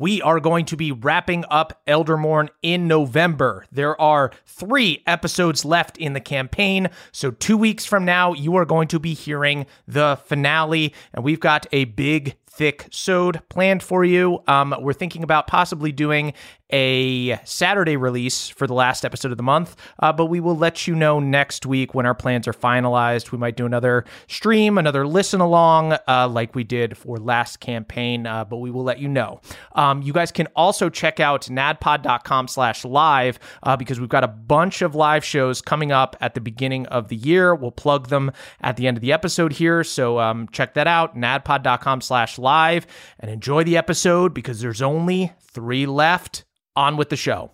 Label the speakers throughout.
Speaker 1: We are going to be wrapping up Eldermorn in November. There are three episodes left in the campaign, so two weeks from now, you are going to be hearing the finale, and we've got a big, thick sode planned for you. Um, we're thinking about possibly doing a Saturday release for the last episode of the month, uh, but we will let you know next week when our plans are finalized. We might do another stream, another listen along, uh, like we did for last campaign, uh, but we will let you know. Um, you guys can also check out nadpod.com slash live uh, because we've got a bunch of live shows coming up at the beginning of the year. We'll plug them at the end of the episode here, so um, check that out, nadpod.com slash live, and enjoy the episode because there's only three left on with the show.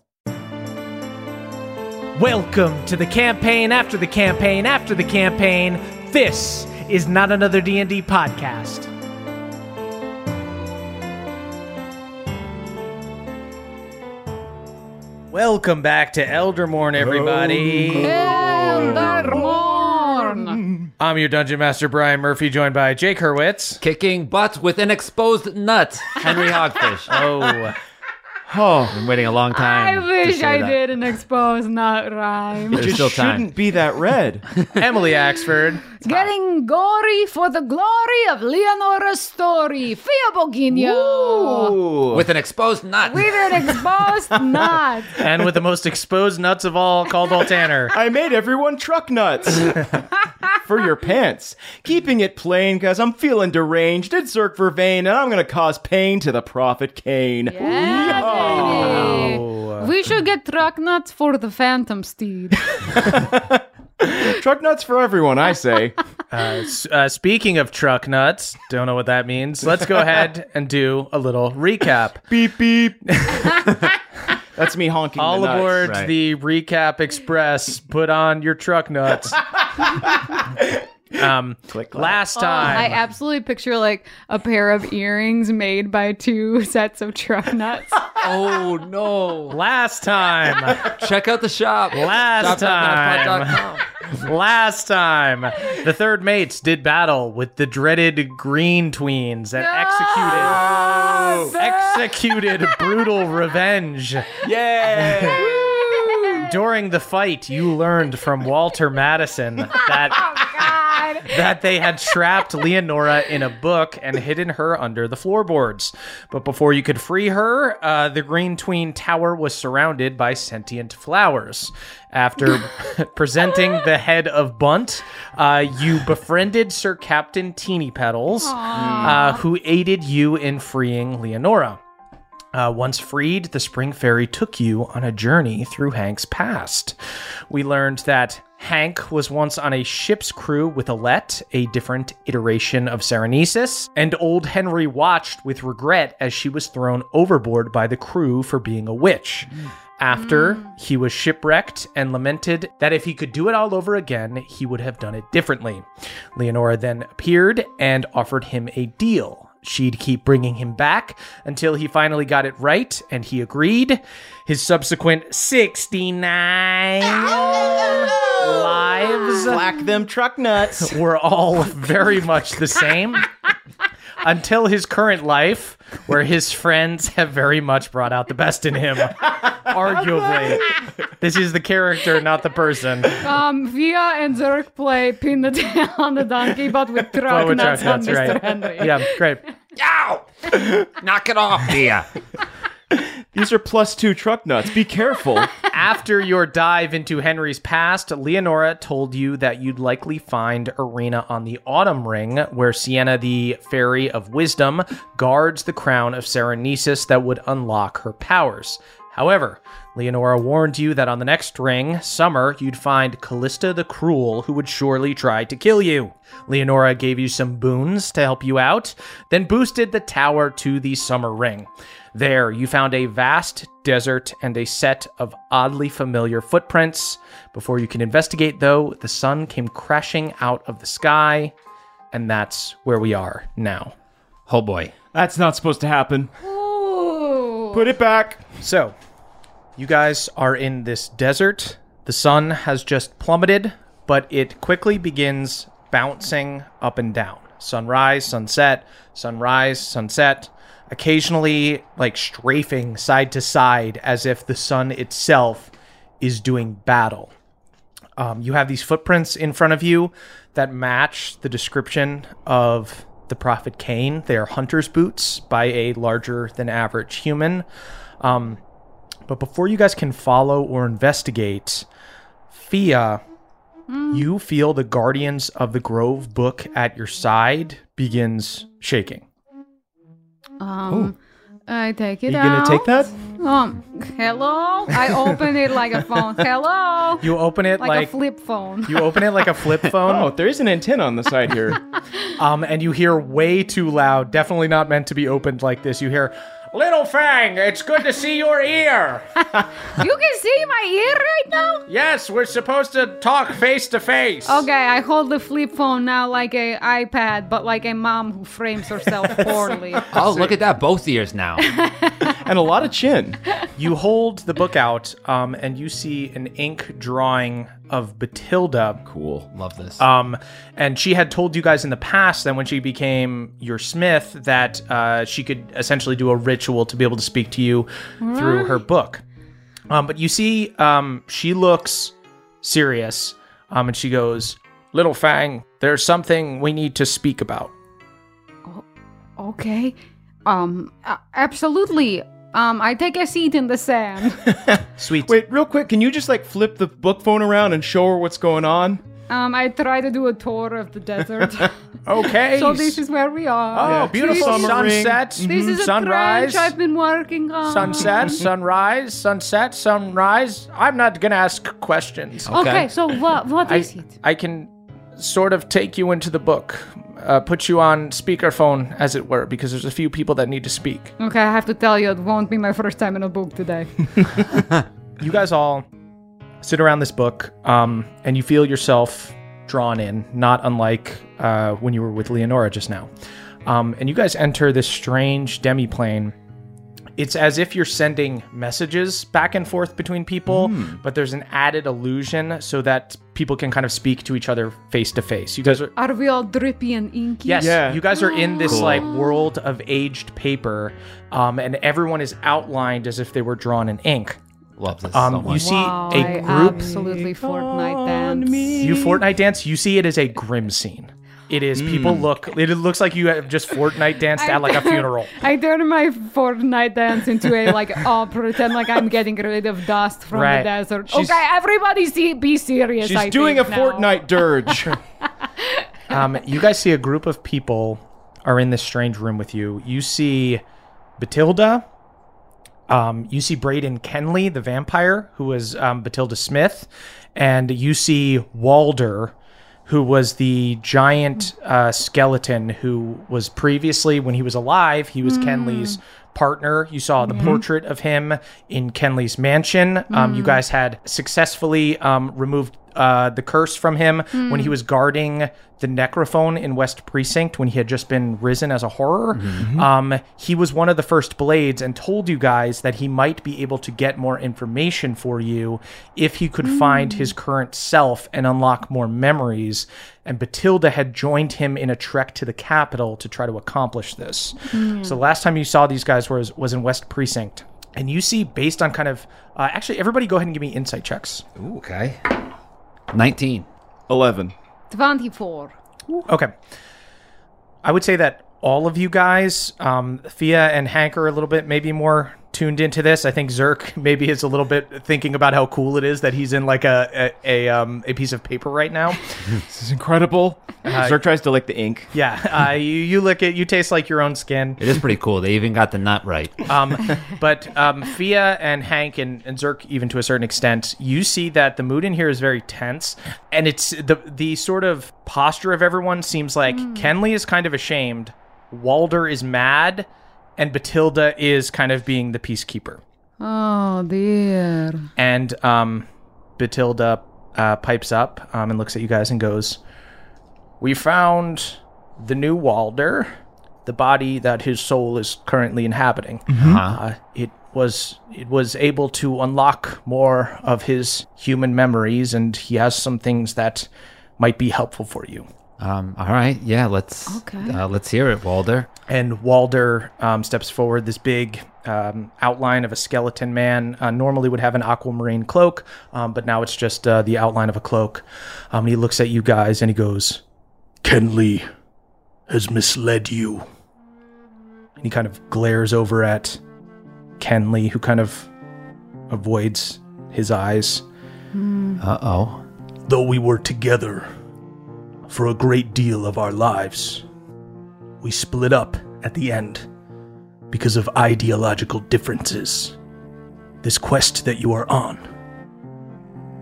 Speaker 1: Welcome to the campaign after the campaign after the campaign. This is not another D&D podcast. Welcome back to Eldermorn everybody. I'm your dungeon master Brian Murphy joined by Jake Hurwitz.
Speaker 2: Kicking butt with an exposed nut, Henry Hogfish.
Speaker 1: Oh.
Speaker 2: I've been waiting a long time.
Speaker 3: I wish I
Speaker 2: that.
Speaker 3: did an expose, not rhyme.
Speaker 2: There's still time.
Speaker 4: shouldn't be that red.
Speaker 1: Emily Axford.
Speaker 3: Getting gory for the glory of Leonora's story. Fia Bourguignon.
Speaker 2: With an exposed nut.
Speaker 3: With an exposed nut.
Speaker 1: and with the most exposed nuts of all, Caldwell Tanner.
Speaker 4: I made everyone truck nuts for your pants. Keeping it plain, cause I'm feeling deranged. It's Zerk Vervain, and I'm gonna cause pain to the prophet Cain.
Speaker 3: Yeah, baby. We should get truck nuts for the Phantom Steed.
Speaker 4: Truck nuts for everyone, I say.
Speaker 1: Uh, speaking of truck nuts, don't know what that means. Let's go ahead and do a little recap.
Speaker 4: beep beep. That's me honking.
Speaker 1: All
Speaker 4: the nuts.
Speaker 1: aboard
Speaker 2: right.
Speaker 1: the Recap Express. Put on your truck nuts. um, last
Speaker 3: Oh, I
Speaker 1: time.
Speaker 3: absolutely picture like a pair of earrings made by two sets of truck nuts.
Speaker 2: oh no.
Speaker 1: Last time.
Speaker 2: Check out the shop.
Speaker 1: Last
Speaker 2: Shop.madpod.com.
Speaker 1: Last time, the third mates did battle with the dreaded green tweens and executed executed brutal revenge.
Speaker 4: Yay!
Speaker 1: During the fight, you learned from Walter Madison that
Speaker 3: God.
Speaker 1: that they had trapped Leonora in a book and hidden her under the floorboards. But before you could free her, uh, the Green Tween Tower was surrounded by sentient flowers. After presenting the head of Bunt, uh, you befriended Sir Captain Teeny Petals, uh, who aided you in freeing Leonora. Uh, once freed, the Spring Fairy took you on a journey through Hank's past. We learned that Hank was once on a ship's crew with Alette, a different iteration of Serenesis, and old Henry watched with regret as she was thrown overboard by the crew for being a witch. after he was shipwrecked and lamented that if he could do it all over again, he would have done it differently. Leonora then appeared and offered him a deal. She'd keep bringing him back until he finally got it right, and he agreed. His subsequent 69 lives
Speaker 4: Black them truck nuts.
Speaker 1: were all very much the same until his current life, where his friends have very much brought out the best in him. Arguably, this is the character, not the person.
Speaker 3: Um, Via and Zerk play pin the tail on the donkey, but with truck
Speaker 1: with
Speaker 3: nuts
Speaker 1: truck
Speaker 3: on
Speaker 1: nuts,
Speaker 3: Mr.
Speaker 1: right.
Speaker 3: Henry.
Speaker 1: Yeah, great.
Speaker 2: Knock it off, Dia.
Speaker 4: These are plus two truck nuts. Be careful.
Speaker 1: After your dive into Henry's past, Leonora told you that you'd likely find Arena on the Autumn Ring, where Sienna, the Fairy of Wisdom, guards the crown of Serenesis that would unlock her powers. However, Leonora warned you that on the next ring, Summer, you'd find Callista the Cruel, who would surely try to kill you. Leonora gave you some boons to help you out, then boosted the tower to the Summer Ring. There, you found a vast desert and a set of oddly familiar footprints. Before you can investigate, though, the sun came crashing out of the sky, and that's where we are now.
Speaker 2: Oh boy.
Speaker 4: That's not supposed to happen.
Speaker 3: Ooh.
Speaker 4: Put it back.
Speaker 1: So, you guys are in this desert. The sun has just plummeted, but it quickly begins bouncing up and down. Sunrise, sunset, sunrise, sunset, occasionally like strafing side to side as if the sun itself is doing battle. Um, you have these footprints in front of you that match the description of the prophet Cain. They are hunter's boots by a larger than average human. Um, but before you guys can follow or investigate, Fia,
Speaker 3: Hmm.
Speaker 1: you feel the Guardians of the Grove book at your side begins shaking.
Speaker 3: Um, I take it
Speaker 4: You
Speaker 3: out.
Speaker 4: gonna take that?
Speaker 3: Um, hello? I open it like a phone. Hello?
Speaker 1: You open it
Speaker 3: like,
Speaker 1: like,
Speaker 3: a flip phone.
Speaker 1: you open it like a flip
Speaker 4: Oh,
Speaker 1: phone,
Speaker 4: there is an antenna on the side here.
Speaker 3: Oh.
Speaker 1: um, and you hear way too loud. Definitely not meant to be opened like this. You hear, "Little Fang, it's good to see your ear."
Speaker 3: you can see my ear right now?
Speaker 1: Yes, we're supposed to talk face to face.
Speaker 3: Okay, I hold the flip phone now like a iPad, but like a mom who frames herself poorly.
Speaker 2: Oh, look at that. Both ears now.
Speaker 4: and a lot of chin.
Speaker 1: You hold the book out, um, and you see an ink drawing of Batilda.
Speaker 4: Cool.
Speaker 2: Love this.
Speaker 1: Um, and she had told you guys in the past that when she became your smith, that uh, she could essentially do a ritual to be able to speak to you through her book. Um, but you see, um, she looks serious, um, and she goes, "Little Fang, there's something we need to speak about."
Speaker 3: Okay. Um, a- absolutely. Um, I take a seat in the sand.
Speaker 1: Sweet.
Speaker 4: Wait, real quick, can you just like flip the book phone around and show her what's going on?
Speaker 3: Um, I try to do a tour of the desert.
Speaker 1: Okay.
Speaker 3: so this is where we
Speaker 1: oh,
Speaker 3: are.
Speaker 4: Yeah.
Speaker 1: beautiful
Speaker 4: Summer ring.
Speaker 1: sunset.
Speaker 3: This
Speaker 1: mhm,
Speaker 3: is a
Speaker 1: sunrise.
Speaker 3: trench I've been working on.
Speaker 1: Sunset, sunrise, sunset, sunrise. I'm not gonna ask questions.
Speaker 3: Okay. so what what
Speaker 1: I,
Speaker 3: is it?
Speaker 1: I can sort of take you into the book, uh, put you on speakerphone, as it were, because there's a few people that need to speak.
Speaker 3: Okay, I have to tell you, it won't be my first time in a book today.
Speaker 1: You guys all sit around this book, um, and you feel yourself drawn in, not unlike uh, when you were with Leonora just now. Um, and you guys enter this strange demi-plane. It's as if you're sending messages back and forth between people, but there's an added illusion so that people can kind of speak to each other face to face. You guys are
Speaker 3: Are we all drippy and inky?
Speaker 1: Yes,
Speaker 4: Yeah.
Speaker 1: you guys are in this like world of aged paper, um, and everyone is outlined as if they were drawn in ink.
Speaker 2: Love this
Speaker 1: Um,
Speaker 2: so
Speaker 1: you
Speaker 2: much.
Speaker 1: see
Speaker 3: Wow,
Speaker 1: a
Speaker 3: I
Speaker 1: group.
Speaker 3: absolutely Fortnite dance.
Speaker 1: You Fortnite dance. You see it as a grim scene. It is people look. It looks like you have just Fortnite danced at like a funeral.
Speaker 3: I turn my Fortnite dance into a like, oh, pretend like I'm getting rid of dust from
Speaker 1: Right.
Speaker 3: the desert.
Speaker 1: She's-
Speaker 3: okay, everybody, see, be serious.
Speaker 4: She's
Speaker 3: I
Speaker 4: doing a
Speaker 3: think, now.
Speaker 4: Fortnite dirge.
Speaker 1: Um, you guys see a group of people are in this strange room with you. You see Batilda. Um, you see Braden Kenley, the vampire, who was um, Batilda Smith, and you see Walder, who was the giant uh, skeleton who was previously, when he was alive, he was Kenley's partner. You saw the portrait of him in Kenley's mansion. Um, you guys had successfully um, removed uh, the curse from him when he was guarding the necrophone in West Precinct when he had just been risen as a horror. Um, he was one of the first blades and told you guys that he might be able to get more information for you if he could find his current self and unlock more memories. And Batilda had joined him in a trek to the capital to try to accomplish this. So the last time you saw these guys was was in West Precinct. And you see, based on kind of, uh, actually, everybody go ahead and give me insight checks.
Speaker 2: Ooh, okay. 19.
Speaker 4: 11.
Speaker 3: 24.
Speaker 1: Okay. I would say that all of you guys, um, Thea and Hank are a little bit maybe more tuned into this. I think Zerk maybe is a little bit thinking about how cool it is that he's in like a a, a, um, a piece of paper right now.
Speaker 4: This is incredible. Zerk tries to lick the ink.
Speaker 1: yeah, uh, you you look at you taste like your own skin.
Speaker 2: It is pretty cool. They even got the nut right.
Speaker 1: Um, but um, Fia and Hank and, and Zerk, even to a certain extent, you see that the mood in here is very tense, and it's the the sort of posture of everyone seems like Kenley is kind of ashamed, Walder is mad, and Batilda is kind of being the peacekeeper.
Speaker 3: Oh, dear.
Speaker 1: And um, Batilda uh, pipes up um, and looks at you guys and goes, We found the new Walder, the body that his soul is currently inhabiting. Uh, it was it was able to unlock more of his human memories, and he has some things that might be helpful for you.
Speaker 2: Um, all right. Yeah, let's
Speaker 3: Okay.
Speaker 2: uh, let's hear it, Walder.
Speaker 1: and Walder um, steps forward. This big um, outline of a skeleton man uh, normally would have an aquamarine cloak, um, but now it's just uh, the outline of a cloak. Um, and he looks at you guys and he goes, "Kenley has misled you." And he kind of glares over at Kenley, who kind of avoids his eyes.
Speaker 2: Uh-oh.
Speaker 1: Though we were together for a great deal of our lives, we split up at the end because of ideological differences. This quest that you are on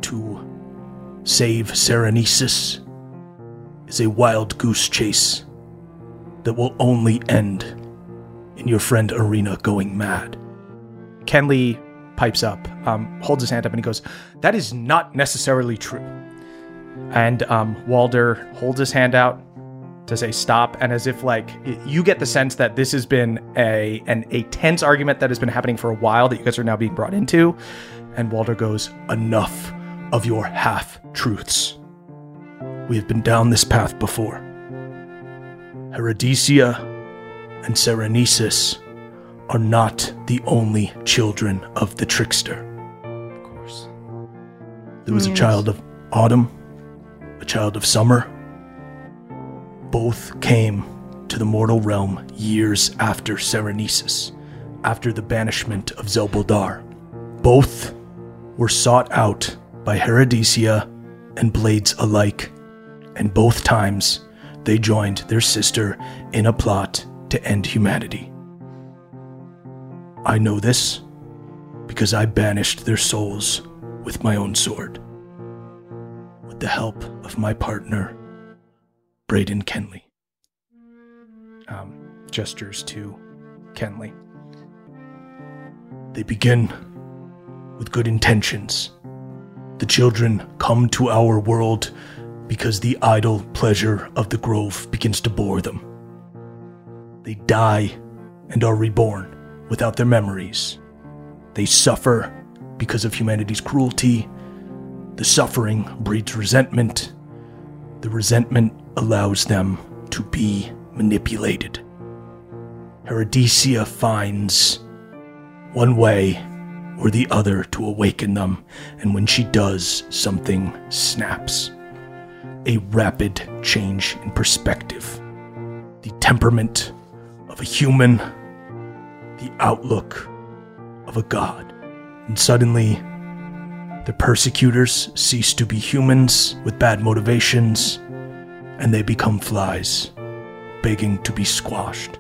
Speaker 1: to save Serenesis is a wild goose chase that will only end in your friend Arena going mad. Kenley pipes up, um, holds his hand up, and he goes, That is not necessarily true. And um, Walder holds his hand out to say stop, and as if like y- you get the sense that this has been a an a tense argument that has been happening for a while that you guys are now being brought into. And Walder goes, "Enough of your half truths. We have been down this path before. Herodesia and Serenesis are not the only children of the trickster."
Speaker 2: Of course.
Speaker 1: There was a child of autumn, a child of summer. Both came to the mortal realm years after Serenesis, after the banishment of Zelboldar. Both were sought out by Herodesia and Blades alike, and both times they joined their sister in a plot to end humanity. I know this because I banished their souls with my own sword. With the help of my partner, Braden Kenley. Um, gestures to Kenley. They begin with good intentions. The children come to our world because the idle pleasure of the grove begins to bore them. They die and are reborn without their memories. They suffer because of humanity's cruelty. The suffering breeds resentment. The resentment allows them to be manipulated. Herodesia finds one way or the other to awaken them, and when she does, something snaps. A rapid change in perspective. The temperament of a human, the outlook of a god. And suddenly, the persecutors cease to be humans with bad motivations, and they become flies, begging to be squashed.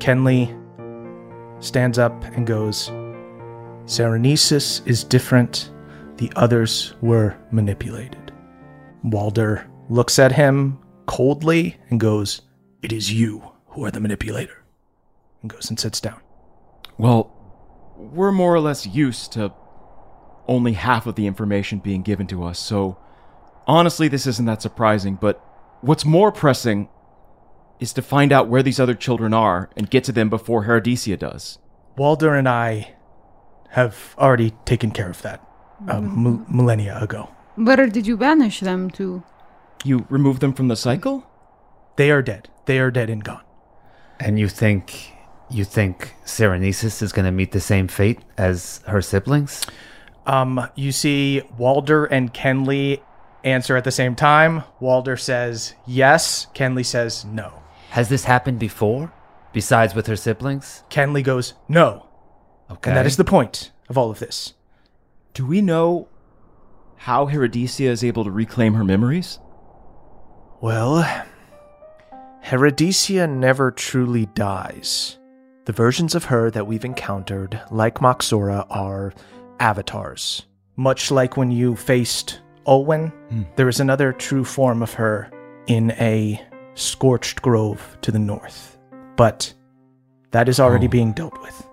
Speaker 1: Kenley stands up and goes, Serenesis is different. The others were manipulated. Walder looks at him coldly and goes, It is you who are the manipulator. and goes and sits down.
Speaker 4: Well, we're more or less used to only half of the information being given to us, so honestly, this isn't that surprising. But what's more pressing is to find out where these other children are and get to them before Herodesia does.
Speaker 1: Walder and I have already taken care of that uh, mil- millennia ago.
Speaker 3: Where did you banish them to?
Speaker 4: You remove them from the cycle?
Speaker 1: They are dead. They are dead and gone.
Speaker 5: And you think you think Serenesis is going to meet the same fate as her siblings?
Speaker 1: Um, you see Walder and Kenley answer at the same time. Walder says yes. Kenley says no.
Speaker 5: Has this happened before? Besides with her siblings?
Speaker 1: Kenley goes no.
Speaker 5: Okay.
Speaker 1: And that is the point of all of this.
Speaker 4: Do we know how Herodesia is able to reclaim her memories?
Speaker 1: Well, Herodesia never truly dies. The versions of her that we've encountered, like Moxora, are avatars. Much like when you faced Olwen, there is another true form of her in a scorched grove to the north. But that is already
Speaker 4: Oh.
Speaker 1: being dealt with.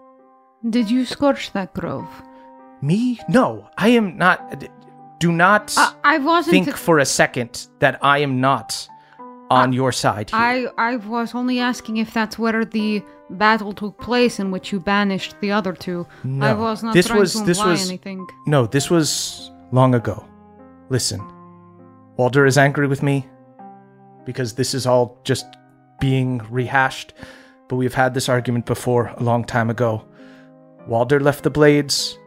Speaker 3: Did you scorch that grove?
Speaker 1: Me? No, I am not. Do not
Speaker 3: Ah, I, I wasn't.
Speaker 1: think for a second that I am not on your side here.
Speaker 3: Ah, I I was only asking if that's where the battle took place in which you banished the other two. I
Speaker 1: No.
Speaker 3: was not
Speaker 1: This
Speaker 3: trying
Speaker 1: was-
Speaker 3: to imply
Speaker 1: this was-
Speaker 3: anything.
Speaker 1: No, this was long ago. Listen, Walder is angry with me because this is all just being rehashed, but we've had this argument before a long time ago. Walder left the Blades,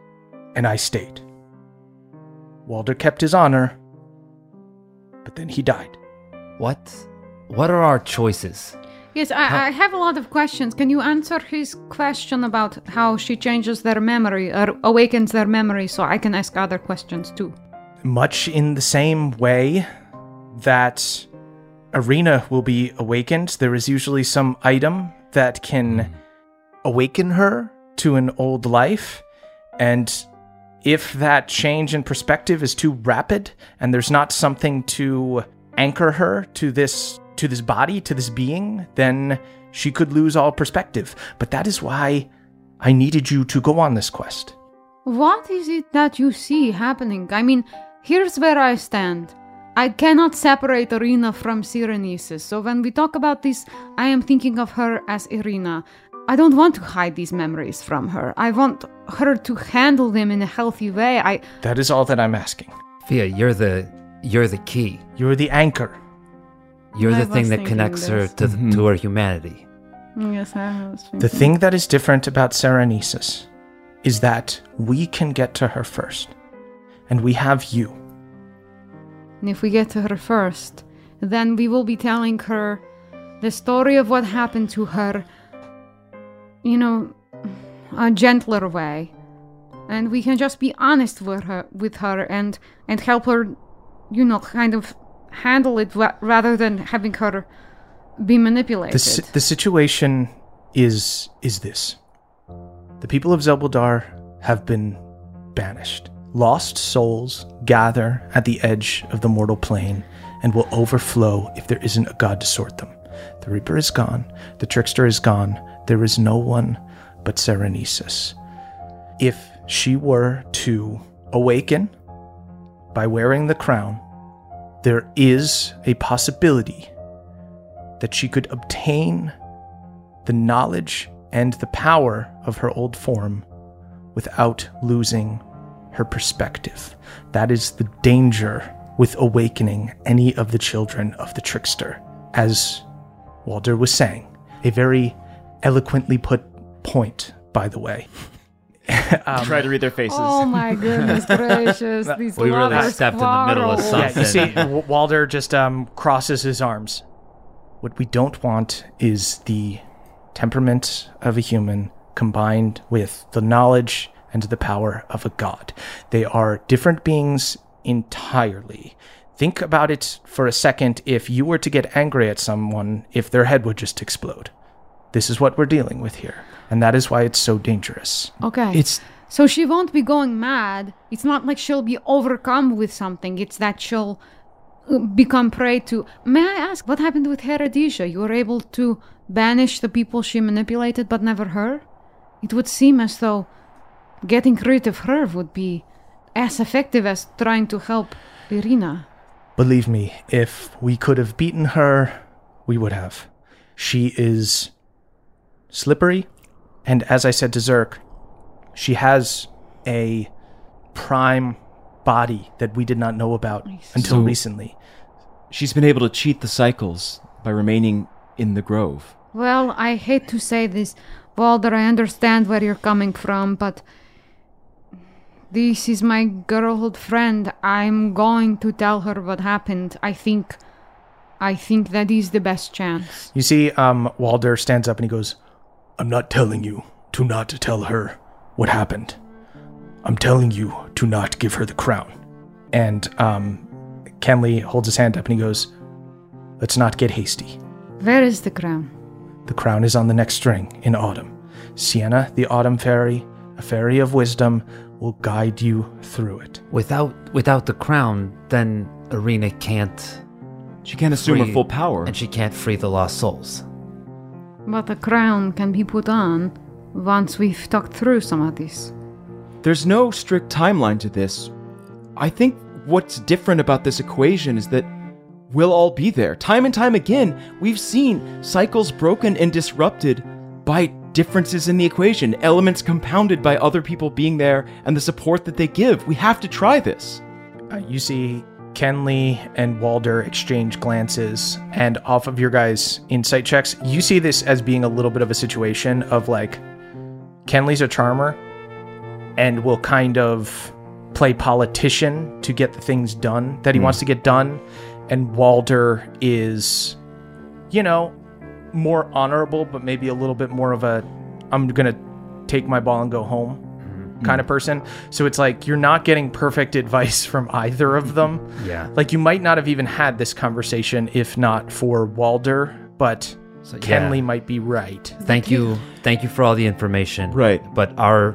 Speaker 1: and I stayed. Walder kept his honor, but then he died.
Speaker 5: what? What are our choices?
Speaker 3: Yes, I, I have a lot of questions. Can you answer his question about how she changes their memory or awakens their memory so I can ask other questions too?
Speaker 1: Much in the same way that Arena will be awakened, there is usually some item that can awaken her to an old life. And if that change in perspective is too rapid and there's not something to anchor her to this to this body, to this being, then she could lose all perspective. But that is why I needed you to go on this quest.
Speaker 3: What is it that you see happening? I mean, here's where I stand. I cannot separate Irina from Cyrenesis, so when we talk about this, I am thinking of her as Irina. I don't want to hide these memories from her. I want her to handle them in a healthy way. I
Speaker 1: That is all that I'm asking.
Speaker 5: Fia, you're the you're the key.
Speaker 1: You're the anchor.
Speaker 5: You're
Speaker 3: I
Speaker 5: the thing
Speaker 3: was
Speaker 5: that
Speaker 3: thinking
Speaker 5: connects her
Speaker 3: this.
Speaker 5: to to
Speaker 4: Mm-hmm.
Speaker 5: her humanity.
Speaker 3: yes, I was
Speaker 1: The thing that is different about Serenesis is that we can get to her first. And we have you.
Speaker 3: And if we get to her first, then we will be telling her the story of what happened to her, you know, a gentler way. And we can just be honest with her, with her and, and help her, you know, kind of handle it ra- rather than having her be manipulated.
Speaker 1: The, si- the situation is is this. The people of Zelbaldar have been banished. Lost souls gather at the edge of the mortal plane and will overflow if there isn't a god to sort them. The Reaper is gone, the Trickster is gone, there is no one but Serenesis. If she were to awaken by wearing the crown, there is a possibility that she could obtain the knowledge and the power of her old form without losing her perspective. That is the danger with awakening any of the children of the trickster. As Walder was saying, a very eloquently put point, by the way. Um,
Speaker 4: Try to read their faces.
Speaker 3: oh my goodness gracious! These
Speaker 5: We really
Speaker 3: lovers
Speaker 5: stepped in the middle of
Speaker 3: quarrel.
Speaker 5: something.
Speaker 1: Yeah, you see, W- Walder just um, crosses his arms. What we don't want is the temperament of a human combined with the knowledge and the power of a god. They are different beings entirely. Think about it for a second. If you were to get angry at someone, if their head would just explode. This is what we're dealing with here, and that is why it's so dangerous.
Speaker 3: Okay.
Speaker 4: It's
Speaker 3: So she won't be going mad. It's not like she'll be overcome with something. It's that she'll become prey to. May I ask what happened with Herodesia? You were able to banish the people she manipulated, but never her? It would seem as though getting rid of her would be as effective as trying to help Irina.
Speaker 1: Believe me, if we could have beaten her, we would have. She is slippery, and as I said to Zerk, she has a prime body that we did not know about until
Speaker 4: So-
Speaker 1: recently.
Speaker 4: She's been able to cheat the cycles by remaining in the grove.
Speaker 3: Well, I hate to say this, Walder, I understand where you're coming from, but this is my girlhood friend. I'm going to tell her what happened. I think I think that is the best chance.
Speaker 1: You see, um, Walder stands up and he goes, I'm not telling you to not tell her what happened. I'm telling you to not give her the crown. And um, Kenley holds his hand up and he goes, Let's not get hasty.
Speaker 3: Where is the crown?
Speaker 1: The crown is on the next string in autumn. Sienna, the autumn fairy, a fairy of wisdom, will guide you through it.
Speaker 2: Without without the crown, then Arena can't
Speaker 4: She can't assume
Speaker 2: free-
Speaker 4: her full power.
Speaker 2: and she can't free the lost souls.
Speaker 3: But a crown can be put on once we've talked through some of this.
Speaker 4: There's no strict timeline to this. I think what's different about this equation is that we'll all be there. Time and time again, we've seen cycles broken and disrupted by differences in the equation, elements compounded by other people being there and the support that they give. We have to try this.
Speaker 1: Uh, you see Kenley and Walder exchange glances, and off of your guys' insight checks, you see this as being a little bit of a situation of like Kenley's a charmer and will kind of play politician to get the things done
Speaker 2: Hmm.
Speaker 1: that he wants to get done, and Walder is, you know, more honorable, but maybe a little bit more of a I'm gonna take my ball and go home
Speaker 2: Hmm.
Speaker 1: kind of person. So it's like you're not getting perfect advice from either of them.
Speaker 2: Yeah.
Speaker 1: Like you might not have even had this conversation if not for Walder, but
Speaker 2: So,
Speaker 1: Kenley
Speaker 2: yeah.
Speaker 1: might be right.
Speaker 2: Thank you, thank you for all the information.
Speaker 4: Right.
Speaker 2: But our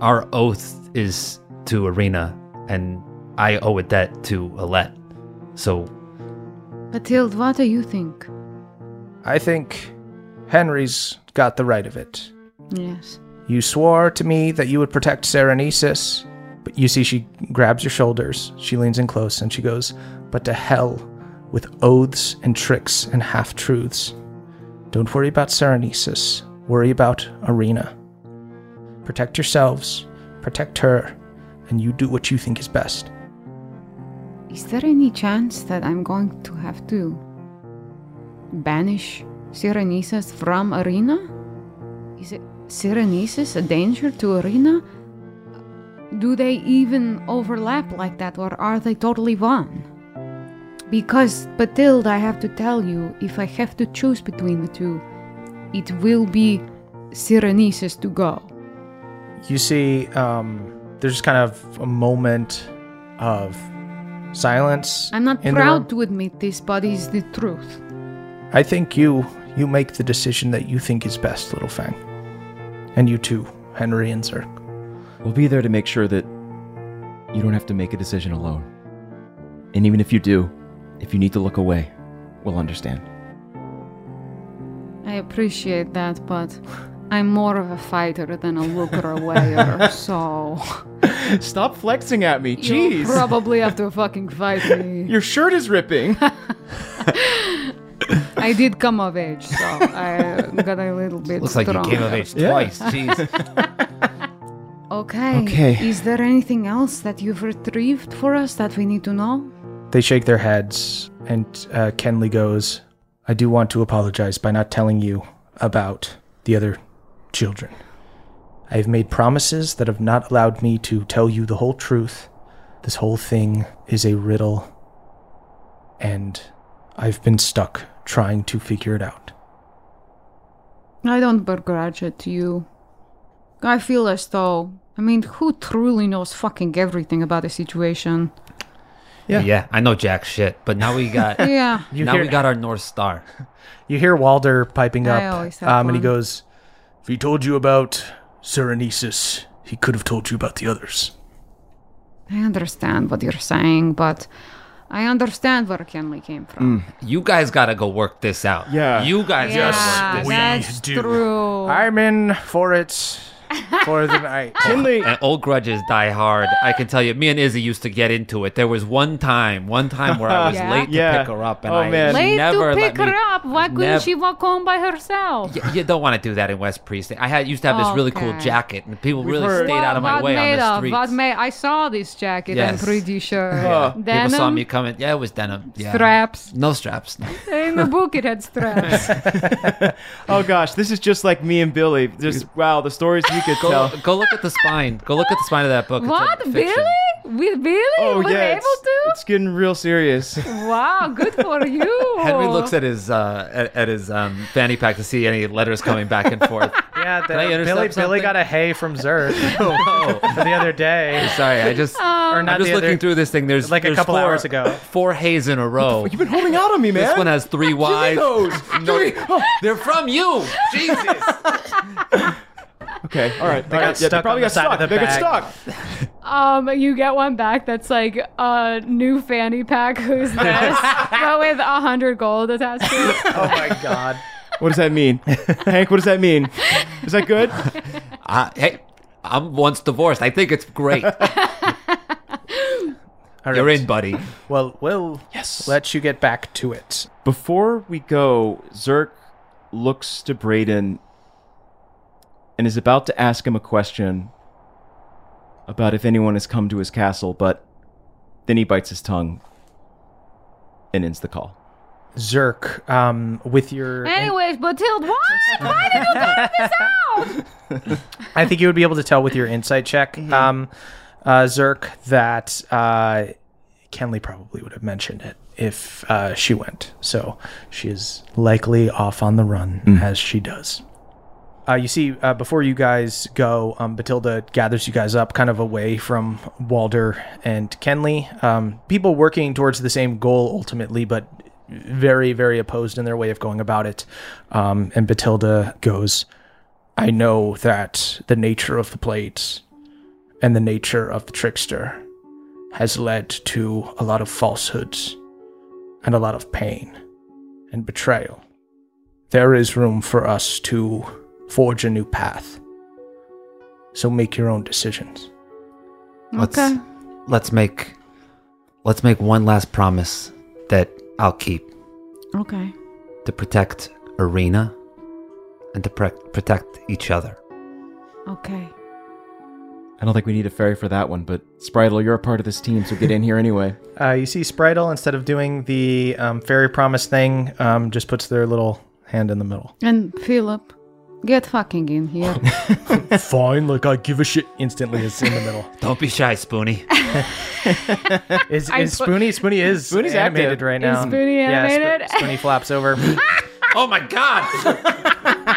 Speaker 2: our oath is to Arena, and I owe it that to Alette. So
Speaker 3: Mathilde, what do you think?
Speaker 1: I think Henry's got the right of it.
Speaker 3: Yes.
Speaker 1: You swore to me that you would protect Serenesis, but you see, she grabs your shoulders, she leans in close, and she goes, But to hell with oaths and tricks and half truths. Don't worry about Serenesis, worry about Arena. Protect yourselves, protect her, and you do what you think is best.
Speaker 3: Is there any chance that I'm going to have to banish Cyrenesis from Arena? Is it Cyrenesis a danger to Arena? Do they even overlap like that, or are they totally one? Because, Batilde, I have to tell you, if I have to choose between the two, it will be Cyrenesis to go.
Speaker 1: You see, um, there's kind of a moment of silence.
Speaker 3: I'm not
Speaker 1: in the room.
Speaker 3: proud to admit this, but it's the truth.
Speaker 1: I think you you make the decision that you think is best, little Fang. And you too, Henry and Zerk.
Speaker 4: We'll be there to make sure that you don't have to make a decision alone. And even if you do, if you need to look away, we'll understand.
Speaker 3: I appreciate that, but I'm more of a fighter than a looker awayer, so
Speaker 4: Stop flexing at me.
Speaker 3: you probably have to fucking fight me.
Speaker 4: Your shirt is ripping.
Speaker 3: I did come of age, so I got a little bit
Speaker 2: looks like you
Speaker 3: stronger.
Speaker 2: came of age twice. Jeez.
Speaker 3: Okay.
Speaker 4: Okay.
Speaker 3: Is there anything else that you've retrieved for us that we need to know?
Speaker 1: They shake their heads, and uh, Kenley goes, "I do want to apologize by not telling you about the other children. I have made promises that have not allowed me to tell you the whole truth. This whole thing is a riddle, and I've been stuck trying to figure it out."
Speaker 3: I don't begrudge it to you. I feel as though, I mean, who truly knows fucking everything about a situation?
Speaker 2: yeah. I know jack shit, but now we got
Speaker 3: Yeah.
Speaker 1: You
Speaker 2: now
Speaker 1: hear-
Speaker 2: we got our north star.
Speaker 1: You hear Walder piping
Speaker 3: I
Speaker 1: up,
Speaker 3: always have
Speaker 1: um, and he
Speaker 3: one.
Speaker 1: goes, "If he told you about Serenesis, he could have told you about the others."
Speaker 3: I understand what you're saying, but I understand where Kenley came from.
Speaker 2: You guys gotta go work this out.
Speaker 4: Yeah.
Speaker 2: You guys gotta
Speaker 3: yeah,
Speaker 2: work this out.
Speaker 3: that's true.
Speaker 1: I'm in for it for the night.
Speaker 4: Kinley,
Speaker 2: And old grudges die hard. I can tell you, me and Izzy used to get into it. There was one time, one time where I was
Speaker 3: Yeah.
Speaker 2: late to
Speaker 4: Yeah.
Speaker 2: pick her up, and
Speaker 4: Oh,
Speaker 2: I
Speaker 4: man.
Speaker 2: she
Speaker 3: Late
Speaker 2: never
Speaker 3: to pick
Speaker 2: let me.
Speaker 3: her up. Why couldn't
Speaker 2: Nev-
Speaker 3: she walk home by herself?
Speaker 2: Y- You don't want to do that in West Priest. I had used to have this really cool
Speaker 3: Okay.
Speaker 2: jacket, and people really
Speaker 4: heard-
Speaker 2: stayed out of my
Speaker 3: What
Speaker 2: way on
Speaker 3: made
Speaker 2: the
Speaker 3: of?
Speaker 2: streets.
Speaker 3: What made? I saw this jacket. I'm
Speaker 2: Yes.
Speaker 3: pretty sure. Denim
Speaker 2: People saw me coming. Yeah, it was denim. Yeah.
Speaker 3: straps.
Speaker 2: No straps. No.
Speaker 3: In the book, it had straps.
Speaker 4: oh gosh, this is just like me and Billy. Just wow, the stories you could
Speaker 2: Go,
Speaker 4: tell.
Speaker 2: go look at the spine. Go look at the spine of that book. It's a
Speaker 3: what,
Speaker 2: fiction.
Speaker 3: Billy? With Billy,
Speaker 4: Oh
Speaker 3: was
Speaker 4: yeah,
Speaker 3: able
Speaker 4: it's,
Speaker 3: to.
Speaker 4: it's getting real serious.
Speaker 3: Wow, good for you.
Speaker 2: Henry looks at his uh, at, at his um, fanny pack to see any letters coming back and forth.
Speaker 1: Yeah,
Speaker 2: I
Speaker 1: the, Billy,
Speaker 2: intercept
Speaker 1: Billy
Speaker 2: something?
Speaker 1: got a hay from Zerk
Speaker 2: oh,
Speaker 1: the other day.
Speaker 2: sorry, I just
Speaker 1: Or
Speaker 2: I'm
Speaker 1: not
Speaker 2: just
Speaker 1: the other-
Speaker 2: looking through this thing. There's
Speaker 1: like a
Speaker 2: there's
Speaker 1: couple
Speaker 2: four,
Speaker 1: hours ago.
Speaker 2: Four hays in a row.
Speaker 4: You've been holding out on me, man.
Speaker 2: This one has three Y's.
Speaker 4: those.
Speaker 2: No, they're from you. Jesus.
Speaker 4: Okay, all right. They
Speaker 1: got stuck
Speaker 4: probably
Speaker 1: on the
Speaker 4: got
Speaker 1: side of
Speaker 4: stuck.
Speaker 1: the
Speaker 4: they
Speaker 1: bag.
Speaker 4: got stuck.
Speaker 3: Um, you get one back that's like a new fanny pack. Who's this? but with a hundred gold attached to it.
Speaker 1: Oh my god.
Speaker 4: What does that mean, Hank? What does that mean? Is that good?
Speaker 2: I, Uh, hey, I'm once divorced. I think it's great.
Speaker 1: All
Speaker 2: You're
Speaker 1: right.
Speaker 2: in, buddy.
Speaker 1: Well, we'll yes. let you get back to it.
Speaker 4: Before we go, Zerk looks to Brayden and is about to ask him a question about if anyone has come to his castle, but then he bites his tongue and ends the call.
Speaker 1: Zerk, um, with your.
Speaker 3: Anyways, Batilde, what? Why did you find this out?
Speaker 1: I think you would be able to tell with your insight check, um, uh, Zerk, that uh, Kenley probably would have mentioned it if uh, she went. So she is likely off on the run as she does. Uh, you see, uh, before you guys go, um, Batilda gathers you guys up kind of away from Walder and Kenley. Um, people working towards the same goal ultimately, but very, very opposed in their way of going about it. Um, and Batilda goes, I know that the nature of the plate and the nature of the trickster has led to a lot of falsehoods and a lot of pain and betrayal. There is room for us to forge a new path. So make your own decisions.
Speaker 2: Let's let's make let's make one last promise that I'll keep
Speaker 3: Okay.
Speaker 2: to protect Arena and to pre- protect each other.
Speaker 3: Okay.
Speaker 4: I don't think we need a fairy for that one, but Spritel, you're a part of this team, so get in here anyway.
Speaker 1: Uh, you see, Spritel, instead of doing the um, fairy promise thing, um, just puts their little hand in the middle.
Speaker 3: And Philip, get fucking in here.
Speaker 1: Fine, like I give a shit. Instantly, it's in the middle.
Speaker 2: Don't be shy, Spoonie.
Speaker 1: Is,
Speaker 3: I
Speaker 1: is
Speaker 3: put-
Speaker 1: Spoonie? Spoonie is
Speaker 4: Spoonie's
Speaker 1: animated
Speaker 4: active.
Speaker 1: right now.
Speaker 3: Spoonie
Speaker 1: Yeah,
Speaker 3: animated?
Speaker 1: Sp- Spoonie flaps over.
Speaker 2: oh my god.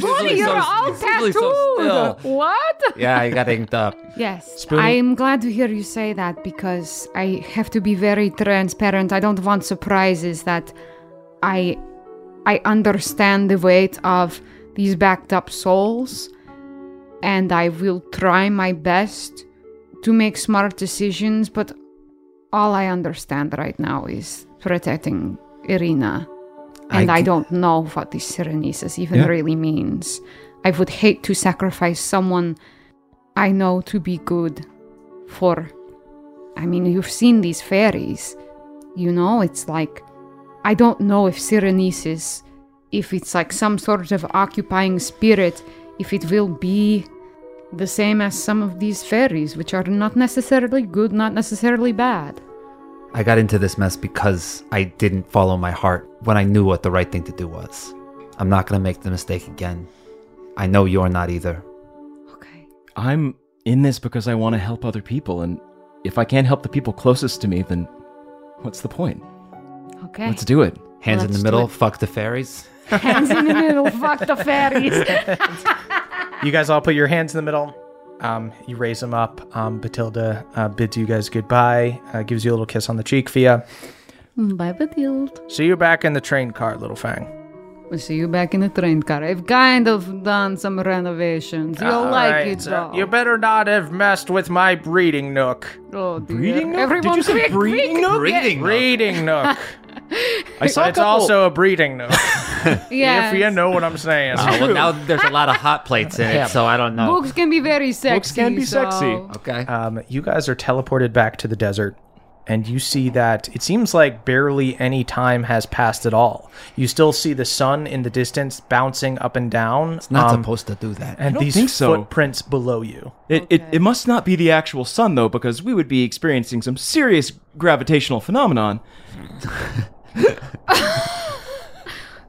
Speaker 3: Buddy, you're all tattooed. What?
Speaker 2: Yeah, I got inked up.
Speaker 3: Yes.
Speaker 1: Spoonie-
Speaker 3: I'm glad to hear you say that because I have to be very transparent. I don't want surprises that I I understand the weight of these backed up souls and I will try my best to make smart decisions, but all I understand right now is protecting Irina. And I,
Speaker 2: I-
Speaker 3: don't know what this Serenesis even really means. I would hate to sacrifice someone I know to be good for. I mean, you've seen these fairies. You know, it's like. I don't know if Serenesis, if it's like some sort of occupying spirit, if it will be the same as some of these fairies, which are not necessarily good, not necessarily bad.
Speaker 2: I got into this mess because I didn't follow my heart when I knew what the right thing to do was. I'm not going to make the mistake again. I know you're not either.
Speaker 3: Okay.
Speaker 4: I'm in this because I want to help other people, and if I can't help the people closest to me, then what's the point?
Speaker 3: Okay.
Speaker 4: Let's do it.
Speaker 2: Hands in
Speaker 3: Let's
Speaker 2: the
Speaker 3: do
Speaker 2: middle,
Speaker 3: it.
Speaker 2: fuck the fairies.
Speaker 3: Hands in the middle, fuck the fairies.
Speaker 1: You guys all put your hands in the middle. Um, you raise them up. Um, Batilda uh, bids you guys goodbye, uh, gives you a little kiss on the cheek, Fia.
Speaker 3: Bye, Batilde.
Speaker 1: See you back in the train car, little Fang.
Speaker 3: We'll see you back in the train car. I've kind of done some renovations. You'll
Speaker 6: All
Speaker 3: like
Speaker 6: right,
Speaker 3: it
Speaker 4: Uh,
Speaker 6: so
Speaker 3: though.
Speaker 6: You better not have messed with my breeding nook.
Speaker 3: oh, dear.
Speaker 4: Breeding nook? Did
Speaker 3: Everyone
Speaker 4: you say
Speaker 3: quick,
Speaker 4: breeding
Speaker 3: quick.
Speaker 4: nook?
Speaker 7: Breeding.
Speaker 6: Breeding nook.
Speaker 4: I saw a
Speaker 6: it's
Speaker 4: couple-
Speaker 6: also a breeding nook.
Speaker 3: Yes.
Speaker 6: If you know what I'm saying.
Speaker 7: Uh, well, now there's a lot of hot plates in it, so I don't know.
Speaker 3: Books can be very sexy.
Speaker 4: can be
Speaker 3: so-
Speaker 4: sexy.
Speaker 7: Okay.
Speaker 2: Uh,
Speaker 1: Um, you guys are teleported back to the desert, and you see that it seems like barely any time has passed at all. You still see the sun in the distance bouncing up and down. It's
Speaker 2: Not supposed to do that.
Speaker 1: and
Speaker 4: don't
Speaker 1: these
Speaker 4: think so.
Speaker 1: footprints below you.
Speaker 4: It, it, it must not be the actual sun, though, because we would be experiencing some serious gravitational phenomenon.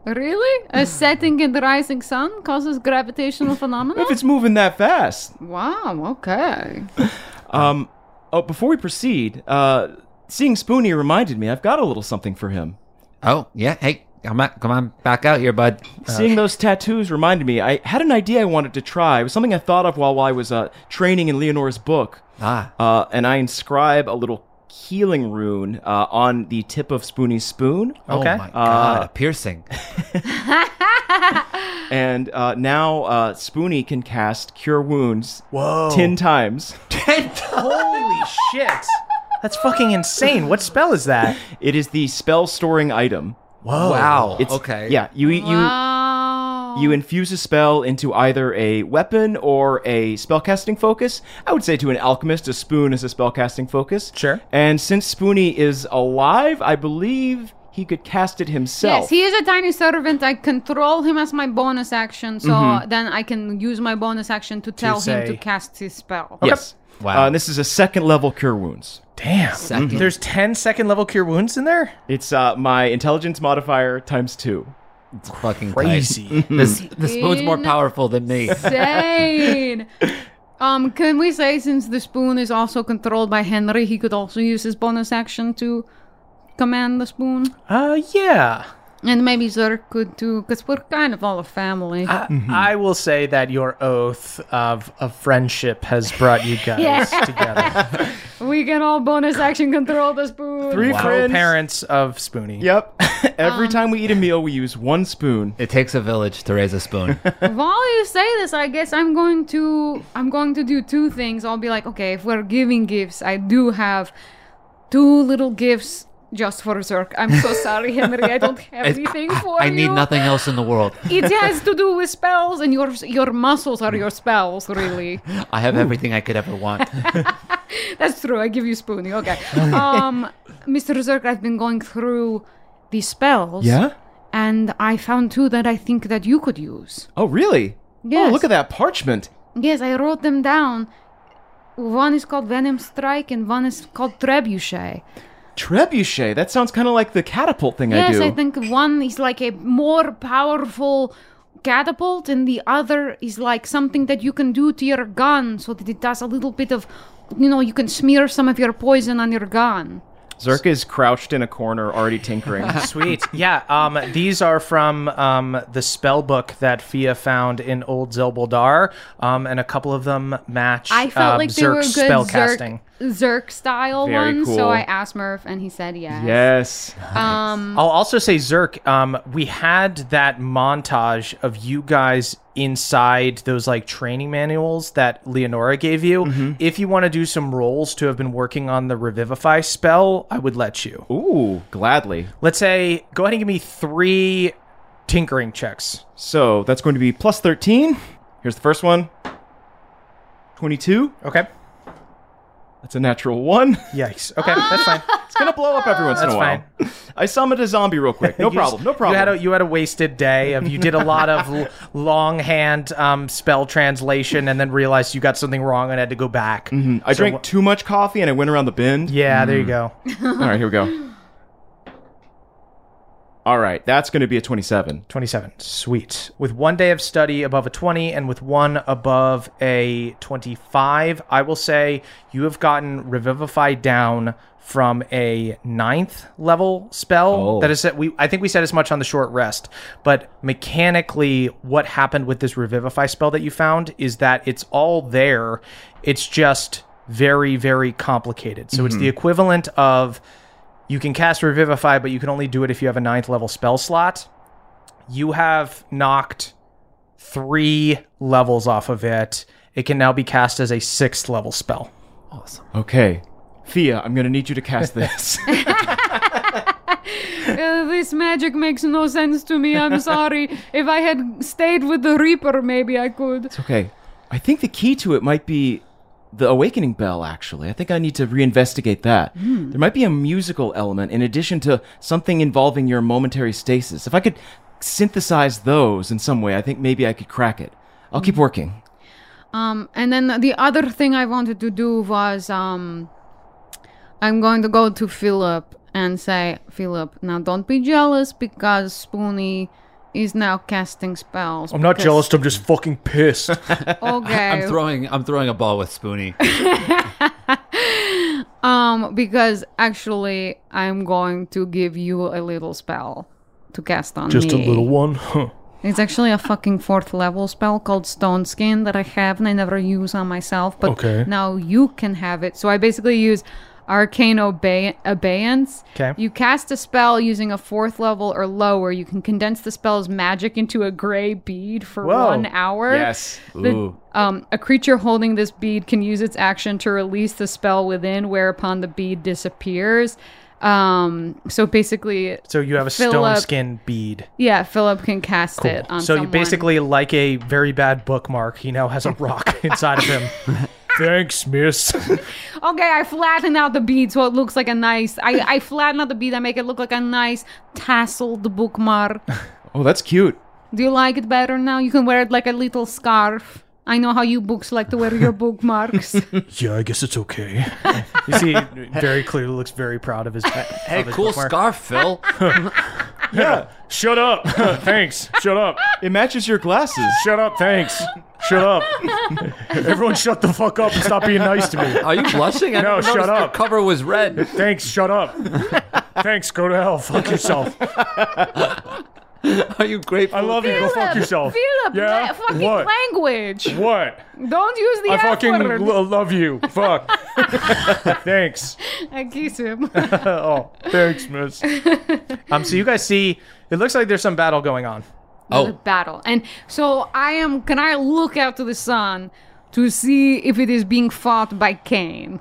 Speaker 3: Really? A setting and rising sun causes gravitational phenomena?
Speaker 4: If it's moving that fast.
Speaker 3: wow, okay.
Speaker 4: Um, oh, before we proceed, uh, seeing Spoony reminded me I've got a little something for him.
Speaker 2: Oh yeah. Hey, come on, come on, back out here, bud.
Speaker 4: Seeing those tattoos reminded me I had an idea I wanted to try. It was something I thought of while I was uh, training in Leonore's book.
Speaker 2: Ah,
Speaker 4: Uh, and I inscribe a little healing rune uh, on the tip of Spoony's spoon.
Speaker 1: Okay.
Speaker 2: Oh my god,
Speaker 1: Uh,
Speaker 2: a piercing.
Speaker 4: And uh, now uh, Spoony can cast Cure Wounds
Speaker 1: Whoa.
Speaker 4: 10 times.
Speaker 1: Holy shit. That's fucking insane. What spell is that?
Speaker 4: It is the spell storing item.
Speaker 1: Whoa.
Speaker 2: wow.
Speaker 4: It's,
Speaker 2: Oh, okay.
Speaker 4: Yeah, you you
Speaker 3: wow.
Speaker 4: you infuse a spell into either a weapon or a spellcasting focus. I would say to an alchemist, a spoon is a spellcasting focus.
Speaker 1: Sure.
Speaker 4: And since Spoony is alive, I believe he could cast it himself.
Speaker 3: Yes, he is a tiny servant. I control him as my bonus action, so then I can use my bonus action to tell him
Speaker 1: say-
Speaker 3: to cast his spell.
Speaker 4: Yes.
Speaker 2: Wow.
Speaker 4: Uh, and this is a second level cure wounds.
Speaker 1: Damn. There's 10 second level cure wounds in there?
Speaker 4: It's uh, my intelligence modifier times two.
Speaker 2: It's fucking crazy.
Speaker 1: Mm-hmm. Crazy. Mm.
Speaker 2: This the spoon's more powerful than me.
Speaker 3: Insane. um, can we say since the spoon is also controlled by Henry, he could also use his bonus action to command the spoon,
Speaker 1: uh, yeah.
Speaker 3: and maybe Zerk could too, because we're kind of all a family.
Speaker 1: I, I will say that your oath of, of friendship has brought you guys together.
Speaker 3: we can all bonus action control the spoon.
Speaker 4: Three friends.
Speaker 1: Co-parents of Spoonie.
Speaker 4: Yep.
Speaker 3: Um,
Speaker 4: Every time we eat a meal, we use one spoon.
Speaker 2: It takes a village to raise a spoon.
Speaker 3: While you say this, I guess I'm going to I'm going to do two things. I'll be like, okay, if we're giving gifts, I do have two little gifts just for Zerk. I'm so sorry, Henry. I don't have
Speaker 2: It's-
Speaker 3: anything
Speaker 2: I-
Speaker 3: for
Speaker 2: I
Speaker 3: you.
Speaker 2: need nothing else in the world.
Speaker 3: It has to do with spells, and your your muscles are your spells, really.
Speaker 2: I have everything I could ever want.
Speaker 3: That's true. I give you Spoonie. Okay, um, Mr. Zerk, I've been going through these spells. And I found two that I think that you could use.
Speaker 4: Oh, really?
Speaker 3: Yes.
Speaker 4: Oh, look at that parchment.
Speaker 3: Yes, I wrote them down. One is called Venom Strike and one is called Trebuchet.
Speaker 4: Trebuchet. That sounds kind of like the catapult thing I
Speaker 3: yes,
Speaker 4: do.
Speaker 3: I think one is like a more powerful catapult and the other is like something that you can do to your gun so that it does a little bit of, you know, you can smear some of your poison on your gun.
Speaker 4: Zerk is crouched in a corner, already tinkering.
Speaker 1: Sweet. Yeah. Um, these are from um, the spell book that Fia found in Old Zelboldar, um, and a couple of them match
Speaker 3: I felt
Speaker 1: um,
Speaker 3: like they were good
Speaker 1: Zerk's spell casting.
Speaker 3: Zerk, Zerk style
Speaker 4: uh, Very
Speaker 3: ones,
Speaker 4: cool.
Speaker 3: so I asked Murph and he said yes.
Speaker 4: yes.
Speaker 3: Um,
Speaker 1: I'll also say, Zerk, um, we had that montage of you guys inside those like training manuals that Leonora gave you. If you want to do some roles to have been working on the Revivify spell, I would let you.
Speaker 4: Ooh, gladly.
Speaker 1: Let's say, go ahead and give me three tinkering checks.
Speaker 4: So that's going to be plus 13. Here's the first one 22.
Speaker 1: Okay.
Speaker 4: That's a natural one.
Speaker 1: Yikes. Okay, that's
Speaker 3: Ah.
Speaker 1: fine.
Speaker 4: It's going to blow up every once in
Speaker 1: That's
Speaker 4: a while. I summoned a zombie real quick. No
Speaker 1: You just-
Speaker 4: problem. No problem.
Speaker 1: You had a, you had a wasted day of you did a lot of l- longhand um, spell translation and then realized you got something wrong and had to go back.
Speaker 4: Mm, I drank too much coffee and I went around the bend.
Speaker 1: Yeah, there
Speaker 4: Mm.
Speaker 1: you go.
Speaker 4: All right, here we go. All right, that's going to be a 27.
Speaker 1: 27. Sweet. With one day of study above a 20 and with one above a 25, I will say you have gotten Revivify down from a ninth level spell.
Speaker 4: Oh.
Speaker 1: That is, uh, we I think we said as much on the short rest, but mechanically, what happened with this Revivify spell that you found is that it's all there. It's just very, very complicated. So it's the equivalent of you can cast Revivify, but you can only do it if you have a ninth level spell slot You have knocked three levels off of it. It can now be cast as a sixth level spell.
Speaker 4: Okay. Fia, I'm going to need you to cast this.
Speaker 3: Uh, this magic makes no sense to me. I'm sorry. if I had stayed with the Reaper, maybe I could.
Speaker 4: okay. I think the key to it might be the awakening bell actually. I think I need to reinvestigate that. There might be a musical element in addition to something involving your momentary stasis. If I could synthesize those in some way, I think maybe I could crack it. I'll keep working.
Speaker 3: Um, and then the other thing I wanted to do was um, I'm going to go to Philip and say, Philip, now don't be jealous because Spoonie is now casting spells.
Speaker 1: I'm not
Speaker 3: because-
Speaker 1: jealous. I'm just fucking pissed.
Speaker 3: Okay.
Speaker 2: I'm throwing I'm throwing a ball with Spoonie.
Speaker 3: um, because actually, I'm going to give you a little spell to cast on me.
Speaker 1: one.
Speaker 3: It's actually a fucking fourth level spell called Stone Skin that I have and I never use on myself, but
Speaker 1: Okay.
Speaker 3: now you can have it. So I basically use Arcane obey- Abeyance.
Speaker 1: 'Kay.
Speaker 3: You cast a spell using a fourth level or lower. You can condense the spell's magic into a gray bead for
Speaker 1: Whoa.
Speaker 3: one hour. The- um, a creature holding this bead can use its action to release the spell within, whereupon the bead disappears. Um, so basically,
Speaker 1: so you have a
Speaker 3: Fill
Speaker 1: stone
Speaker 3: up-
Speaker 1: skin bead.
Speaker 3: yeah, Philip can cast it on
Speaker 1: so
Speaker 3: someone.
Speaker 1: you basically like a very bad bookmark. He now has a rock inside of him. Thanks, miss.
Speaker 3: Okay, I flatten out the bead so it looks like a nice. I, I flatten out the bead. I make it look like a nice tasseled bookmark.
Speaker 4: Oh, that's cute.
Speaker 3: Do you like it better now? You can wear it like a little scarf. I know how you books like to wear your bookmarks.
Speaker 1: yeah, I guess it's okay. you see, very clearly looks very proud of his.
Speaker 2: Hey, cool scarf, Phil.
Speaker 1: Yeah. Shut up. thanks. Shut up.
Speaker 4: It matches your glasses.
Speaker 1: Shut up. Thanks. Shut up. Everyone, shut the fuck up and stop being nice to me.
Speaker 2: Are you blushing? I
Speaker 1: No,
Speaker 2: never
Speaker 1: shut
Speaker 2: noticed Your
Speaker 1: up.
Speaker 2: cover was red.
Speaker 1: Thanks. Shut up. Thanks. Go to hell. Fuck yourself.
Speaker 2: Are you grateful?
Speaker 1: I love you. Go fuck
Speaker 3: Philip,
Speaker 1: yourself.
Speaker 3: Philip,
Speaker 1: Yeah?
Speaker 3: la- fucking
Speaker 1: What?
Speaker 3: language.
Speaker 1: What?
Speaker 3: Don't use the
Speaker 1: I
Speaker 3: F
Speaker 1: fucking
Speaker 3: word.
Speaker 1: lo- love you. Fuck. thanks.
Speaker 3: I kiss him.
Speaker 1: oh, thanks, miss. um, so you guys see, it looks like there's some battle going on.
Speaker 3: oh. battle. And so I am. Can I look out to the sun to see if it is being fought by Cain?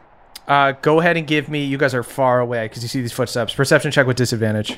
Speaker 1: Uh, go ahead and give me. You guys are far away because you see these footsteps. Perception check with disadvantage.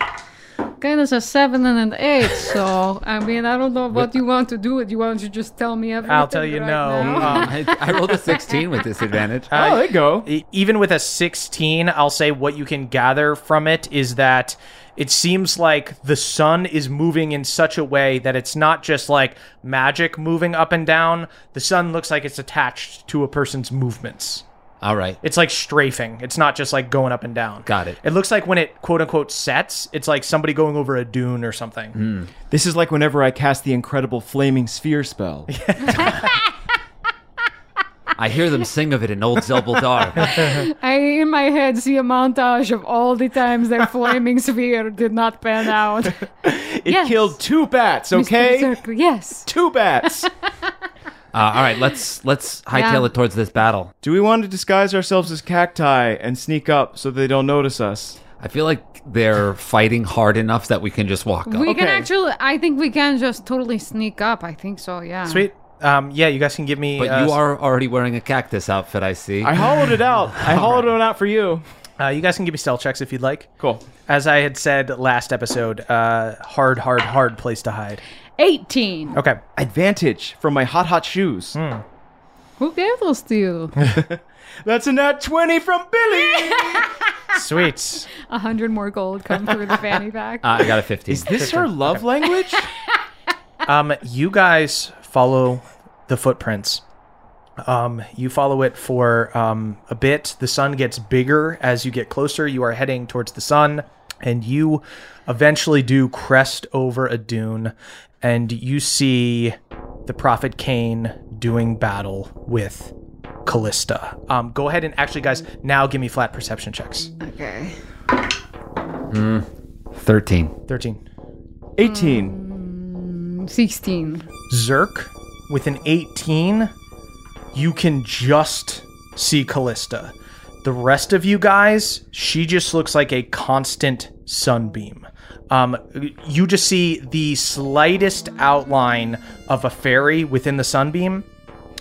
Speaker 3: Okay, there's a seven and an eight. So I mean, I don't know what you want to do. With you want to just tell me everything?
Speaker 1: I'll tell you
Speaker 3: right
Speaker 1: no.
Speaker 3: now?
Speaker 1: Um,
Speaker 2: I, I rolled a 16 with disadvantage.
Speaker 4: oh, there you go.
Speaker 1: E- even with a 16 i'll say what you can gather from it is that it seems like the sun is moving in such a way that it's not just like magic moving up and down the sun looks like it's attached to a person's movements
Speaker 2: All right.
Speaker 1: it's like strafing it's not just like going up and down
Speaker 2: Got it.
Speaker 1: it looks like when it quote unquote sets it's like somebody going over a dune or something
Speaker 2: Hmm.
Speaker 4: This is like whenever I cast the incredible flaming sphere spell.
Speaker 2: I hear them sing of it in Old Zelbeldar.
Speaker 3: I in my head see a montage of all the times that flaming sphere did not pan out.
Speaker 4: It
Speaker 3: Yes.
Speaker 4: killed two bats, okay?
Speaker 3: Circle, yes.
Speaker 4: Two bats.
Speaker 2: Uh, all right, let's let's hightail
Speaker 3: Yeah.
Speaker 2: it towards this battle.
Speaker 4: Do we want to disguise ourselves as cacti and sneak up so they don't notice us?
Speaker 2: I feel like they're fighting hard enough that we can just walk up.
Speaker 3: We can
Speaker 4: Okay.
Speaker 3: actually. I think we can just totally sneak up. I think so. Yeah.
Speaker 1: sweet um, yeah you guys can give me
Speaker 2: but
Speaker 1: uh,
Speaker 2: you are already wearing a cactus outfit, I see.
Speaker 4: I hollowed it out. I hollowed it out for you.
Speaker 1: uh, you guys can give me stealth checks if you'd like
Speaker 4: Cool.
Speaker 1: As I had said last episode, uh, hard, hard, hard place to hide.
Speaker 3: Eighteen.
Speaker 1: Okay.
Speaker 4: Advantage from my hot, hot shoes.
Speaker 3: Who gave those to you?
Speaker 4: That's a nat 20 from Billy.
Speaker 1: Sweet.
Speaker 3: A hundred more gold come through the fanny pack.
Speaker 2: Uh, I got a 15.
Speaker 4: is this her love language?
Speaker 1: Um, you guys follow the footprints. Um, you follow it for um, a bit. The sun gets bigger as you get closer. You are heading towards the sun, and you eventually do crest over a dune, and you see the prophet Cain doing battle with Callista. Um, go ahead and actually, guys, now give me flat perception checks.
Speaker 3: okay.
Speaker 2: 13.
Speaker 1: 13.
Speaker 4: 18.
Speaker 3: Sixteen.
Speaker 1: Zerk with an 18, you can just see Callista. The rest of you guys, she just looks like a constant sunbeam. Um, you just see the slightest outline of a fairy within the sunbeam.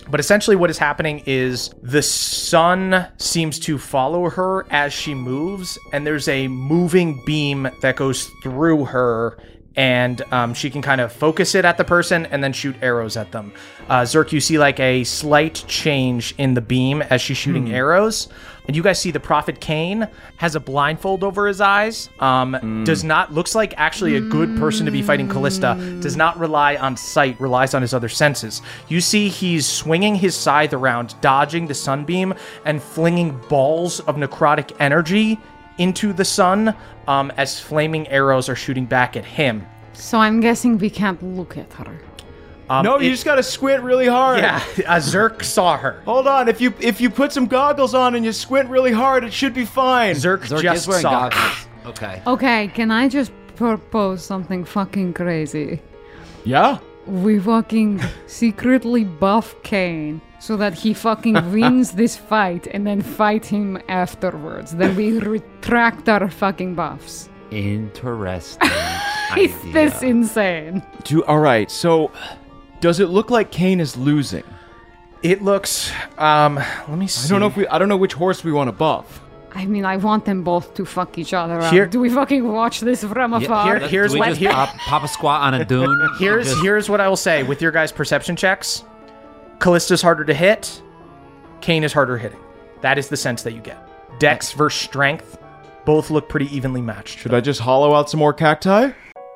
Speaker 1: But essentially, what is happening is the sun seems to follow her as she moves, and there's a moving beam that goes through her, and um, she can kind of focus it at the person and then shoot arrows at them. Uh, Zerk, you see like a slight change in the beam as she's shooting arrows. And you guys see the Prophet Kane has a blindfold over his eyes. Um, Does not, looks like actually a good person to be fighting Callista. Does not rely on sight, relies on his other senses. You see he's swinging his scythe around, dodging the sunbeam, and flinging balls of necrotic energy into the sun um, as flaming arrows are shooting back at him.
Speaker 3: So I'm guessing we can't look at her.
Speaker 1: Um,
Speaker 4: No, you
Speaker 1: it-
Speaker 4: just gotta squint really hard.
Speaker 1: Yeah, uh, Zerk saw her.
Speaker 4: Hold on, if you if you put some goggles on and you squint really hard, it should be fine.
Speaker 1: Zerk,
Speaker 2: Zerk
Speaker 1: just
Speaker 2: is wearing
Speaker 1: saw her.
Speaker 2: goggles. Okay.
Speaker 3: Okay, can I just propose something fucking crazy?
Speaker 4: yeah.
Speaker 3: We fucking secretly buff Kane so that he fucking wins this fight and then fight him afterwards. Then we retract our fucking buffs.
Speaker 2: Interesting.
Speaker 3: Is
Speaker 2: idea.
Speaker 3: this insane?
Speaker 4: Do all right. So, does it look like Kane is losing?
Speaker 1: It looks. Um, let me see.
Speaker 4: I don't know if we. I don't know which horse we want to buff.
Speaker 3: I mean, I want them both to fuck each other up.
Speaker 1: Here-
Speaker 3: Do we fucking watch this from afar?
Speaker 1: here-
Speaker 2: Let-
Speaker 1: here's
Speaker 2: do we
Speaker 1: what-
Speaker 2: just
Speaker 1: here-
Speaker 2: pop, pop a squat on a dune.
Speaker 1: Here's
Speaker 2: Just-
Speaker 1: here's what I will say with your guys' perception checks. Callista's harder to hit. Kane is harder hitting. That is the sense that you get. Dex versus strength, both look pretty evenly matched.
Speaker 4: Should I just hollow out some more cacti?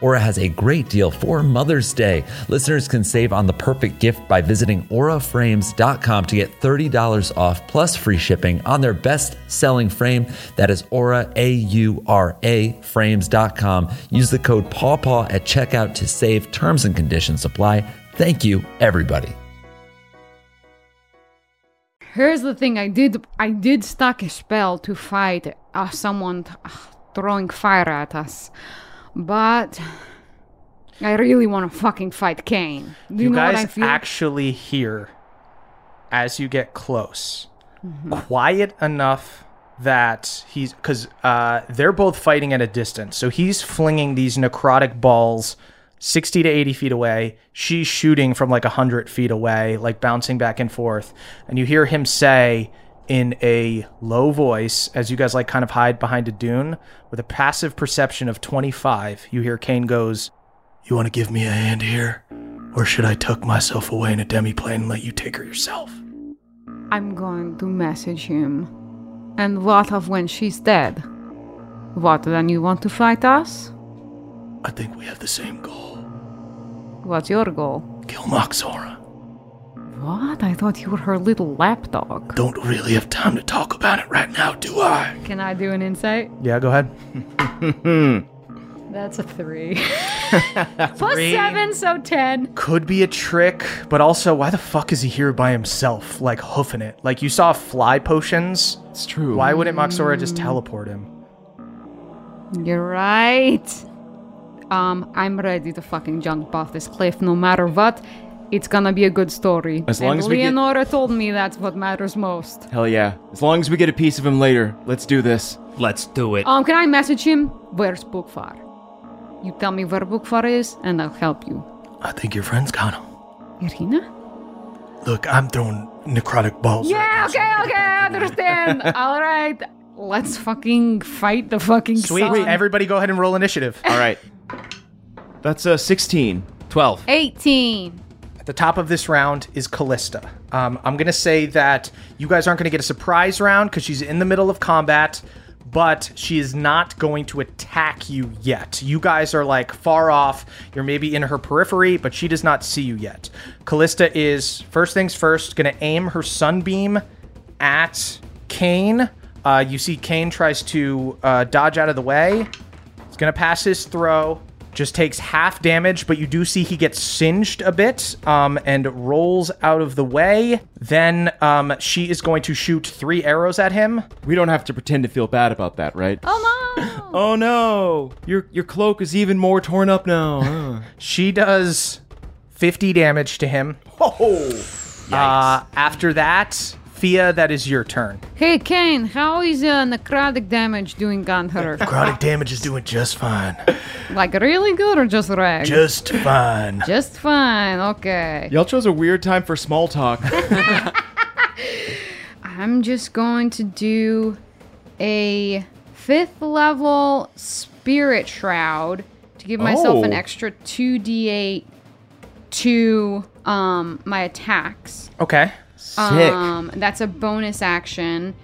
Speaker 8: Aura has a great deal for Mother's Day. Listeners can save on the perfect gift by visiting auraframes.com to get $30 off plus free shipping on their best selling frame. That is aura, A U R A, frames.com. Use the code PAWPAW at checkout to save. Terms and conditions apply. Thank you, everybody.
Speaker 3: Here's the thing: I did, I did stack a spell to fight uh, someone th- throwing fire at us, but I really want to fucking fight Kane. Do
Speaker 1: You
Speaker 3: you, know what I
Speaker 1: guys
Speaker 3: feel?
Speaker 1: actually hear as you get close,
Speaker 3: Mm-hmm.
Speaker 1: quiet enough that he's because uh, they're both fighting at a distance. So he's flinging these necrotic balls 60 to 80 feet away. She's shooting from like 100 feet away, like bouncing back and forth. And you hear him say, in a low voice as you guys like kind of hide behind a dune with a passive perception of 25 you hear kane goes you want to give me a hand here or should i tuck myself away in a demiplane and let you take her yourself
Speaker 3: I'm going to message him. And what of when she's dead? What then you want to fight us?
Speaker 1: i think we have the same goal
Speaker 3: What's your goal?
Speaker 1: kill noxora
Speaker 3: What? I thought you were her little lapdog.
Speaker 1: don't really have time to talk about it right now do i
Speaker 3: Can I do an insight?
Speaker 1: yeah go ahead
Speaker 9: That's a three. Plus seven, so ten.
Speaker 1: could be a trick, but also why the fuck is he here by himself, like hoofing it? Like you saw fly potions.
Speaker 4: It's true.
Speaker 1: Why wouldn't Moxora just teleport him?
Speaker 3: You're right. Um, I'm ready to fucking jump off this cliff no matter what. It's gonna be a good story.
Speaker 4: As long
Speaker 3: and
Speaker 4: as we get-
Speaker 3: Leonora told me that's what matters most.
Speaker 4: Hell yeah. As long as we get a piece of him later, let's do this.
Speaker 2: Let's do it.
Speaker 3: Um, can I message him? Where's Bookfar? You tell me where Bookfar is, and I'll help you.
Speaker 1: I think your friend's got him.
Speaker 3: Irina?
Speaker 1: Look, I'm throwing necrotic balls.
Speaker 3: Yeah, okay, okay, I understand. All right, let's fucking fight the fucking
Speaker 1: Sweet.
Speaker 3: sun.
Speaker 1: Everybody go ahead and roll initiative.
Speaker 4: All right. That's uh, 16.
Speaker 2: 12.
Speaker 3: 18.
Speaker 1: At the top of this round is Callista. Um, I'm going to say that you guys aren't going to get a surprise round because she's in the middle of combat, but she is not going to attack you yet. You guys are like far off. You're maybe in her periphery, but she does not see you yet. Callista is, first things first, going to aim her sunbeam at Kane. Uh, you see, Kane tries to uh, dodge out of the way. He's gonna pass his throw. Just takes half damage, but you do see he gets singed a bit um, and rolls out of the way. Then um, she is going to shoot three arrows at him.
Speaker 4: We don't have to pretend to feel bad about that, right?
Speaker 3: Oh no!
Speaker 4: Oh no! Your your cloak is even more torn up now.
Speaker 1: She does 50 damage to him. Uh, after that, Fia, that is your turn.
Speaker 3: Hey, Kane, how is uh, necrotic damage doing on her?
Speaker 1: Necrotic damage is doing just fine.
Speaker 3: like, really good or just rag?
Speaker 1: Just fine.
Speaker 3: Just fine, okay.
Speaker 4: Y'all chose a weird time for small talk.
Speaker 3: I'm just going to do a fifth level spirit shroud to give myself an
Speaker 4: Oh.
Speaker 3: extra 2d8 to um, my attacks.
Speaker 1: Okay.
Speaker 4: Sick.
Speaker 3: Um, that's a bonus action.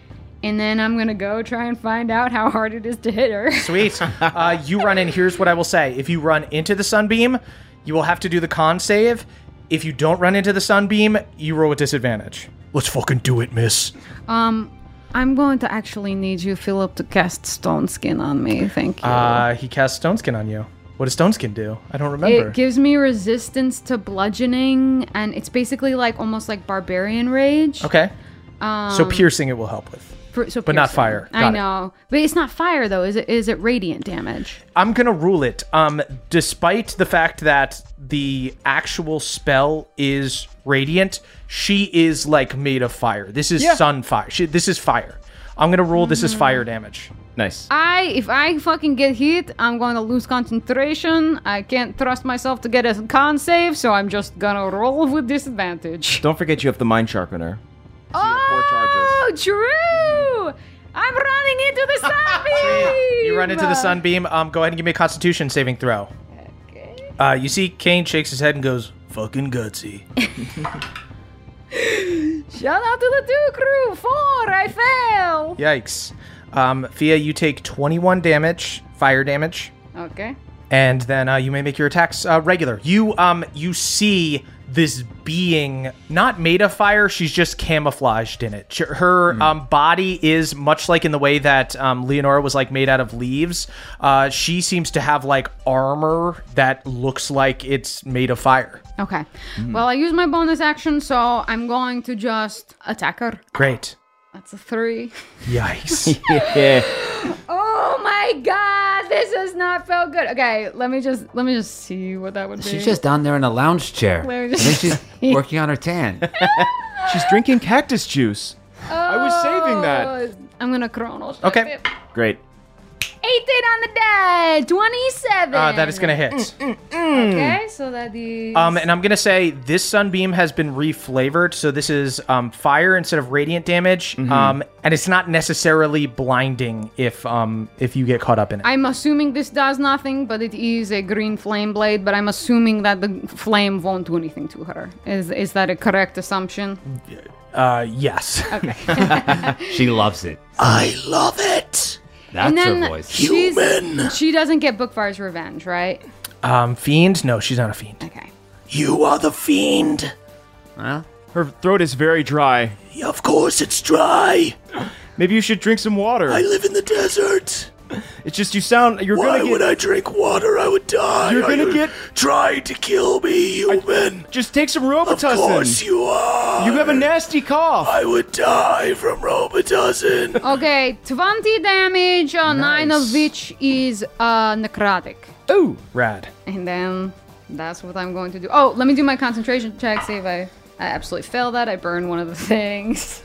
Speaker 3: And then I'm gonna go try and find out how hard it is to hit her.
Speaker 1: Sweet. Uh, you run in. Here's what I will say: if you run into the sunbeam, you will have to do the con save. If you don't run into the sunbeam, you roll with disadvantage. Let's fucking do it, miss.
Speaker 3: Um, I'm going to actually need you, Philip, to cast Stone Skin on me. Thank you.
Speaker 1: Uh, he casts stone skin on you. What does stone skin do? I don't remember.
Speaker 3: it gives me resistance to bludgeoning, and it's basically like almost like barbarian rage.
Speaker 1: okay.
Speaker 3: Um,
Speaker 1: so piercing it will help with.
Speaker 3: For- so
Speaker 1: but not
Speaker 3: piercing.
Speaker 1: fire.
Speaker 3: I
Speaker 1: Got it.
Speaker 3: know, but it's not fire though. Is it? Is it radiant damage?
Speaker 1: I'm gonna rule it. Um, despite the fact that the actual spell is radiant, she is like made of fire. This is sun fire. She, this is fire. I'm gonna rule this is
Speaker 3: Mm-hmm.
Speaker 1: fire damage.
Speaker 4: nice.
Speaker 3: I if I fucking get hit, I'm going to lose concentration. I can't trust myself to get a con save, so I'm just gonna roll with disadvantage.
Speaker 4: Don't forget you have the mind sharpener.
Speaker 3: Oh, true! I'm running into the sunbeam.
Speaker 1: You run into the sunbeam. Um, go ahead and give me a Constitution saving throw. Uh, you see, Kane shakes his head and goes, "Fucking gutsy."
Speaker 3: Shout out to the two crew. Four, I fail.
Speaker 1: Yikes. Um, Fia, you take 21 damage, fire damage,
Speaker 3: Okay.
Speaker 1: and then uh, you may make your attacks uh, regular. You um, you see this being not made of fire; she's just camouflaged in it. Sh- Her um, body is much like in the way that um, Leonora was like made out of leaves. Uh, she seems to have like armor that looks like it's made of fire.
Speaker 3: Okay. Well, I use my bonus action, so I'm going to just attack her.
Speaker 1: Great.
Speaker 3: That's a three.
Speaker 1: Yikes.
Speaker 4: Yeah.
Speaker 3: Oh my god, this does not feel good. Okay, let me just let me just see what that would be.
Speaker 2: She's just down there in a lounge chair.
Speaker 3: Larry
Speaker 2: I
Speaker 3: just-
Speaker 2: think she's working on her tan.
Speaker 4: She's drinking cactus juice. I was saving that.
Speaker 3: I'm gonna Oh, chrono. shift
Speaker 1: Okay.
Speaker 3: it.
Speaker 4: Great.
Speaker 3: on the die. 27.
Speaker 1: Uh, that is going to hit.
Speaker 3: Okay, so that is.
Speaker 1: Um, and I'm gonna say this sunbeam has been reflavored, so this is um, fire instead of radiant damage,
Speaker 10: Mm-hmm.
Speaker 1: um, and it's not necessarily blinding if um, if you get caught up in it.
Speaker 3: I'm assuming this does nothing, but it is a green flame blade. But I'm assuming that the flame won't do anything to her. Is is that a correct assumption?
Speaker 1: Uh, yes.
Speaker 11: She loves it.
Speaker 10: I love it.
Speaker 11: That's
Speaker 3: and then
Speaker 11: her voice.
Speaker 3: she's- She doesn't get Bookfire's revenge, right?
Speaker 1: Um, fiend? No, she's not a fiend.
Speaker 3: Okay.
Speaker 10: You are the fiend.
Speaker 11: Well,
Speaker 4: Her throat is very dry.
Speaker 10: Of course, it's dry.
Speaker 4: Maybe you should drink some water.
Speaker 10: I live in the desert.
Speaker 4: it's just you sound. You're
Speaker 10: Why
Speaker 4: gonna get.
Speaker 10: would I drink water? I would die.
Speaker 4: You're gonna
Speaker 10: Are you
Speaker 4: get-
Speaker 10: trying to kill me, human.
Speaker 4: just take some
Speaker 10: of course
Speaker 4: Robitussin.
Speaker 10: you are.
Speaker 4: You have a nasty cough.
Speaker 10: I would die from Robitussin.
Speaker 3: Okay, 20 damage, uh, nine of which is uh, necrotic.
Speaker 1: Ooh, rad.
Speaker 3: And then that's what I'm going to do. Oh, let me do my concentration check, see if I, I absolutely fail that. I burn one of the things.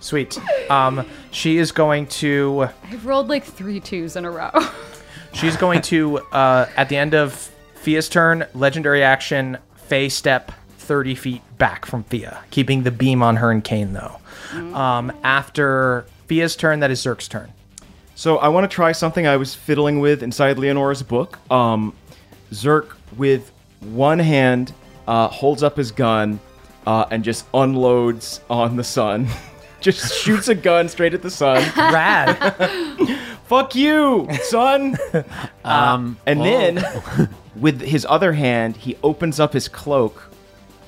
Speaker 1: Sweet. Um, she is going to
Speaker 3: I've rolled like three twos in a row.
Speaker 1: she's going to uh, at the end of Fia's turn, legendary action, Faye step thirty feet back from Fia, keeping the beam on her and Kane though. Um, after Fia's turn, that is Zerk's turn.
Speaker 4: So I want to try something I was fiddling with inside Leonora's book. Um, Zerk with one hand uh, holds up his gun uh, and just unloads on the sun. just shoots a gun straight at the sun.
Speaker 1: Rad.
Speaker 4: Fuck you, son. um, and then with his other hand, he opens up his cloak.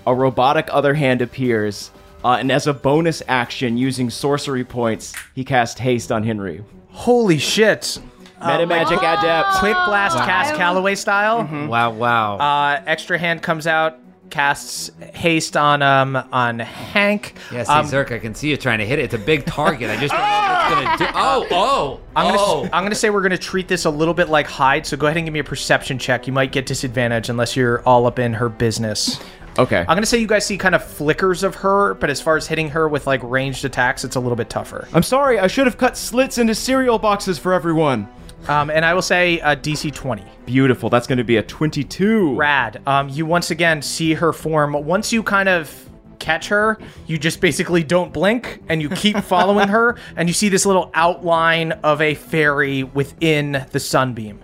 Speaker 4: A robotic other hand appears. Uh, and as a bonus action, using sorcery points, he casts haste on Henry.
Speaker 1: Holy shit.
Speaker 4: Meta magic adept.
Speaker 1: Quick blast cast Callaway style.
Speaker 2: Wow, wow.
Speaker 1: Uh, extra hand comes out, casts haste on um on Hank. Um,
Speaker 2: yeah, see, Zerk, I can see you trying to hit it. It's a big target. I just don't know what it's gonna do. Oh, oh,
Speaker 1: Ah! I'm gonna,
Speaker 2: oh.
Speaker 1: I'm gonna say we're gonna treat this a little bit like hide, so go ahead and give me a perception check. You might get disadvantage unless you're all up in her business.
Speaker 4: Okay.
Speaker 1: I'm gonna say you guys see kind of flickers of her, but as far as hitting her with like ranged attacks, it's a little bit tougher.
Speaker 4: I'm sorry, I should have cut slits into cereal boxes for everyone.
Speaker 1: Um, and I will say uh, DC 20.
Speaker 4: Beautiful. That's going to be a 22.
Speaker 1: Rad. Um, you once again see her form. Once you kind of catch her, you just basically don't blink and you keep following her, and you see this little outline of a fairy within the sunbeam.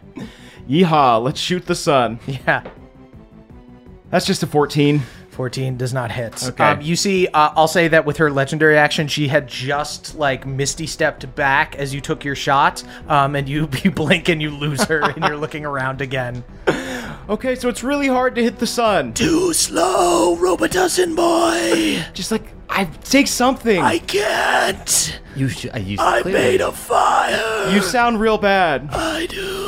Speaker 4: Yeehaw, let's shoot the sun.
Speaker 1: Yeah.
Speaker 4: That's just a 14.
Speaker 1: 14 does not hit.
Speaker 4: Okay.
Speaker 1: Um, you see, uh, I'll say that with her legendary action, she had just like misty stepped back as you took your shot, um, and you, you blink and you lose her, and you're looking around again.
Speaker 4: Okay, so it's really hard to hit the sun.
Speaker 10: Too slow, Robitussin boy.
Speaker 4: Just like, I take something.
Speaker 10: I can't.
Speaker 2: You should. I used
Speaker 10: I
Speaker 2: clearly.
Speaker 10: made a fire.
Speaker 4: you sound real bad.
Speaker 10: I do.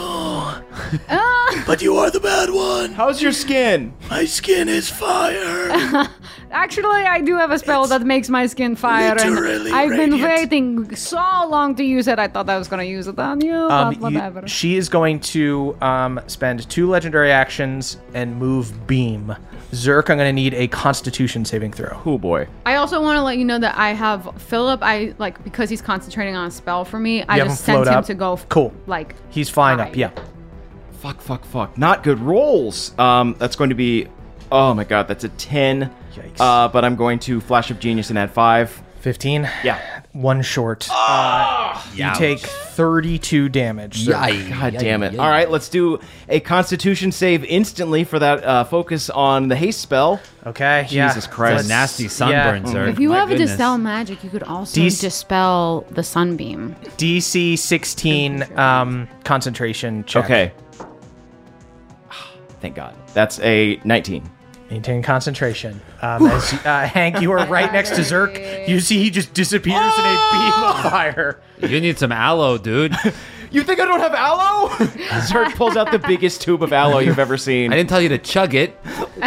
Speaker 3: Ah,
Speaker 10: but you are the bad one.
Speaker 4: How's your skin?
Speaker 10: My skin is fire.
Speaker 3: Actually, I do have a spell that makes my skin fire. and
Speaker 10: literally
Speaker 3: I've been
Speaker 10: radiant.
Speaker 3: waiting so long to use it. I thought I was going to use it on you,
Speaker 1: Um,
Speaker 3: but
Speaker 1: you-
Speaker 3: whatever.
Speaker 1: she is going to um, spend two legendary actions and move beam. Zerk, I'm going to need a Constitution saving throw.
Speaker 4: Cool boy.
Speaker 3: I also want to let you know that I have Philip. I like because he's concentrating on a spell for me. I
Speaker 1: have
Speaker 3: just
Speaker 1: him float
Speaker 3: sent him
Speaker 1: up?
Speaker 3: to go. f-
Speaker 1: Cool.
Speaker 3: Like
Speaker 1: He's flying up.
Speaker 3: Five.
Speaker 1: Yeah.
Speaker 4: Fuck, fuck, fuck. Not good rolls. Um, that's going to be. Oh my god, that's a 10.
Speaker 1: Yikes.
Speaker 4: Uh, but I'm going to Flash of Genius and add 5.
Speaker 1: 15.
Speaker 4: Yeah. Ah!
Speaker 1: One short. Uh, you take 32 damage. Zerk.
Speaker 4: God damn it. All right, let's do a constitution save instantly for that uh, focus on the haste spell.
Speaker 1: Okay.
Speaker 4: Jesus Christ.
Speaker 1: Let's-
Speaker 4: A
Speaker 2: nasty
Speaker 1: yeah.
Speaker 2: sunburn, Zerk.
Speaker 12: If you
Speaker 2: My
Speaker 12: have a
Speaker 2: goodness.
Speaker 12: dispel magic, you could also
Speaker 1: Dec-
Speaker 12: dispel the sunbeam.
Speaker 1: DC 16 um, concentration check.
Speaker 4: Okay. Thank God. That's a 19.
Speaker 1: Maintain concentration. Um, as, uh, Hank, you are right next to Zerk. You see, he just disappears
Speaker 3: Oh!
Speaker 1: in a beam of fire.
Speaker 2: You need some aloe, dude.
Speaker 4: You think I don't have aloe? Zerk pulls out the biggest tube of aloe you've ever seen.
Speaker 2: I didn't tell you to chug it.
Speaker 1: Uh,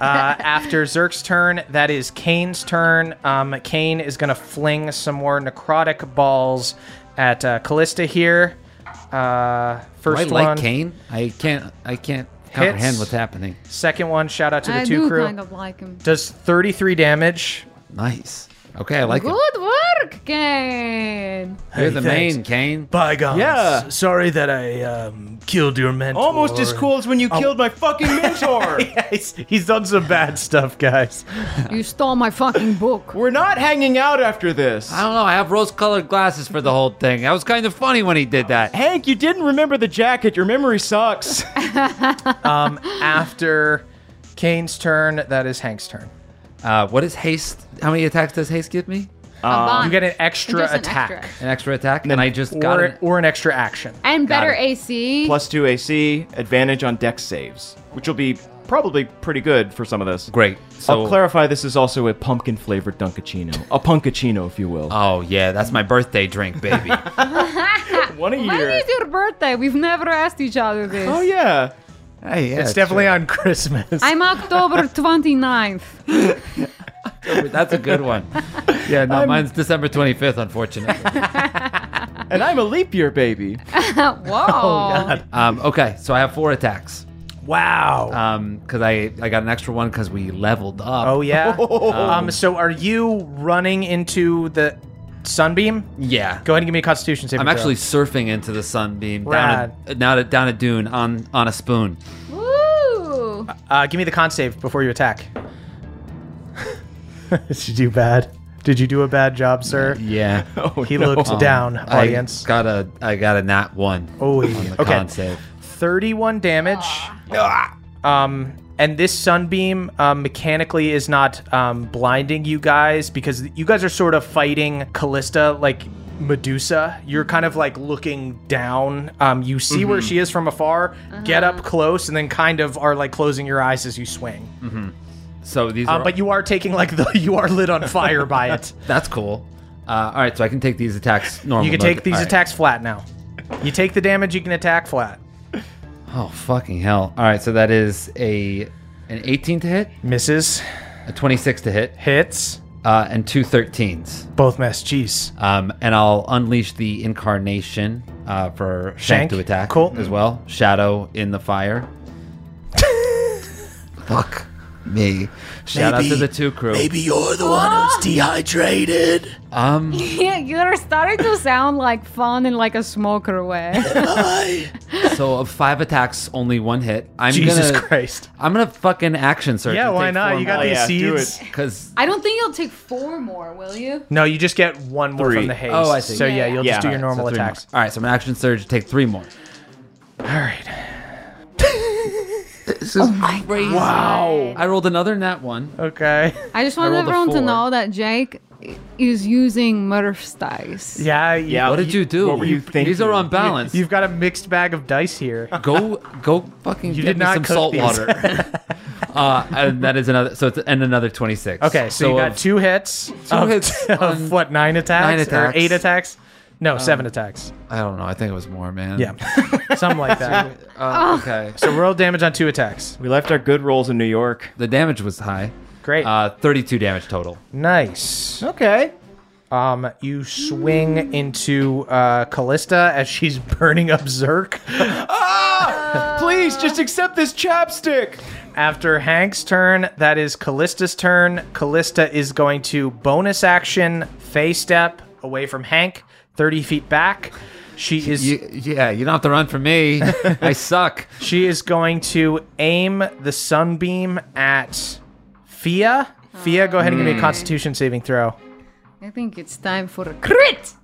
Speaker 1: after Zerk's turn, that is Kane's turn. Um, Kane is going to fling some more necrotic balls at uh, Callista here. Uh,
Speaker 2: Do I
Speaker 1: first
Speaker 2: like
Speaker 1: one,
Speaker 2: Kane? I can't. I can't comprehend
Speaker 1: Hits.
Speaker 2: what's happening.
Speaker 1: second one. Shout out to the
Speaker 3: I
Speaker 1: two
Speaker 3: do
Speaker 1: crew.
Speaker 3: kind of like him.
Speaker 1: Does 33 damage.
Speaker 2: Nice. Okay, I like it.
Speaker 3: Good work, Kane.
Speaker 2: You're the
Speaker 8: thanks.
Speaker 2: main, Kane.
Speaker 8: Bygones.
Speaker 4: Yeah.
Speaker 8: Sorry that I um, killed your mentor. Oh.
Speaker 4: Almost as cool as when you killed my fucking mentor.
Speaker 8: He's, he's done some bad stuff, guys.
Speaker 3: You stole my fucking book.
Speaker 4: We're not hanging out after this.
Speaker 2: I don't know. I have rose-colored glasses for the whole thing. That was kind of funny when he did that.
Speaker 4: Hank, you didn't remember the jacket. Your memory sucks.
Speaker 1: Um, after Kane's turn, that is Hank's turn.
Speaker 2: Uh, what is haste? How many attacks does haste give me?
Speaker 3: Avant.
Speaker 1: You get an extra
Speaker 3: Just an
Speaker 1: attack
Speaker 3: extra.
Speaker 2: An extra attack, and I just got
Speaker 1: or,
Speaker 2: it.
Speaker 1: or an extra action.
Speaker 3: And
Speaker 2: Got
Speaker 3: better
Speaker 2: it.
Speaker 3: AC.
Speaker 4: Plus two AC, advantage on dex saves, which will be probably pretty good for some of this.
Speaker 2: Great. So,
Speaker 4: I'll clarify this is also a pumpkin flavored Dunkachino. A punkachino, if you will.
Speaker 2: oh yeah, that's my birthday drink, baby.
Speaker 4: One a
Speaker 3: when is your birthday? We've never asked each other this.
Speaker 4: Oh, yeah.
Speaker 2: hey, yeah,
Speaker 1: It's definitely on Christmas.
Speaker 3: I'm October 29th.
Speaker 2: on. That's a good one. Yeah, no, mine's December 25th, unfortunately.
Speaker 4: And I'm a leap year baby.
Speaker 3: Whoa.
Speaker 2: um, okay, so I have four attacks.
Speaker 1: wow.
Speaker 2: Um, because I I got an extra one because we leveled up.
Speaker 1: oh yeah. um, so are you running into the sunbeam?
Speaker 2: yeah.
Speaker 1: Go ahead and give me a Constitution saving
Speaker 2: I'm
Speaker 1: throw.
Speaker 2: actually surfing into the sunbeam down
Speaker 1: Rad.
Speaker 2: a, down a, down a dune on on a spoon.
Speaker 3: Woo.
Speaker 1: Uh, give me the con save before you attack. Did you do bad? Did you do a bad job, sir?
Speaker 2: Yeah.
Speaker 1: he looked down, audience.
Speaker 2: I got a I got a nat one.
Speaker 1: Oh, yeah.
Speaker 2: on the
Speaker 1: Okay.
Speaker 2: con save.
Speaker 1: 31 damage. Um, and this sunbeam um, mechanically is not um, blinding you guys because you guys are sort of fighting Callista like Medusa. You're kind of like looking down. Um, you see where she is from afar, get up close, and then kind of are like closing your eyes as you swing.
Speaker 2: So these
Speaker 1: Um,
Speaker 2: are
Speaker 1: but you are taking like the you are lit on fire by it.
Speaker 2: that's cool. Uh, all right, so I can take these attacks normal.
Speaker 1: You can
Speaker 2: mode.
Speaker 1: take these
Speaker 2: All right.
Speaker 1: attacks flat now. You take the damage, you can attack flat.
Speaker 2: Oh fucking hell! All right, so that is a an 18 to hit,
Speaker 1: Misses,
Speaker 2: a 26 to hit,
Speaker 1: hits,
Speaker 2: uh, and two 13s.
Speaker 1: both miss. Jeez.
Speaker 2: Um, and I'll unleash the incarnation uh, for Shank,
Speaker 1: Shank,
Speaker 2: to attack
Speaker 1: cool.
Speaker 2: as well. Shadow in the fire. Fuck me. Shout out to the two crew.
Speaker 8: you're the one who's dehydrated.
Speaker 2: Um,
Speaker 3: You're starting to sound like fun in like a smoker way.
Speaker 2: so of five attacks, only one hit. I'm
Speaker 1: Jesus
Speaker 2: gonna,
Speaker 1: Christ.
Speaker 2: I'm gonna fucking action search.
Speaker 1: Yeah, why not? You got
Speaker 4: Oh,
Speaker 1: these
Speaker 4: yeah, do
Speaker 1: seeds.
Speaker 2: because
Speaker 3: I don't think you'll take four more, will you?
Speaker 1: No, you just get one more
Speaker 4: Three.
Speaker 1: from the haze.
Speaker 2: Oh, I see.
Speaker 1: So
Speaker 3: Yeah,
Speaker 1: yeah, you'll
Speaker 4: yeah.
Speaker 1: just do your
Speaker 4: Yeah.
Speaker 1: normal
Speaker 2: three
Speaker 1: attacks.
Speaker 2: More. All right, so I'm an action surge. Take three more.
Speaker 1: All right.
Speaker 2: This is crazy.
Speaker 3: Wow.
Speaker 2: I rolled another nat one.
Speaker 1: Okay.
Speaker 3: I just want
Speaker 2: rolled a
Speaker 3: everyone to
Speaker 2: four.
Speaker 3: know that Jake i- is using Murph's dice.
Speaker 1: Yeah. you-
Speaker 4: Yeah.
Speaker 2: What did you do?
Speaker 4: What were you thinking?
Speaker 2: These are on balance.
Speaker 1: You've got a mixed bag of dice here.
Speaker 2: go go fucking
Speaker 1: You
Speaker 2: get
Speaker 1: did
Speaker 2: me
Speaker 1: not
Speaker 2: some
Speaker 1: cook
Speaker 2: salt
Speaker 1: these.
Speaker 2: water. uh, and that is another. So it's and another twenty six.
Speaker 1: Okay, so, you got
Speaker 2: of-
Speaker 1: two hits. Two of,
Speaker 2: hits on
Speaker 1: of what? Nine attacks?
Speaker 2: nine
Speaker 1: Or eight
Speaker 2: attacks. Um,
Speaker 1: attacks? No, seven attacks.
Speaker 2: I don't know. I think it was more, man.
Speaker 1: Yeah, something like that.
Speaker 2: Uh, okay. So
Speaker 1: So roll damage on two attacks.
Speaker 4: We left our good rolls in New York.
Speaker 2: the damage was high.
Speaker 1: Great.
Speaker 2: Uh, thirty two damage total.
Speaker 1: nice.
Speaker 4: Okay.
Speaker 1: Um, you swing into uh, Callista as she's burning up Zerk. Ah!
Speaker 4: Please just accept this chapstick.
Speaker 1: After Hank's turn, that is Callista's turn. Callista is going to bonus action, face step away from Hank, 30 feet back. She is
Speaker 2: You, yeah, you don't have to run from me. I suck.
Speaker 1: she is going to aim the sunbeam at Fia. Fia, go ahead and give me a Constitution saving throw.
Speaker 3: I think it's time for a crit.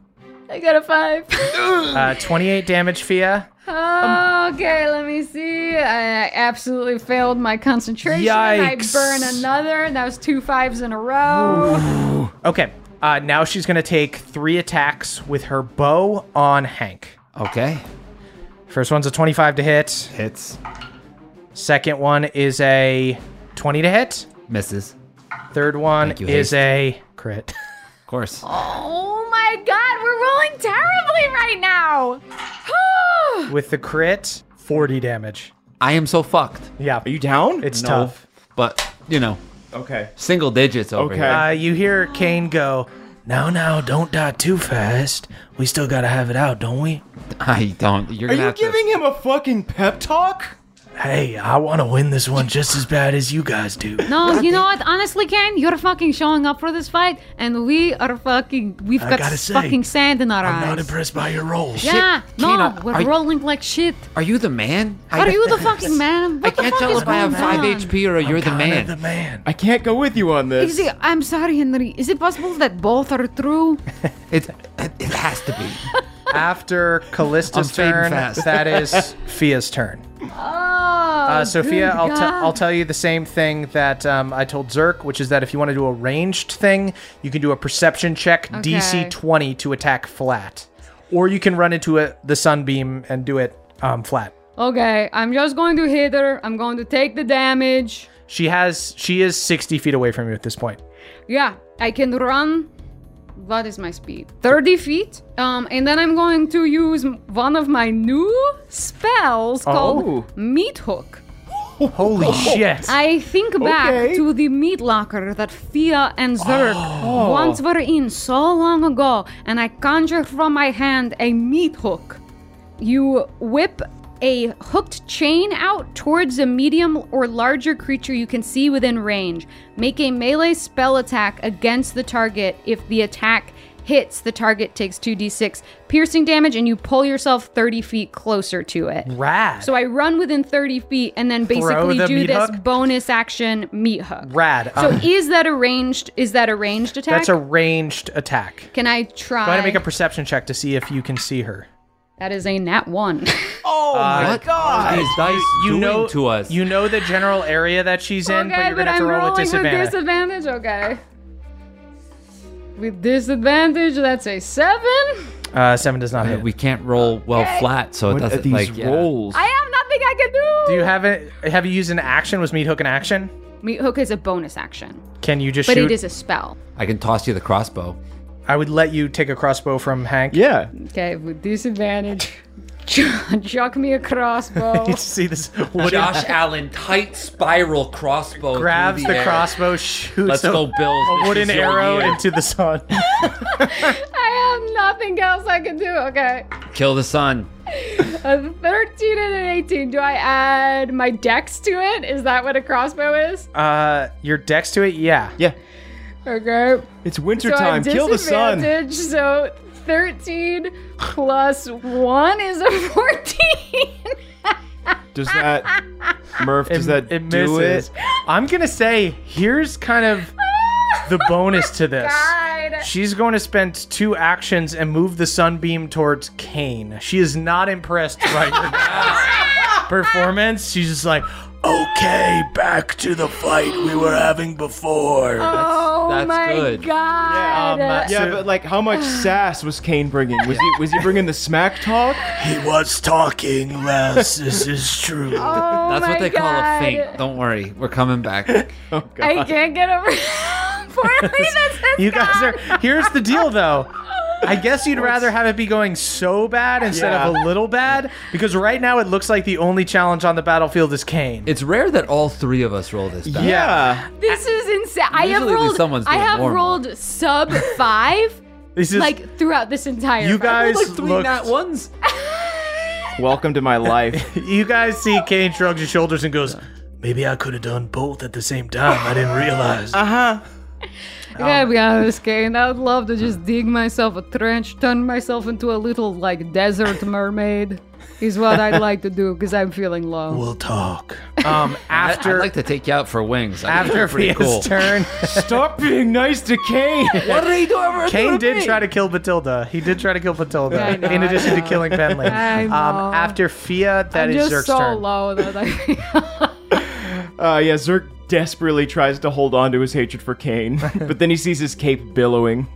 Speaker 3: I got a five.
Speaker 1: Uh, 28 damage, Fia.
Speaker 3: okay, let me see. I I absolutely failed my concentration.
Speaker 1: Yikes.
Speaker 3: I burn another, and that was two fives in a row.
Speaker 1: Okay, uh, now she's going to take three attacks with her bow on Hank.
Speaker 2: Okay.
Speaker 1: First one's a 25 to hit.
Speaker 2: Hits.
Speaker 1: Second one is a 20 to hit.
Speaker 2: Misses.
Speaker 1: Third one
Speaker 2: you,
Speaker 1: is
Speaker 2: Haste.
Speaker 1: a crit.
Speaker 2: Of course.
Speaker 3: Oh my god, we're rolling terribly right now.
Speaker 1: With the crit, 40 damage.
Speaker 2: I am so fucked.
Speaker 1: Yeah,
Speaker 4: Are you down?
Speaker 1: it's tough.
Speaker 2: But you know,
Speaker 4: Okay.
Speaker 2: single digits over
Speaker 4: Okay.
Speaker 2: here.
Speaker 1: Uh, you hear Kane go,
Speaker 8: Now, now, don't die too fast. We still gotta have it out, don't we?
Speaker 2: I don't. You're
Speaker 4: Are
Speaker 2: gonna
Speaker 4: you
Speaker 2: have to.
Speaker 4: giving him a fucking pep talk?
Speaker 13: Hey, I want to win this one just as bad as you guys do.
Speaker 3: No, you know what? Honestly, Ken, you're fucking showing up for this fight, and we are fucking. We've
Speaker 13: I
Speaker 3: got
Speaker 13: gotta say,
Speaker 3: fucking sand in our
Speaker 13: I'm
Speaker 3: eyes.
Speaker 13: not impressed by your rolls.
Speaker 3: Yeah,
Speaker 2: Shit,
Speaker 3: no,
Speaker 2: Kina,
Speaker 3: we're
Speaker 2: are you-
Speaker 3: rolling like shit.
Speaker 2: Are you the man? I-
Speaker 3: Are you the fucking man?
Speaker 2: I
Speaker 3: What the
Speaker 2: can't
Speaker 3: fuck
Speaker 2: tell
Speaker 3: is
Speaker 2: if I have
Speaker 3: going
Speaker 2: 5
Speaker 3: on?
Speaker 2: HP or you're the
Speaker 13: Kinda
Speaker 2: man.
Speaker 13: the man.
Speaker 4: I can't go with you on this.
Speaker 3: Is it, I'm sorry, Henry. Is it possible that both are true?
Speaker 5: It, it, it has to be.
Speaker 1: After Callista's
Speaker 2: I'm fading
Speaker 1: turn,
Speaker 2: fast.
Speaker 1: that is Fia's turn.
Speaker 3: Oh,
Speaker 1: Uh, Sophia,
Speaker 3: good
Speaker 1: I'll, t-
Speaker 3: God.
Speaker 1: I'll tell you the same thing that um, I told Zerk, which is that if you want to do a ranged thing, you can do a perception check
Speaker 3: Okay.
Speaker 1: DC 20 to attack flat. Or you can run into a, the sunbeam and do it um, flat.
Speaker 3: Okay, I'm just going to hit her. I'm going to take the damage.
Speaker 1: She has she is 60 feet away from you at this point.
Speaker 3: Yeah, I can run. What is my speed? 30 feet. Um, and then I'm going to use m- one of my new spells
Speaker 4: Oh.
Speaker 3: called Meat Hook.
Speaker 1: Holy shit.
Speaker 3: Oh. I think back
Speaker 4: Okay.
Speaker 3: to the meat locker that Fia and Zerk once were in so long ago, and I conjure from my hand a meat hook. You whip a hooked chain out towards a medium or larger creature you can see within range. Make a melee spell attack against the target. If the attack hits, the target takes 2d6 piercing damage, and you pull yourself 30 feet closer to it.
Speaker 1: Rad.
Speaker 3: So I run within 30 feet and then basically
Speaker 1: the
Speaker 3: do
Speaker 1: meat
Speaker 3: this
Speaker 1: hook?
Speaker 3: bonus action meat hook.
Speaker 1: Rad.
Speaker 3: So
Speaker 1: Um,
Speaker 3: is that a ranged? Is that a ranged attack?
Speaker 1: that's a ranged attack.
Speaker 3: Can I try?
Speaker 1: Go ahead and make a perception check to see if you can see her.
Speaker 3: that is a nat one.
Speaker 10: Oh my
Speaker 2: what are these dice
Speaker 1: You
Speaker 2: doing
Speaker 1: know
Speaker 2: to us?
Speaker 1: You know the general area that she's in, but
Speaker 3: okay,
Speaker 1: you're gonna have
Speaker 3: I'm
Speaker 1: to roll
Speaker 3: rolling
Speaker 1: at disadvantage.
Speaker 3: with disadvantage. Okay. With disadvantage, that's a seven.
Speaker 1: uh, seven does not hit.
Speaker 2: we can't roll well flat, so it
Speaker 4: What are
Speaker 2: doesn't
Speaker 4: these
Speaker 2: like yeah.
Speaker 4: rolls?
Speaker 3: I have nothing I can do.
Speaker 1: Do you have it? Have you used an action? Was meat hook an action?
Speaker 3: meat hook is a bonus action,
Speaker 1: Can you just
Speaker 3: but
Speaker 1: shoot?
Speaker 3: it is a spell.
Speaker 5: I can toss you the crossbow.
Speaker 1: I would let you take a crossbow from Hank.
Speaker 4: yeah.
Speaker 3: Okay, with disadvantage. Chuck me a crossbow.
Speaker 1: You see this? What
Speaker 2: Josh Allen tight spiral crossbow through
Speaker 1: grabs the
Speaker 2: air.
Speaker 1: crossbow, shoots
Speaker 2: Let's
Speaker 1: a,
Speaker 2: go, Bills.
Speaker 1: a
Speaker 2: This
Speaker 1: wooden
Speaker 2: is your
Speaker 1: arrow
Speaker 2: year.
Speaker 1: into the sun.
Speaker 3: I have nothing else I can do. Okay.
Speaker 2: Kill the sun.
Speaker 3: A 13 and an 18. Do I add my dex to it? Is that what a crossbow is?
Speaker 1: Uh, your dex to it, yeah.
Speaker 4: Yeah.
Speaker 3: Okay.
Speaker 4: It's winter
Speaker 3: So
Speaker 4: time.
Speaker 3: I'm
Speaker 4: Kill the sun.
Speaker 3: disadvantaged, So 13 plus 1 is a 14.
Speaker 4: Does that Murph? Does that
Speaker 1: it
Speaker 4: do
Speaker 1: misses.
Speaker 4: it?
Speaker 1: I'm gonna say here's kind of the bonus to this.
Speaker 3: God.
Speaker 1: She's going to spend two actions and move the sunbeam towards Kane. She is not impressed by your performance. She's just like, okay, back to the fight we were having before.
Speaker 3: Oh
Speaker 2: that's
Speaker 3: my
Speaker 2: good.
Speaker 3: god.
Speaker 1: Yeah, um,
Speaker 4: Yeah,
Speaker 1: So-
Speaker 4: but like, how much sass was Kane bringing? Was he was he bringing the smack talk?
Speaker 13: He was talking less. this is true.
Speaker 3: Oh
Speaker 2: That's
Speaker 3: my
Speaker 2: what they
Speaker 3: God.
Speaker 2: call a feint. Don't worry, we're coming back.
Speaker 3: I can't get over Poorly, this is
Speaker 1: You guys
Speaker 3: God.
Speaker 1: are. Here's the deal, though. I guess you'd rather have it be going so bad instead of a
Speaker 4: Yeah.
Speaker 1: little bad, because right now it looks like the only challenge on the battlefield is Kane.
Speaker 2: It's rare that all three of us roll this back.
Speaker 4: Yeah.
Speaker 3: This is insane. I have
Speaker 2: Usually
Speaker 3: rolled.
Speaker 2: someone's
Speaker 3: I
Speaker 2: doing
Speaker 3: have
Speaker 2: more and more.
Speaker 3: rolled sub five,
Speaker 1: this is
Speaker 3: like throughout this entire.
Speaker 1: you
Speaker 3: battle.
Speaker 1: guys
Speaker 2: Like three
Speaker 1: looked-
Speaker 2: nat ones.
Speaker 4: Welcome to my life.
Speaker 1: You guys see Kane shrugs his shoulders and goes,
Speaker 13: Maybe I could have done both at the same time. I didn't realize.
Speaker 3: I
Speaker 1: Um,
Speaker 3: gotta be honest, Kane. I would love to just dig myself a trench, turn myself into a little like desert mermaid. Is what I'd like to do because I'm feeling low.
Speaker 13: We'll talk.
Speaker 1: um,
Speaker 2: After, I'd
Speaker 1: after
Speaker 2: like to take you out for wings. I think
Speaker 1: after
Speaker 2: you're pretty
Speaker 1: Fia's
Speaker 2: cool.
Speaker 1: turn,
Speaker 4: Stop being nice to Kane.
Speaker 2: What did he do ever do
Speaker 1: Kane
Speaker 2: to
Speaker 1: did
Speaker 2: me?
Speaker 1: try to kill Matilda. He did try to kill Matilda.
Speaker 3: I know,
Speaker 1: in
Speaker 3: I
Speaker 1: addition to
Speaker 3: know.
Speaker 1: killing Bentley.
Speaker 3: I know.
Speaker 1: Um, after Fia, that
Speaker 3: I'm
Speaker 1: is
Speaker 3: just
Speaker 1: Zerk's
Speaker 3: so
Speaker 1: turn.
Speaker 3: low that I.
Speaker 4: Uh, yeah, Zerk desperately tries to hold on to his hatred for Kane, but then he sees his cape billowing.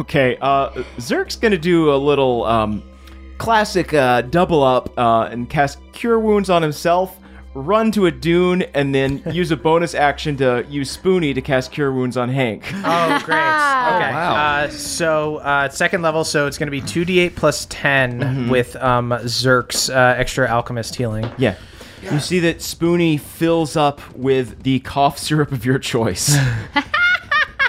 Speaker 4: Okay, uh, Zerk's gonna do a little um, classic uh, double up uh, and cast Cure Wounds on himself, run to a dune, and then use a bonus action to use Spoonie to cast Cure Wounds on Hank.
Speaker 1: Oh, great. Okay.
Speaker 2: wow.
Speaker 1: uh, so, uh, it's second level, so it's going to be 2d8 plus 10 with um, Zerk's uh, extra alchemist healing.
Speaker 4: yeah. You see that Spoonie fills up with the cough syrup of your choice.
Speaker 2: Uh,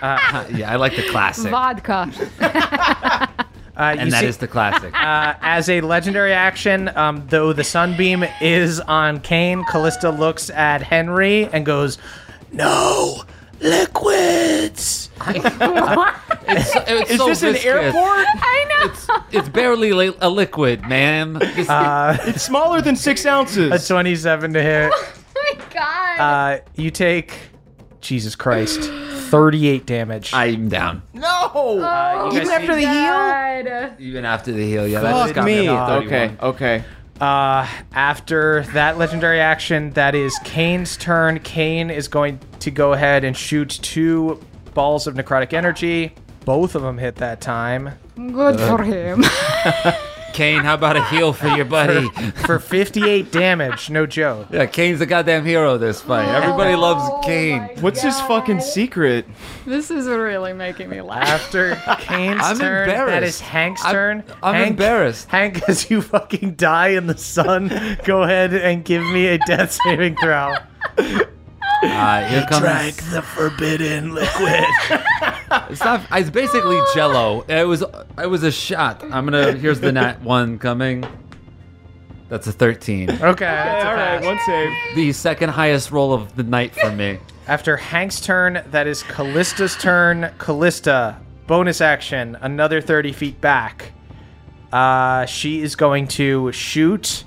Speaker 3: Oh
Speaker 5: Yeah, I like the classic.
Speaker 3: Vodka.
Speaker 1: Uh, you
Speaker 5: and that
Speaker 1: see-
Speaker 5: is the classic.
Speaker 1: Uh, as a legendary action, um, though the sunbeam is on Kane, Callista looks at Henry and goes, "No liquids."
Speaker 2: It's, it's
Speaker 4: Is
Speaker 2: so
Speaker 4: this
Speaker 2: viscous.
Speaker 4: an airport?
Speaker 2: It's barely li- a liquid, man. This-
Speaker 4: it's smaller than six
Speaker 1: A
Speaker 4: ounces.
Speaker 1: twenty-seven to hit.
Speaker 3: Oh my god.
Speaker 1: Uh, you take Jesus Christ, thirty-eight damage.
Speaker 5: I'm down.
Speaker 1: Uh, you guys see-
Speaker 3: the
Speaker 5: Even after the heal, yeah, that just got
Speaker 4: me.
Speaker 5: me. at 31.
Speaker 4: Okay, okay.
Speaker 1: Uh, after that legendary action, that is Kane's turn. Kane is going to go ahead and shoot two balls of necrotic energy. Both of them hit that time
Speaker 3: Good
Speaker 1: Uh,
Speaker 3: for him.
Speaker 2: Kane, how about a heal for your buddy?
Speaker 1: for 58 damage. No joke.
Speaker 2: yeah, Kane's the goddamn hero this fight. Everybody loves Kane.
Speaker 4: What's his fucking secret?
Speaker 3: This is really making me laugh.
Speaker 1: After Kane's
Speaker 2: I'm
Speaker 1: turn, that is
Speaker 2: embarrassed.
Speaker 1: Hank's
Speaker 2: I'm-
Speaker 1: turn.
Speaker 2: I'm
Speaker 1: Hank-
Speaker 2: embarrassed.
Speaker 1: Hank, as you fucking die in the sun, go ahead and give me a death saving throw.
Speaker 5: Uh, here comes.
Speaker 1: the forbidden liquid.
Speaker 2: It's not.
Speaker 5: It's basically Jello. It was. It was a shot. I'm gonna. Here's the nat one coming. That's a 13.
Speaker 1: Okay.
Speaker 4: All right, one save.
Speaker 5: The second highest roll of the night for me.
Speaker 1: After Hank's turn, that is Callista's turn. Callista, bonus action, another 30 feet back. Uh, she is going to shoot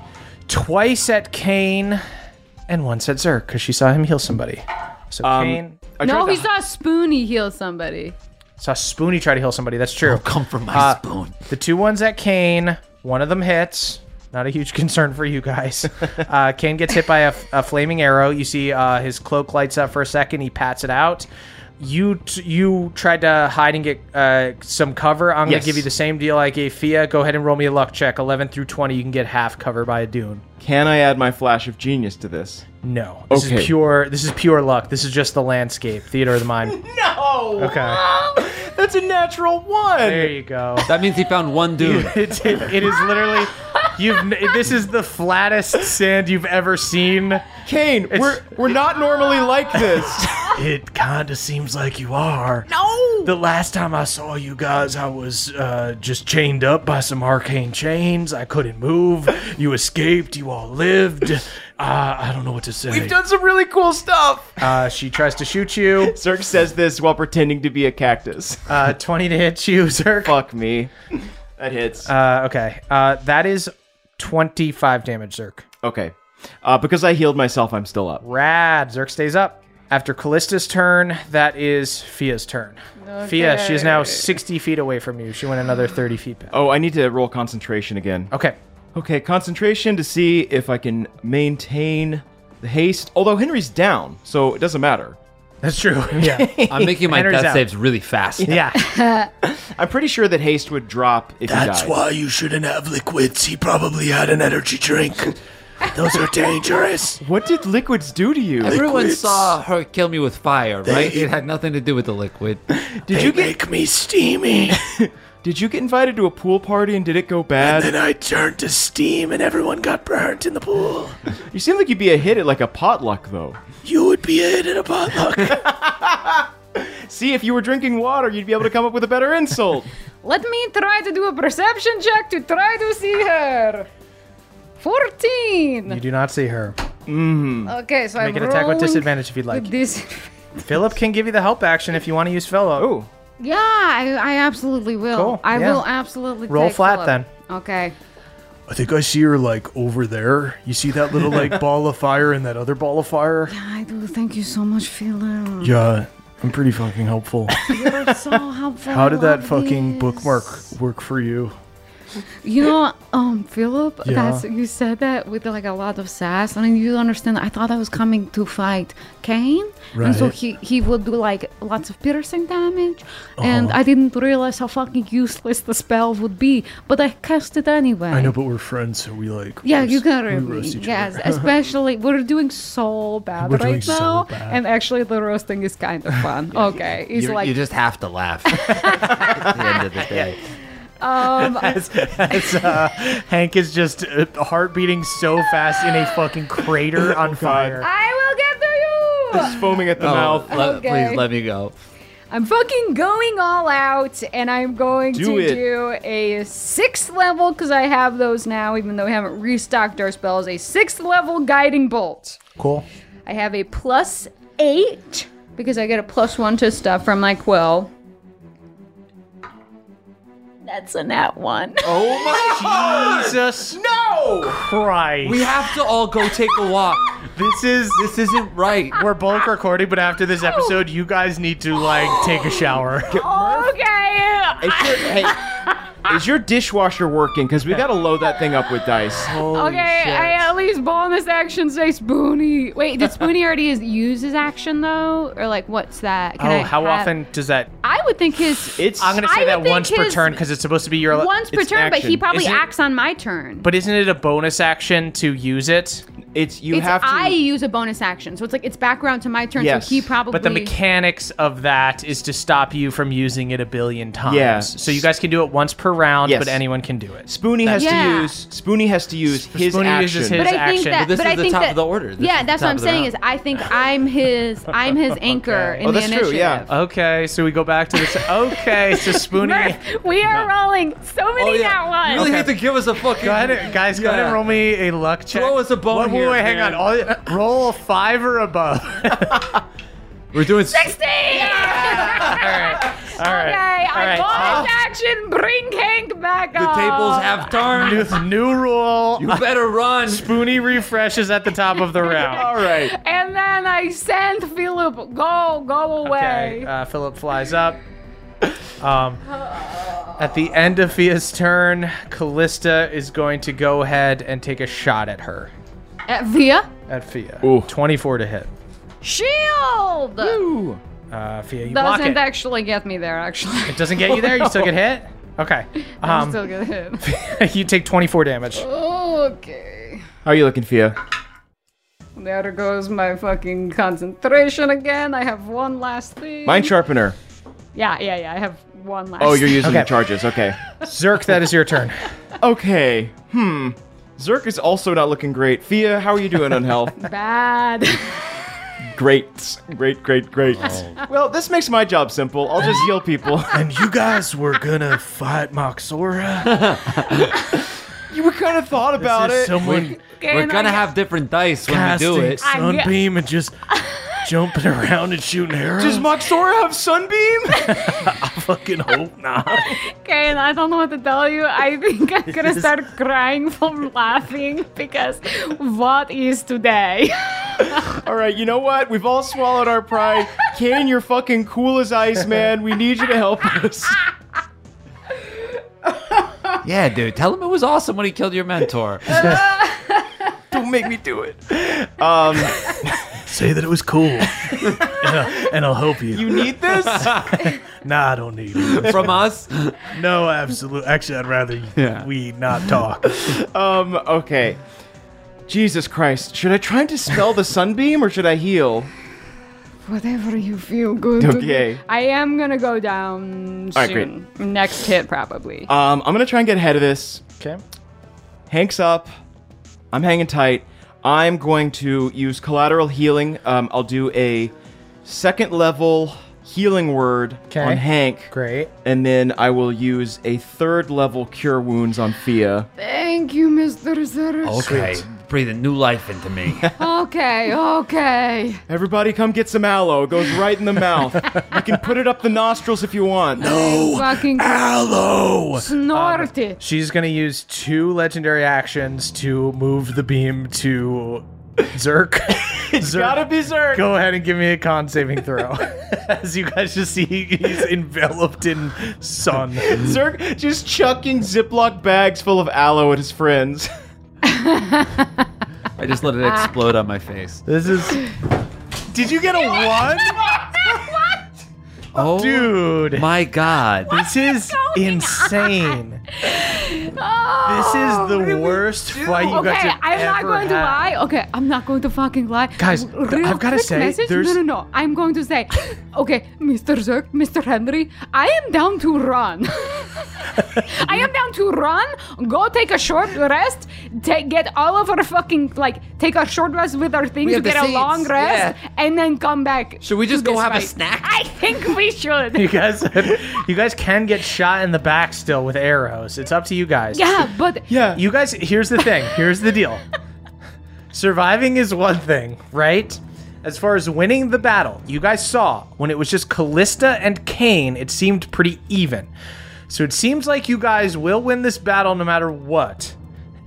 Speaker 1: twice at Kane and once at Zerk because she saw him heal somebody. So
Speaker 4: Um,
Speaker 1: Kane
Speaker 4: I
Speaker 14: No,
Speaker 4: tried
Speaker 14: he
Speaker 4: to-
Speaker 14: saw Spoony heal somebody.
Speaker 1: saw Spoony try to heal somebody. That's true.
Speaker 5: Come from my
Speaker 1: Uh,
Speaker 5: spoon.
Speaker 1: The two ones at Kane, one of them hits. Not a huge concern for you guys. Uh, Kane gets hit by a, a flaming arrow. You see uh, his cloak lights up for a second. He pats it out. You t- you tried to hide and get uh, some cover. I'm going
Speaker 4: Yes.
Speaker 1: to give you the same deal I gave Fia. Go ahead and roll me a luck check. 11 through 20, you can get half cover by a dune.
Speaker 4: Can I add my flash of genius to this?
Speaker 1: No, this
Speaker 4: Okay.
Speaker 1: is pure. This is pure luck. This is just the landscape, theater of the mind.
Speaker 4: No.
Speaker 1: Okay,
Speaker 4: That's a natural one.
Speaker 1: there you go.
Speaker 2: That means he found one dude.
Speaker 1: It's, it, it is literally you've. n- This is the flattest sand you've ever seen.
Speaker 4: Kane, we're we're not normally like this.
Speaker 1: It kind of seems like you are. No. The last time I saw you guys, I was uh, just chained up by some arcane chains. I couldn't move. You escaped. You all lived. Uh, I don't know what to say. We've done some really cool stuff. Uh, she tries to shoot you.
Speaker 4: Zerk says this while pretending to be a cactus.
Speaker 1: Uh, Twenty to hit you, Zerk.
Speaker 4: Fuck me. That hits.
Speaker 1: Uh, okay. Uh, that is twenty-five damage, Zerk.
Speaker 4: okay. Uh, because I healed myself, I'm still up.
Speaker 1: Rad. Zerk stays up. After Callista's turn, that is Fia's turn. Fia, she is now 60 feet away from you. She went another 30 feet back.
Speaker 4: Oh, I need to roll concentration again.
Speaker 1: Okay.
Speaker 4: Okay, concentration to see if I can maintain the haste. Although Henry's down, so it doesn't matter.
Speaker 1: That's true. Yeah.
Speaker 5: I'm making my
Speaker 1: Henry's
Speaker 5: death
Speaker 1: out.
Speaker 5: saves really fast.
Speaker 1: yeah.
Speaker 4: I'm pretty sure that haste would drop if
Speaker 15: That's
Speaker 4: he died.
Speaker 15: why you shouldn't have liquids. He probably had an energy drink. Those are dangerous.
Speaker 4: What did liquids do to you?
Speaker 2: Everyone
Speaker 15: Liquids.
Speaker 2: saw her kill me with fire, right? It had nothing to do with the liquid.
Speaker 4: Did
Speaker 15: They
Speaker 4: you get
Speaker 15: make me steamy.
Speaker 4: Did you get invited to a pool party and did it go bad?
Speaker 15: then I turned to steam and everyone got burnt in the pool.
Speaker 1: uh,
Speaker 4: You seem like you'd be a hit at like a potluck though.
Speaker 15: You would be hit in a potluck.
Speaker 4: See, if you were drinking water, you'd be able to come up with a better insult.
Speaker 3: Let me try to do a perception check to try to see her. 14.
Speaker 1: You do not see her.
Speaker 3: okay, so
Speaker 1: Make an
Speaker 3: I'm
Speaker 1: attack with
Speaker 3: rolling
Speaker 1: disadvantage if you'd like.
Speaker 3: with this.
Speaker 1: Philip can give you the help action if you want to use Philip.
Speaker 4: Oh,
Speaker 3: Yeah, I, I absolutely will.
Speaker 1: Cool,
Speaker 3: I
Speaker 1: yeah.
Speaker 3: will absolutely
Speaker 1: Roll
Speaker 3: take
Speaker 1: flat
Speaker 3: Philip.
Speaker 1: then.
Speaker 3: Okay.
Speaker 15: I think I see her like over there. You see that little like ball of fire and that other ball of fire?
Speaker 3: I do. Thank you so much, Philip.
Speaker 15: Yeah, I'm pretty fucking helpful.
Speaker 3: You're so helpful.
Speaker 15: How did that
Speaker 3: at
Speaker 15: fucking
Speaker 3: this.
Speaker 15: bookmark work for you?
Speaker 3: You know, um, Philip,
Speaker 15: Yeah.
Speaker 3: that's you said that with like a lot of sass, and you understand. I thought I was coming to fight Kane, and so
Speaker 15: Right.
Speaker 3: he he would do like lots of piercing damage, and
Speaker 15: Uh-huh.
Speaker 3: I didn't realize how fucking useless the spell would be, but I cast it anyway.
Speaker 15: I know, but we're friends, so we like.
Speaker 3: Yeah,
Speaker 15: roast-
Speaker 3: you got
Speaker 15: we
Speaker 3: it.
Speaker 15: roast each
Speaker 3: Yes,
Speaker 15: other.
Speaker 3: especially we're doing so bad
Speaker 15: We're doing
Speaker 3: right
Speaker 15: so
Speaker 3: now,
Speaker 15: bad.
Speaker 3: and actually the roasting is kind of fun. okay, it's
Speaker 5: You,
Speaker 3: like
Speaker 5: you just have to laugh. at the end of the day.
Speaker 3: um,
Speaker 1: As, uh, Hank is just uh, heart beating so fast in a fucking crater on fire.
Speaker 3: I will get to you.
Speaker 4: foaming at the
Speaker 5: No,
Speaker 1: Oh.
Speaker 4: mouth.
Speaker 5: le-
Speaker 3: Okay.
Speaker 5: please let me go.
Speaker 3: I'm fucking going all out, and I'm going
Speaker 4: Do
Speaker 3: to
Speaker 4: it.
Speaker 3: do a sixth level because I have those now, even though we haven't restocked our spells. A sixth level guiding bolt.
Speaker 1: Cool.
Speaker 3: I have a plus eight because I get a plus one to stuff from my quill. That's a nat one.
Speaker 2: Oh my
Speaker 1: Jesus.
Speaker 3: No!
Speaker 1: Christ.
Speaker 2: We have to all go take a walk.
Speaker 1: This is
Speaker 2: this isn't right.
Speaker 1: We're both recording, but after this episode, you guys need to like take a shower.
Speaker 8: uh,
Speaker 3: Okay.
Speaker 4: Is your, hey, is your dishwasher working? Because we got to load that thing up with dice.
Speaker 1: Oh.
Speaker 8: okay, I at least bonus action say Spoony. Wait, did Spoony already is, use his action though, or like what's that?
Speaker 1: oh,
Speaker 8: I
Speaker 1: how
Speaker 8: have-
Speaker 1: often does that?
Speaker 8: I would think his.
Speaker 1: I'm gonna
Speaker 8: I
Speaker 1: say
Speaker 8: would
Speaker 1: that
Speaker 8: think
Speaker 1: once per
Speaker 8: his-
Speaker 1: turn because it's supposed to be your
Speaker 8: once per
Speaker 1: it's
Speaker 8: turn, but he
Speaker 1: action.
Speaker 8: probably
Speaker 1: Isn't it-
Speaker 8: acts on my turn.
Speaker 1: But isn't it a bonus action to use it?
Speaker 4: It's
Speaker 1: you
Speaker 8: it's, I use a bonus action, so it's like it's background to my turn. So he probably.
Speaker 1: But the mechanics of that is to stop you from using it a billion times.
Speaker 4: Yeah.
Speaker 1: So you guys can do it once per round,
Speaker 4: Yes.
Speaker 1: but anyone can do it.
Speaker 4: Spoony has
Speaker 8: Yeah.
Speaker 4: to use. Spoony has to use his
Speaker 1: Spoony
Speaker 4: action.
Speaker 1: uses his
Speaker 8: but I think
Speaker 1: action.
Speaker 8: that.
Speaker 1: Well, this
Speaker 8: but
Speaker 1: is
Speaker 8: I
Speaker 1: the
Speaker 8: think
Speaker 1: top
Speaker 8: that,
Speaker 1: of the order. This
Speaker 8: yeah,
Speaker 1: is
Speaker 8: that's
Speaker 1: the top
Speaker 8: what I'm
Speaker 1: of the
Speaker 8: saying
Speaker 1: round.
Speaker 8: is I think I'm his. I'm his anchor
Speaker 1: Oh,
Speaker 4: Oh,
Speaker 8: in the initiative.
Speaker 1: Okay, so we go back to this. Okay, so Spoonie.
Speaker 3: We are rolling so many
Speaker 1: Oh, yeah.
Speaker 3: nat ones.
Speaker 1: You really Okay. have to
Speaker 2: give us a fucking.
Speaker 1: Go ahead, and- guys. Go ahead and
Speaker 2: Yeah.
Speaker 1: roll me a luck check. Throw us a
Speaker 2: bone
Speaker 1: Wait, wait,
Speaker 2: here,
Speaker 1: wait, hang on.
Speaker 2: man.
Speaker 1: All- roll a five or above.
Speaker 2: We're doing. s-
Speaker 3: 60!
Speaker 1: All right.
Speaker 3: Okay,
Speaker 1: All right.
Speaker 3: I bonus action, bring Hank back
Speaker 1: The
Speaker 3: up.
Speaker 1: tables have turned. New, new rule. You
Speaker 2: better run.
Speaker 1: Spoonie refreshes at the top of the round.
Speaker 4: All right.
Speaker 3: And then I send Philip, go, go away.
Speaker 1: Okay, uh, Philip flies up. Um, at the end of Fia's turn, Callista is going to go ahead and take a shot at her.
Speaker 3: Uh,
Speaker 8: At Via
Speaker 1: At Fia. 24 to hit.
Speaker 8: Shield.
Speaker 1: Uh, Fia, you block
Speaker 8: Doesn't
Speaker 1: it.
Speaker 8: actually get me there. Actually,
Speaker 1: it doesn't get you there. You still get hit? Okay.
Speaker 8: I'm
Speaker 1: Um,
Speaker 8: still get hit.
Speaker 1: you take 24 damage.
Speaker 3: Okay.
Speaker 4: How are you looking, Fia?
Speaker 3: There goes my fucking concentration again. I have one last thing.
Speaker 4: Mind sharpener.
Speaker 3: Yeah, yeah, yeah. I have one last.
Speaker 4: Oh, you're using
Speaker 3: Okay.
Speaker 4: the charges. Okay.
Speaker 1: Zerk, that is your turn.
Speaker 4: Okay. Hmm. Zerk is also not looking great. Fia, how are you doing on health?
Speaker 3: Bad.
Speaker 4: great. Great, great, great.
Speaker 1: Oh.
Speaker 4: Well, this makes my job simple. I'll just heal people.
Speaker 16: And you guys were gonna fight Moxora.
Speaker 4: you were kind of thought
Speaker 2: about it.
Speaker 16: Someone
Speaker 2: We're gonna have different dice when we
Speaker 16: casting
Speaker 2: do it.
Speaker 16: sunbeam and just jumping around and shooting arrows.
Speaker 4: Does Moxora have sunbeam?
Speaker 16: fucking hope not.
Speaker 3: Okay, and I don't know what to tell you. I think I'm gonna start crying from laughing because what is today?
Speaker 4: All right, you know what? We've all swallowed our pride. Kane, you're fucking cool as ice, man. We need you to help us.
Speaker 2: Yeah, dude. Tell him it was awesome when he killed your mentor.
Speaker 4: Don't make me do it. Um,
Speaker 16: Say that it was cool, and, I'll, and I'll help you.
Speaker 4: You need this?
Speaker 16: nah, I don't need it
Speaker 2: From us?
Speaker 16: No, absolutely. Actually, I'd rather
Speaker 4: Yeah.
Speaker 16: we not talk.
Speaker 4: um, okay. Jesus Christ. Should I try to spell the sunbeam or should I heal?
Speaker 3: Whatever you feel good.
Speaker 4: Okay.
Speaker 3: I am gonna go down
Speaker 4: All right,
Speaker 3: soon. Next hit probably.
Speaker 4: Um, I'm gonna try and get ahead of this.
Speaker 1: Okay.
Speaker 4: Hank's up. I'm hanging tight. I'm going to use collateral healing. Um, I'll do a second level healing word on Hank.
Speaker 1: Great.
Speaker 4: And then I will use a third level cure wounds on Thea.
Speaker 8: Thank you, Mr. Zerus.
Speaker 17: Okay, breathing new life into me.
Speaker 8: okay, okay.
Speaker 4: Everybody come get some aloe. It goes right in the mouth. you can put it up the nostrils if you want.
Speaker 16: No.
Speaker 8: Fucking
Speaker 1: Ah.
Speaker 16: Hello.
Speaker 8: snort it.
Speaker 1: She's going to use two legendary actions to move the beam to Zerk. Zerk.
Speaker 4: Gotta be Zerk.
Speaker 1: Go ahead and give me a con saving throw. As you guys just see, he's enveloped in sun.
Speaker 4: Zerk just chucking Ziploc bags full of aloe at his friends.
Speaker 2: I just let it explode on my face.
Speaker 1: This is. Did you get a one?
Speaker 2: Oh,
Speaker 1: dude.
Speaker 2: My God.
Speaker 1: This is insane. This
Speaker 3: Oh,
Speaker 1: is the worst fight you guys
Speaker 8: okay,
Speaker 1: have
Speaker 8: I'm not
Speaker 1: ever
Speaker 8: going to
Speaker 1: had.
Speaker 8: lie. Okay, I'm not going to fucking lie.
Speaker 1: Guys,
Speaker 8: W-
Speaker 1: th-
Speaker 8: real
Speaker 1: I've gotta
Speaker 8: quick
Speaker 1: say,
Speaker 8: message?
Speaker 1: there's-
Speaker 8: no, no, no. I'm going to say, okay, Mr. Zerk, Mr. Henry, I am down to run.
Speaker 3: I am down to run, go take a short rest, take, get all of our fucking, like, take a short rest with our things,
Speaker 2: We have
Speaker 3: get
Speaker 2: the
Speaker 3: a long
Speaker 2: seeds,
Speaker 3: rest, and then come back.
Speaker 2: Should we just
Speaker 3: to
Speaker 2: go
Speaker 3: this
Speaker 2: have a
Speaker 3: fight.
Speaker 2: snack?
Speaker 3: I think we should.
Speaker 1: You guys, you guys can get shot in the back still with arrows. It's up to you guys.
Speaker 3: Yeah, but
Speaker 1: Yeah. You guys, here's the thing. Here's the deal. Surviving is one thing, right? As far as winning the battle, you guys saw when it was just Callista and Kane, it seemed pretty even. So it seems like you guys will win this battle no matter what.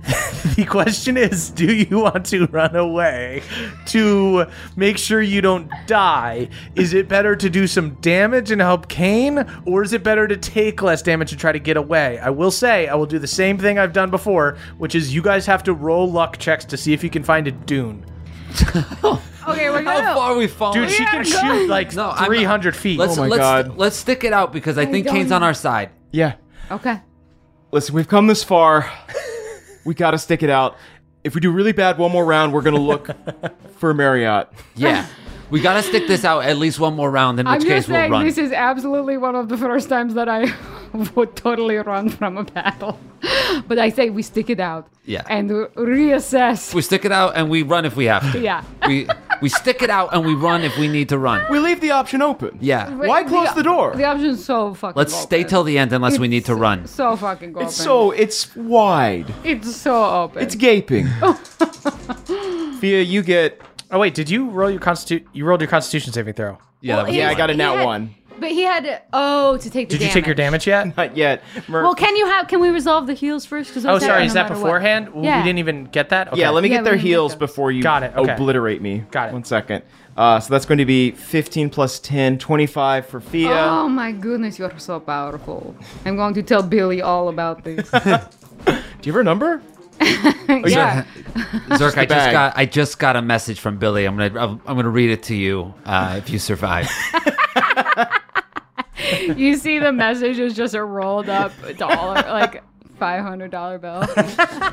Speaker 1: the question is do you want to run away to make sure you don't die? Is it better to do some damage and help Kane, or is it better to take less damage and try to get away? I will say, I will do the same thing I've done before, which is you guys have to roll luck checks to see if you can find a dune.
Speaker 3: Okay, we're
Speaker 2: How far are we falling?
Speaker 1: Dude, she can shoot like
Speaker 2: No, I'm-
Speaker 1: 300 feet.
Speaker 2: Let's,
Speaker 4: Oh my
Speaker 2: let's,
Speaker 4: God.
Speaker 2: let's stick it out because I think
Speaker 18: don't-
Speaker 2: Kane's on our side.
Speaker 4: Yeah.
Speaker 18: Okay.
Speaker 4: Listen, we've come this far. we got to stick it out. If we do really bad one more round, we're going to look for Marriott.
Speaker 2: Yeah. we got to stick this out at least one more round, in
Speaker 3: I'm
Speaker 2: which case
Speaker 3: just
Speaker 2: we'll
Speaker 3: saying,
Speaker 2: run.
Speaker 3: this is absolutely one of the first times that I would totally run from a battle. But I say we stick it out.
Speaker 2: Yeah.
Speaker 3: And reassess.
Speaker 2: we stick it out and we run if we have to.
Speaker 3: Yeah.
Speaker 2: we, we stick it out and we run if we need to run.
Speaker 4: We leave the option open.
Speaker 2: Yeah.
Speaker 3: Wait,
Speaker 4: Why close the door?
Speaker 3: The option's so fucking
Speaker 2: Let's
Speaker 3: open.
Speaker 2: stay till the end unless we need to run.
Speaker 3: So fucking open.
Speaker 4: It's so, it's wide.
Speaker 3: It's so open.
Speaker 4: It's gaping. Fia, you get.
Speaker 1: Oh wait, did you roll your constitu- you rolled your constitution saving throw?
Speaker 2: Yeah, that was
Speaker 4: Yeah, I
Speaker 2: fun.
Speaker 4: got a nat
Speaker 3: had-
Speaker 4: one.
Speaker 3: But he had oh to take the
Speaker 1: Did you take your damage yet?
Speaker 4: Not yet. Mer-
Speaker 3: Well, can you have? Can we resolve the heals first? Because
Speaker 1: Oh, sorry. Is that beforehand? W-
Speaker 3: Yeah.
Speaker 1: We didn't even get that. Okay.
Speaker 4: Yeah, let me
Speaker 3: Yeah,
Speaker 4: get
Speaker 3: we
Speaker 4: their
Speaker 3: can get
Speaker 4: heals
Speaker 3: those.
Speaker 4: before you
Speaker 1: Got it, okay.
Speaker 4: obliterate me.
Speaker 1: Got it.
Speaker 4: One second. Uh, so that's going to be 15 plus 10, 25 for Fia.
Speaker 18: Oh my goodness, you're so powerful.
Speaker 3: I'm going to tell Billy all about this.
Speaker 4: Do you have her number?
Speaker 3: yeah.
Speaker 2: Zerk, I just
Speaker 4: bag.
Speaker 2: got I just got a message from Billy. I'm gonna I'm, I'm gonna read it to you uh, if you survive.
Speaker 3: you see, the message is just a rolled up dollar, like five hundred dollar bill.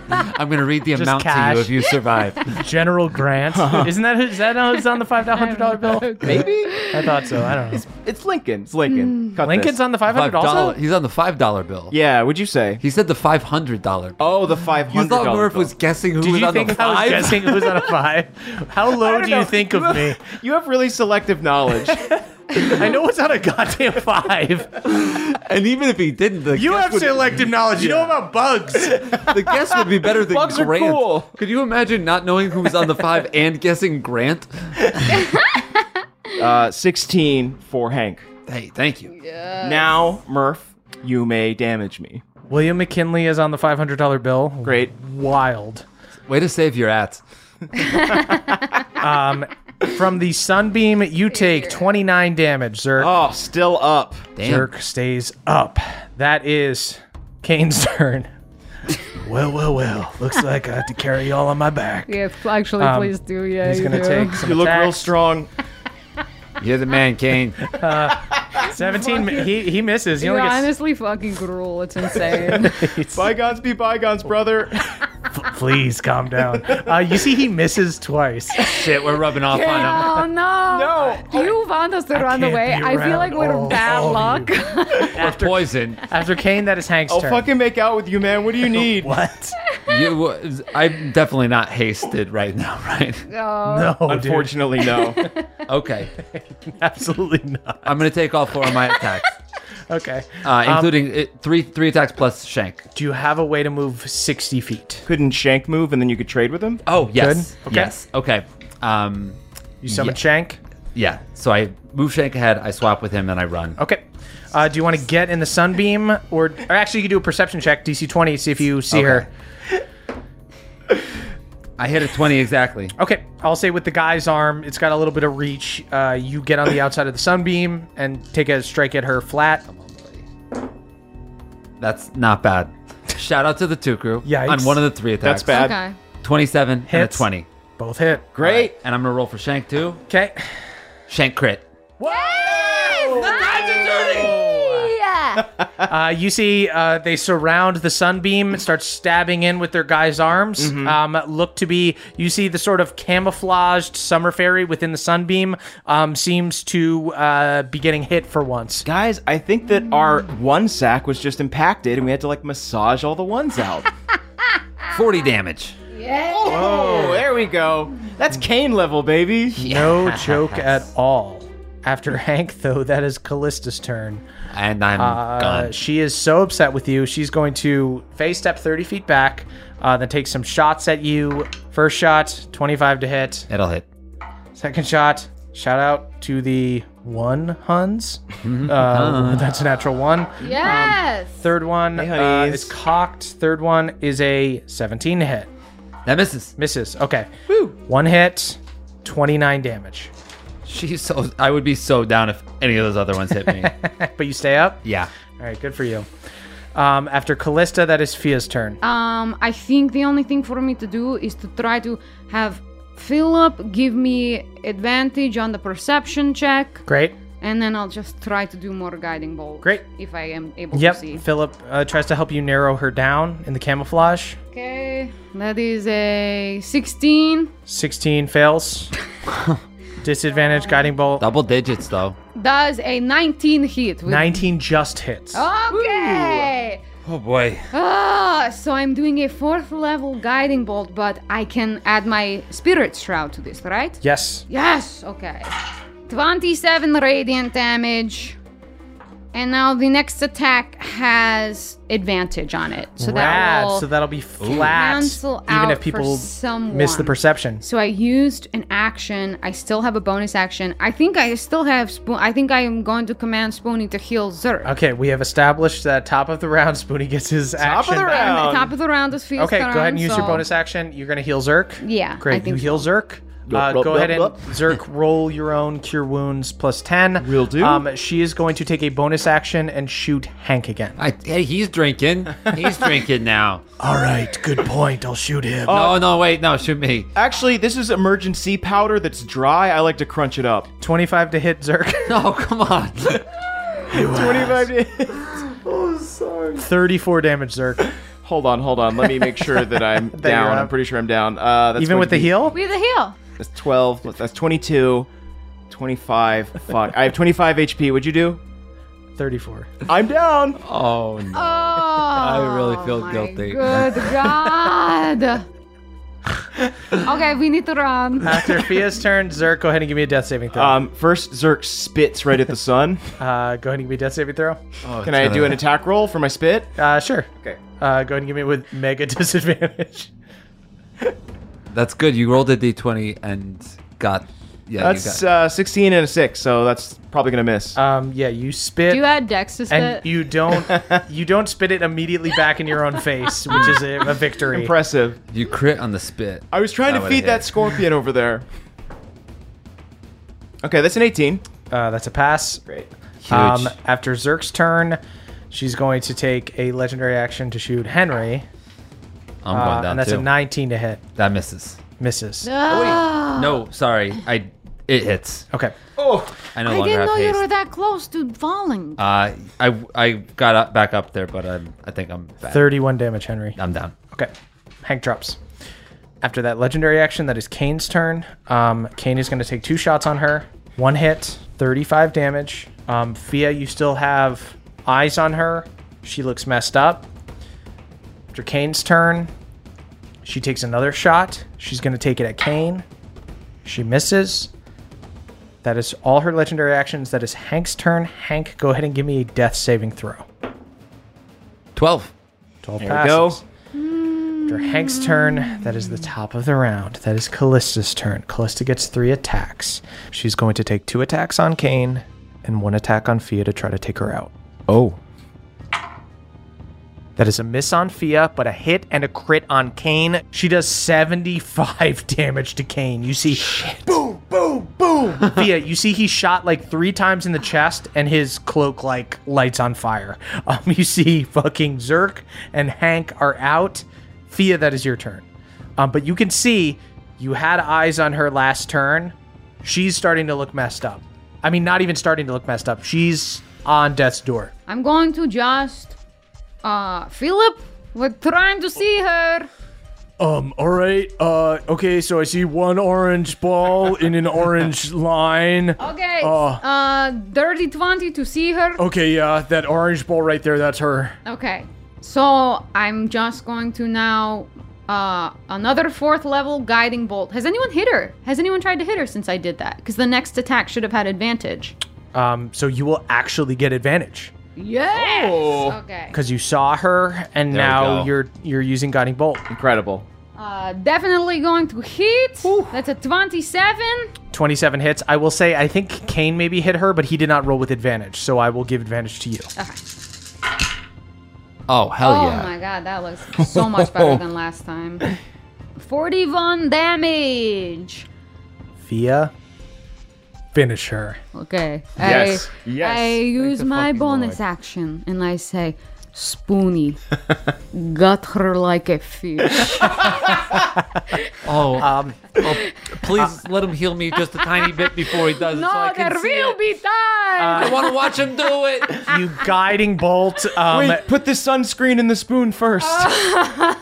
Speaker 2: I'm gonna read the amount
Speaker 1: cash.
Speaker 2: to you if you survive.
Speaker 1: General Grant. Isn't that who- is that who's on the five hundred dollar bill?
Speaker 4: Maybe?
Speaker 1: I thought so. I don't know.
Speaker 4: It's Lincoln. It's Lincoln. Cut
Speaker 1: Hmm. Lincoln's
Speaker 4: this.
Speaker 1: on the five
Speaker 2: Five
Speaker 1: hundred
Speaker 2: dollar.
Speaker 1: also.
Speaker 2: He's on the five dollar bill.
Speaker 4: Yeah, would you say?
Speaker 2: He said the five hundred dollar. bill.
Speaker 4: Oh, the 500
Speaker 2: you thought Murph was guessing who
Speaker 1: Did
Speaker 2: was
Speaker 1: you
Speaker 2: on the
Speaker 1: think I was
Speaker 2: five?
Speaker 1: guessing who was on a five? How low do you think of me?
Speaker 4: You have really selective knowledge.
Speaker 1: I know it's on a goddamn five.
Speaker 2: and even if he didn't, the
Speaker 1: You
Speaker 2: guess
Speaker 1: have
Speaker 2: would,
Speaker 1: selective knowledge. You know about bugs.
Speaker 2: the guess would be better than
Speaker 4: Bugs are
Speaker 2: Grant.
Speaker 4: cool.
Speaker 2: Could you imagine not knowing who was on the five and guessing Grant?
Speaker 4: uh, 16 for Hank.
Speaker 2: Hey, thank you.
Speaker 1: Uh.
Speaker 4: Now, Murph, you may damage me.
Speaker 1: William McKinley is on the five hundred dollar bill.
Speaker 4: Great.
Speaker 1: Wild.
Speaker 2: Way to save your ass.
Speaker 1: Um, from the sunbeam, you take twenty nine damage, Zerk.
Speaker 4: Oh, still up.
Speaker 2: Damn.
Speaker 1: Jerk stays up. That is Kane's turn. well, well, well. Looks like I have to carry y'all on my back.
Speaker 3: Yeah, actually,
Speaker 1: Um,
Speaker 3: please do. Yeah,
Speaker 1: He's
Speaker 3: you
Speaker 1: gonna
Speaker 3: do.
Speaker 1: take some
Speaker 4: You look real
Speaker 1: attacks.
Speaker 4: strong.
Speaker 2: You're the man, Kane.
Speaker 1: Seventeen. mi- He he misses. He
Speaker 3: You're
Speaker 1: only gets.
Speaker 3: honestly fucking cruel. It's insane.
Speaker 4: bygones be bygones, brother.
Speaker 1: Please calm down. Uh, you see, he misses twice.
Speaker 2: Shit, we're rubbing off on him.
Speaker 3: oh no!
Speaker 4: No.
Speaker 3: You want us to run
Speaker 1: can't
Speaker 3: away?
Speaker 1: be
Speaker 3: I feel
Speaker 1: around
Speaker 3: like we're
Speaker 1: all-
Speaker 3: bad
Speaker 1: all
Speaker 3: luck.
Speaker 1: of you.
Speaker 2: We're poison.
Speaker 1: After Kane, that is Hank's
Speaker 4: I'll
Speaker 1: turn.
Speaker 4: Oh, fucking make out with you, man. What do you need?
Speaker 1: What?
Speaker 2: You, I'm definitely not hasted right now, right?
Speaker 3: No.
Speaker 1: No, dude.
Speaker 4: Unfortunately, no.
Speaker 2: Okay,
Speaker 1: Absolutely not.
Speaker 2: I'm gonna take all four of my attacks,
Speaker 1: Okay.
Speaker 2: uh,
Speaker 1: Um,
Speaker 2: including uh three three attacks plus shank.
Speaker 1: do you have a way to move sixty feet?
Speaker 4: Couldn't Shank move and then you could trade with him?
Speaker 2: Oh yes,
Speaker 1: Okay.
Speaker 2: yes, okay. Um,
Speaker 1: You summon
Speaker 2: Yeah.
Speaker 1: Shank.
Speaker 2: yeah. So I move shank ahead. I swap with him and I run.
Speaker 1: Okay. Uh, do you want to get in the sunbeam, or, or actually, you can do a perception check, DC twenty, see if you see her.
Speaker 2: I hit a twenty exactly.
Speaker 1: Okay, I'll say with the guy's arm, it's got a little bit of reach. Uh, you get on the outside of the sunbeam and take a strike at her flat.
Speaker 2: That's not bad. Shout out to the two crew
Speaker 1: Yikes.
Speaker 2: on one of the three attacks.
Speaker 4: That's bad.
Speaker 18: Okay.
Speaker 2: Twenty-seven and a
Speaker 1: Hits.
Speaker 2: twenty.
Speaker 1: Both hit.
Speaker 4: Great.
Speaker 2: And I'm gonna roll for shank too.
Speaker 1: Okay.
Speaker 2: Shank crit.
Speaker 1: Whoa!
Speaker 2: That's a dirty.
Speaker 1: Uh, you see, uh, they surround the sunbeam and start stabbing in with their guys' arms.
Speaker 13: Mhm.
Speaker 1: Um, look to be, you see, the sort of camouflaged summer fairy within the sunbeam um, seems to uh, be getting hit for once.
Speaker 4: Guys, I think that our one sack was just impacted and we had to like massage all the ones out.
Speaker 2: 40 damage.
Speaker 4: Oh, there we go. That's Kane level, baby.
Speaker 1: No joke at all. After Hank, though, that is Callista's turn.
Speaker 2: And I'm
Speaker 1: Uh,
Speaker 2: gone.
Speaker 1: She is so upset with you. She's going to face step 30 feet back, uh, then take some shots at you. First shot, 25 to hit.
Speaker 2: It'll hit.
Speaker 1: Second shot, shout out to the one Huns. Uh,
Speaker 2: Huns.
Speaker 1: that's a natural one.
Speaker 19: Yes.
Speaker 1: Third one uh, is cocked. Third one is a 17 to hit.
Speaker 2: That misses.
Speaker 1: Misses. Okay. Woo. One hit, 29 damage.
Speaker 2: She's so. I would be so down if any of those other ones hit me.
Speaker 1: but you stay up?
Speaker 2: yeah.
Speaker 1: All right, good for you. Um, after Callista, that is Fia's turn.
Speaker 3: Um, I think the only thing for me to do is to try to have Philip give me advantage on the perception check,
Speaker 1: Great.
Speaker 3: and then I'll just try to do more guiding bolt.
Speaker 1: Great.
Speaker 3: If I am able to see.
Speaker 1: Yep. Philip uh, tries to help you narrow her down in the camouflage.
Speaker 3: Okay, that is a 16.
Speaker 1: 16 fails. Disadvantage, guiding bolt.
Speaker 2: Double digits, though.
Speaker 3: Does a 19 hit? with-
Speaker 1: 19 just hits.
Speaker 3: Oh. Okay.
Speaker 2: Oh, boy.
Speaker 3: Ah, so I'm doing a fourth level guiding bolt, but I can add my spirit shroud to this, right?
Speaker 1: Yes.
Speaker 3: Yes, okay. 27 radiant damage. And now the next attack has advantage on it. So that
Speaker 1: Rad,
Speaker 3: will
Speaker 1: so that'll be flat.
Speaker 3: cancel
Speaker 1: even
Speaker 3: out
Speaker 1: if
Speaker 3: for
Speaker 1: people miss the
Speaker 3: someone.
Speaker 1: perception.
Speaker 3: So I used an action. I still have a bonus action. I think I still have Spoon. I think I am going to command Spoony to heal Zerk.
Speaker 1: Okay, we have established that top of the round, Spoonie gets his action. back.
Speaker 3: Um, top of the round is Fierce
Speaker 1: Okay, go ahead and use
Speaker 3: so-
Speaker 1: your bonus action. You're going to heal Zerk.
Speaker 3: Yeah, I
Speaker 1: Great. You
Speaker 3: think
Speaker 1: heal Zerk. Uh, go
Speaker 4: yup, yup,
Speaker 1: ahead and
Speaker 4: yup.
Speaker 1: Zerk roll your own cure wounds plus 10. Will
Speaker 4: do.
Speaker 1: Um, she is going to take a bonus action and shoot Hank again.
Speaker 2: I, hey, he's drinking. He's drinking now.
Speaker 15: All right, good point. I'll shoot him.
Speaker 1: Oh,
Speaker 2: no, no, wait, no, shoot me.
Speaker 4: Actually, this is emergency powder that's dry. I like to crunch it up.
Speaker 1: 25 to hit Zerk.
Speaker 2: No, come on.
Speaker 4: 25 days.
Speaker 15: Oh,
Speaker 1: 34 damage, Zerk.
Speaker 4: Hold on, hold on. Let me make sure that I'm
Speaker 1: you're
Speaker 4: down. I'm
Speaker 1: up.
Speaker 4: pretty sure I'm down. Uh, that's
Speaker 1: Even
Speaker 4: going
Speaker 1: with
Speaker 4: to
Speaker 1: the
Speaker 4: be-
Speaker 1: heal?
Speaker 3: With a heal.
Speaker 4: That's 12. plus- That's 22. 25. Fuck. I have 25 HP. What'd you do?
Speaker 1: 34.
Speaker 4: I'm down.
Speaker 2: Oh, no. I really
Speaker 3: Oh
Speaker 2: feel guilty.
Speaker 3: Good God. okay, we need to run.
Speaker 1: After Fia's turn, Zerk, go ahead and give me a death saving throw.
Speaker 4: Um, first, Zerk spits right at the sun.
Speaker 1: uh, go ahead and give me a death saving throw.
Speaker 2: Oh,
Speaker 4: Can I do an attack roll for my spit?
Speaker 1: Uh, sure.
Speaker 4: Okay.
Speaker 1: Uh, go ahead and give me it with mega disadvantage.
Speaker 2: That's good. You rolled a d20 and got. Yeah,
Speaker 4: That's
Speaker 2: you
Speaker 4: uh, 16 and a 6, so that's probably going to miss.
Speaker 1: Um, yeah, you spit.
Speaker 19: Do you add dex to
Speaker 1: and
Speaker 19: spit?
Speaker 1: you don't you don't spit it immediately back in your own face, which is a, a victory.
Speaker 4: Impressive.
Speaker 2: got, you crit on the spit.
Speaker 4: I was trying
Speaker 2: That
Speaker 4: to
Speaker 2: would've
Speaker 4: feed
Speaker 2: hit.
Speaker 4: that scorpion over there. Okay, that's an 18.
Speaker 1: Uh, that's a pass.
Speaker 4: Great.
Speaker 2: Huge.
Speaker 1: Um, after Zerk's turn, she's going to take a legendary action to shoot Henry,
Speaker 2: I'm
Speaker 1: uh,
Speaker 2: going down
Speaker 1: and that's
Speaker 2: too.
Speaker 1: a 19 to hit.
Speaker 2: That misses.
Speaker 1: Misses.
Speaker 2: No, sorry. I it hits.
Speaker 1: Okay.
Speaker 2: I no
Speaker 3: I
Speaker 2: longer
Speaker 3: didn't
Speaker 2: have
Speaker 3: know you
Speaker 2: haste.
Speaker 3: were that close to falling.
Speaker 2: Uh, I I got up, back up there, but I'm I think I'm back.
Speaker 1: 31 damage, Henry.
Speaker 2: I'm down.
Speaker 1: Okay. Hank drops. After that legendary action, that is Kane's turn. Um, Kane is going to take two shots on her. One hit, 35 damage. Um, Fia, you still have eyes on her. She looks messed up. After Kane's turn, she takes another shot. She's going to take it at Kane. She misses. That is all her legendary actions. That is Hank's turn. Hank, go ahead and give me a death saving throw.
Speaker 2: Twelve.
Speaker 1: 12
Speaker 4: There we go.
Speaker 1: passes. After Hank's turn, that is the top of the round. That is Callista's turn. Callista gets three attacks. She's going to take two attacks on Kane and one attack on Fia to try to take her out.
Speaker 4: Oh.
Speaker 1: That is a miss on Fia, but a hit and a crit on Kane. She does 75 damage to Kane. You see, boom, boom, boom. Fia, you see he shot like three times in the chest and his cloak like lights on fire. Um, you see fucking Zerk and Hank are out. Fia, that is your turn. Um, but you can see you had eyes on her last turn. She's starting to look messed up. I mean, not even starting to look messed up. She's on death's door.
Speaker 3: I'm going to just. Uh, Philip, we're trying to see her.
Speaker 15: Um, all right. Uh, okay, so I see one orange ball in an orange line.
Speaker 3: Okay.
Speaker 1: Oh.
Speaker 15: Uh,
Speaker 3: Uh, dirty 20 to see her.
Speaker 15: okay, yeah, that orange ball right there, that's her.
Speaker 3: Okay. So I'm just going to now. Uh, another fourth level guiding bolt. Has anyone hit her? Has anyone tried to hit her since I did that? Because the next attack should have had advantage.
Speaker 1: Um, so you will actually get advantage
Speaker 3: Yes.
Speaker 2: Oh.
Speaker 3: Okay.
Speaker 1: because you saw her, and
Speaker 2: There we
Speaker 1: now
Speaker 2: go.
Speaker 1: you're you're using guiding bolt.
Speaker 4: Incredible.
Speaker 3: Uh, definitely going to hit. That's a 27.
Speaker 1: 27 hits. I will say I think Kane maybe hit her, but he did not roll with advantage, so I will give advantage to you.
Speaker 2: Oh hell
Speaker 3: oh
Speaker 2: yeah!
Speaker 3: my god, that looks so much better than last time. 41 damage.
Speaker 1: Via
Speaker 15: Finish her.
Speaker 3: Okay.
Speaker 15: Yes,
Speaker 3: I,
Speaker 15: yes.
Speaker 3: I
Speaker 15: Thank
Speaker 3: use
Speaker 15: the
Speaker 3: my
Speaker 15: fucking
Speaker 3: bonus action and I say, Spoony, gut her like a fish.
Speaker 2: Oh, oh, please let him heal me just a tiny bit before he does. it so I
Speaker 3: no,
Speaker 2: can
Speaker 3: there
Speaker 2: see
Speaker 3: will
Speaker 2: it.
Speaker 3: be time.
Speaker 2: I want to watch him do it.
Speaker 1: you guiding bolt. Um,
Speaker 4: Wait, put the sunscreen in the spoon first.
Speaker 1: Ah!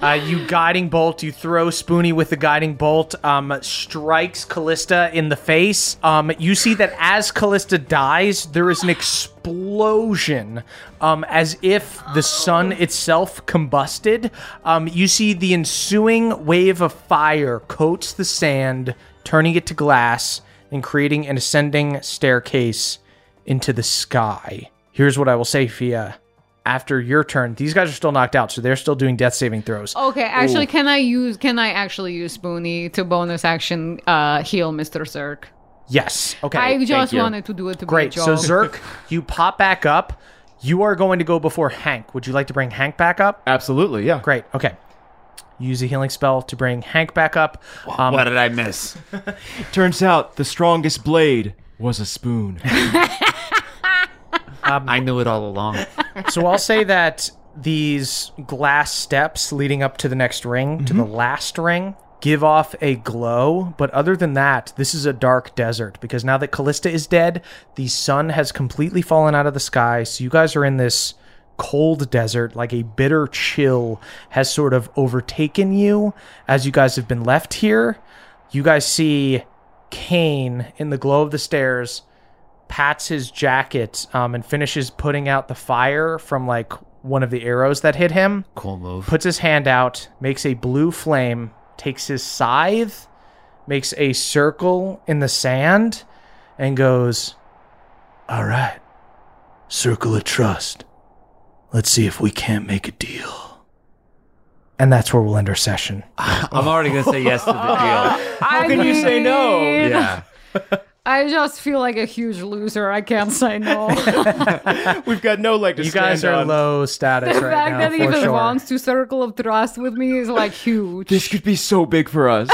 Speaker 1: Uh, you guiding bolt. You throw Spoony with the guiding bolt. Um, strikes Callista in the face. Um, you see that as Callista dies, there is an explosion, um, as if the sun itself combusted. Um, you see the ensuing wave of fire coats the sand, turning it to glass, and creating an ascending staircase into the sky. Here's what I will say, Fia. After your turn, these guys are still knocked out, so they're still doing death saving throws.
Speaker 3: Okay, actually, can I use can I actually use Spoony to bonus action uh, heal Mr. Zerk?
Speaker 1: Yes. Okay.
Speaker 3: I just
Speaker 2: you.
Speaker 3: wanted to do it to
Speaker 1: Great.
Speaker 3: be a
Speaker 1: So
Speaker 3: joke.
Speaker 1: Zerk, you pop back up. You are going to go before Hank. Would you like to bring Hank back up?
Speaker 4: Absolutely, yeah.
Speaker 1: Great. Okay. Use a healing spell to bring Hank back up. Um,
Speaker 2: What did I miss?
Speaker 4: Turns out the strongest blade was a spoon.
Speaker 2: Um, I knew it all along.
Speaker 1: so I'll say that these glass steps leading up to the next ring, to the last ring, give off a glow. But other than that, this is a dark desert because now that Callista is dead, the sun has completely fallen out of the sky. So you guys are in this cold desert, like a bitter chill has sort of overtaken you as you guys have been left here. You guys see Kane in the glow of the stairs pats his jacket um, and finishes putting out the fire from like one of the arrows that hit him.
Speaker 2: Cool move.
Speaker 1: Puts his hand out, makes a blue flame, takes his scythe, makes a circle in the sand, and goes,
Speaker 15: All right. Circle of trust. Let's see if we can't make a deal.
Speaker 1: and that's where we'll end our session.
Speaker 2: I'm already gonna say yes to the deal.
Speaker 3: How
Speaker 4: can you say no?
Speaker 2: Yeah.
Speaker 3: I just feel like a huge loser. I can't say no.
Speaker 4: We've got no leg to
Speaker 1: You
Speaker 4: stand
Speaker 1: guys are
Speaker 4: on.
Speaker 1: low status
Speaker 3: the
Speaker 1: right
Speaker 3: fact
Speaker 1: now.
Speaker 3: that he
Speaker 1: for
Speaker 3: even
Speaker 1: sure.
Speaker 3: wants to circle of trust with me is like huge.
Speaker 4: This could be so big for us.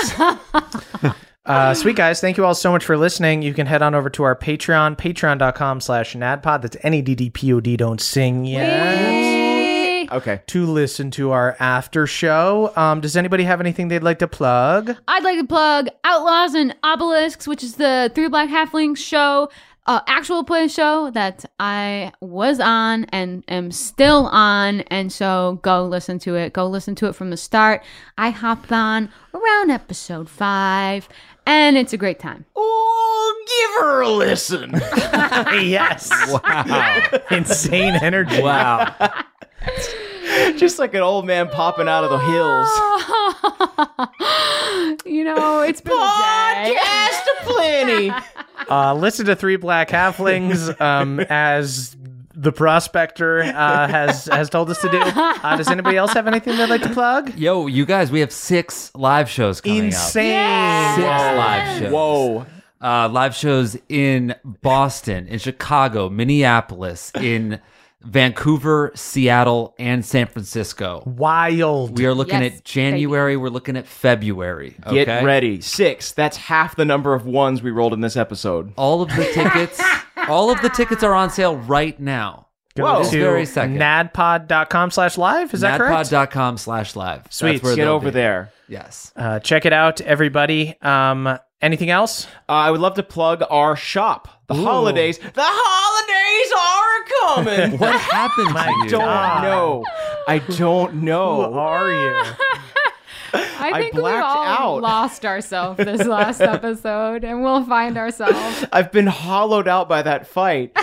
Speaker 1: Uh, sweet guys, thank you all so much for listening. You can head on over to our Patreon, patreon.com slash nadpod. That's N-E-D-D-P-O-D, don't sing yet.
Speaker 4: okay.
Speaker 1: To listen to our after show. Um, does anybody have anything they'd like to plug?
Speaker 14: I'd like to plug Outlaws and Obelisks, which is the Three Black Halflings show, uh, actual play show that I was on and am still on. And so go listen to it. Go listen to it from the start. I hopped on around episode five, and it's a great time.
Speaker 15: Oh, give her a listen.
Speaker 1: yes.
Speaker 2: Wow.
Speaker 1: Insane energy.
Speaker 2: Wow.
Speaker 4: Just like an old man popping out of the hills.
Speaker 3: you know, it's been a day.
Speaker 4: Podcast plenty.
Speaker 1: Uh, listen to Three Black Halflings um, as the prospector uh, has has told us to do. Uh, does anybody else have anything they'd like to plug?
Speaker 2: Yo, you guys, we have six live shows coming
Speaker 1: Insane.
Speaker 2: up. Six live shows.
Speaker 4: Whoa.
Speaker 2: uh, live shows in Boston, in Chicago, Minneapolis, in Vancouver, Seattle, and San Francisco.
Speaker 1: Wild.
Speaker 2: We are looking
Speaker 14: Yes,
Speaker 2: at January. We're looking at February. Okay?
Speaker 4: Get ready. Six. That's half the number of ones we rolled in this episode.
Speaker 2: All of the tickets. all of the tickets are on sale right now.
Speaker 1: Go
Speaker 4: Whoa.
Speaker 2: This
Speaker 1: to
Speaker 2: very second.
Speaker 1: nadpod.com slash live. Is that correct?
Speaker 2: Nadpod.com slash live.
Speaker 1: Sweet.
Speaker 4: Get over there.
Speaker 2: Yes.
Speaker 1: Uh, check it out, everybody. Um, Anything else?
Speaker 10: Uh, I would love to plug our shop. The holidays. The holidays are coming.
Speaker 2: what Ah. happened to
Speaker 10: I
Speaker 2: you?
Speaker 10: don't know. I don't know.
Speaker 1: Who Oh, are you?
Speaker 10: I
Speaker 19: I think we
Speaker 10: blacked
Speaker 19: all
Speaker 10: out.
Speaker 19: lost ourselves this last episode, and we'll find ourselves.
Speaker 10: I've been hollowed out by that fight.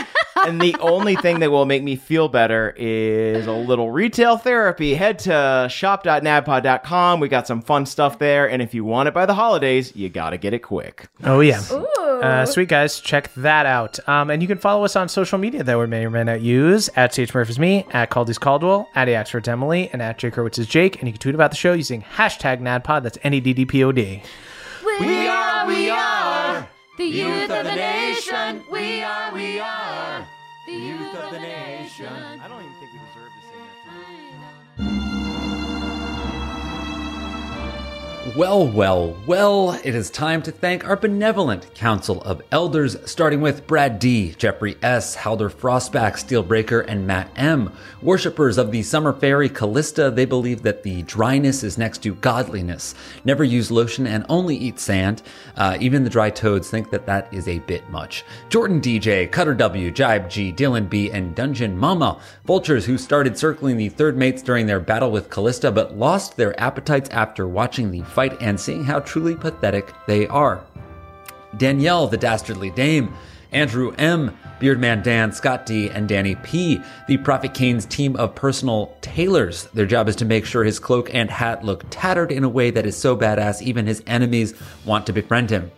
Speaker 10: and the only thing that will make me feel better is a little retail therapy. Head to shop.nadpod.com. We got some fun stuff there. And if you want it by the holidays, you got to get it quick.
Speaker 1: Oh yeah.
Speaker 19: Ooh.
Speaker 1: Uh, sweet guys, check that out. Um, and you can follow us on social media that we may or may not use at CH Murphy's Me, at Caldy's Caldwell, at Axford Emily, and at Jake Hurwitz's Jake. And you can tweet about the show using hashtag NADPOD. That's N E D D P O D.
Speaker 19: we are,
Speaker 8: we are
Speaker 19: the
Speaker 8: youth of the nation. We are, we are
Speaker 19: the
Speaker 8: youth of the nation.
Speaker 10: I don't even think we deserve to sing that.
Speaker 2: Well, well, well, it is time to thank our benevolent Council of Elders, starting with Brad D., Jeffrey S., Halder Frostback, Steelbreaker, and Matt M. Worshippers of the summer fairy Callista, they believe that the dryness is next to godliness. Never use lotion and only eat sand. Uh, even the dry toads think that that is a bit much. Jordan DJ, Cutter W, Jibe G, Dylan B, and Dungeon Mama, vultures who started circling the third mates during their battle with Callista but lost their appetites after watching the fight and seeing how truly pathetic they are. Danielle, the Dastardly Dame, Andrew M., Beardman Dan, Scott D., and Danny P., the Prophet Kane's team of personal tailors. Their job is to make sure his cloak and hat look tattered in a way that is so badass even his enemies want to befriend him.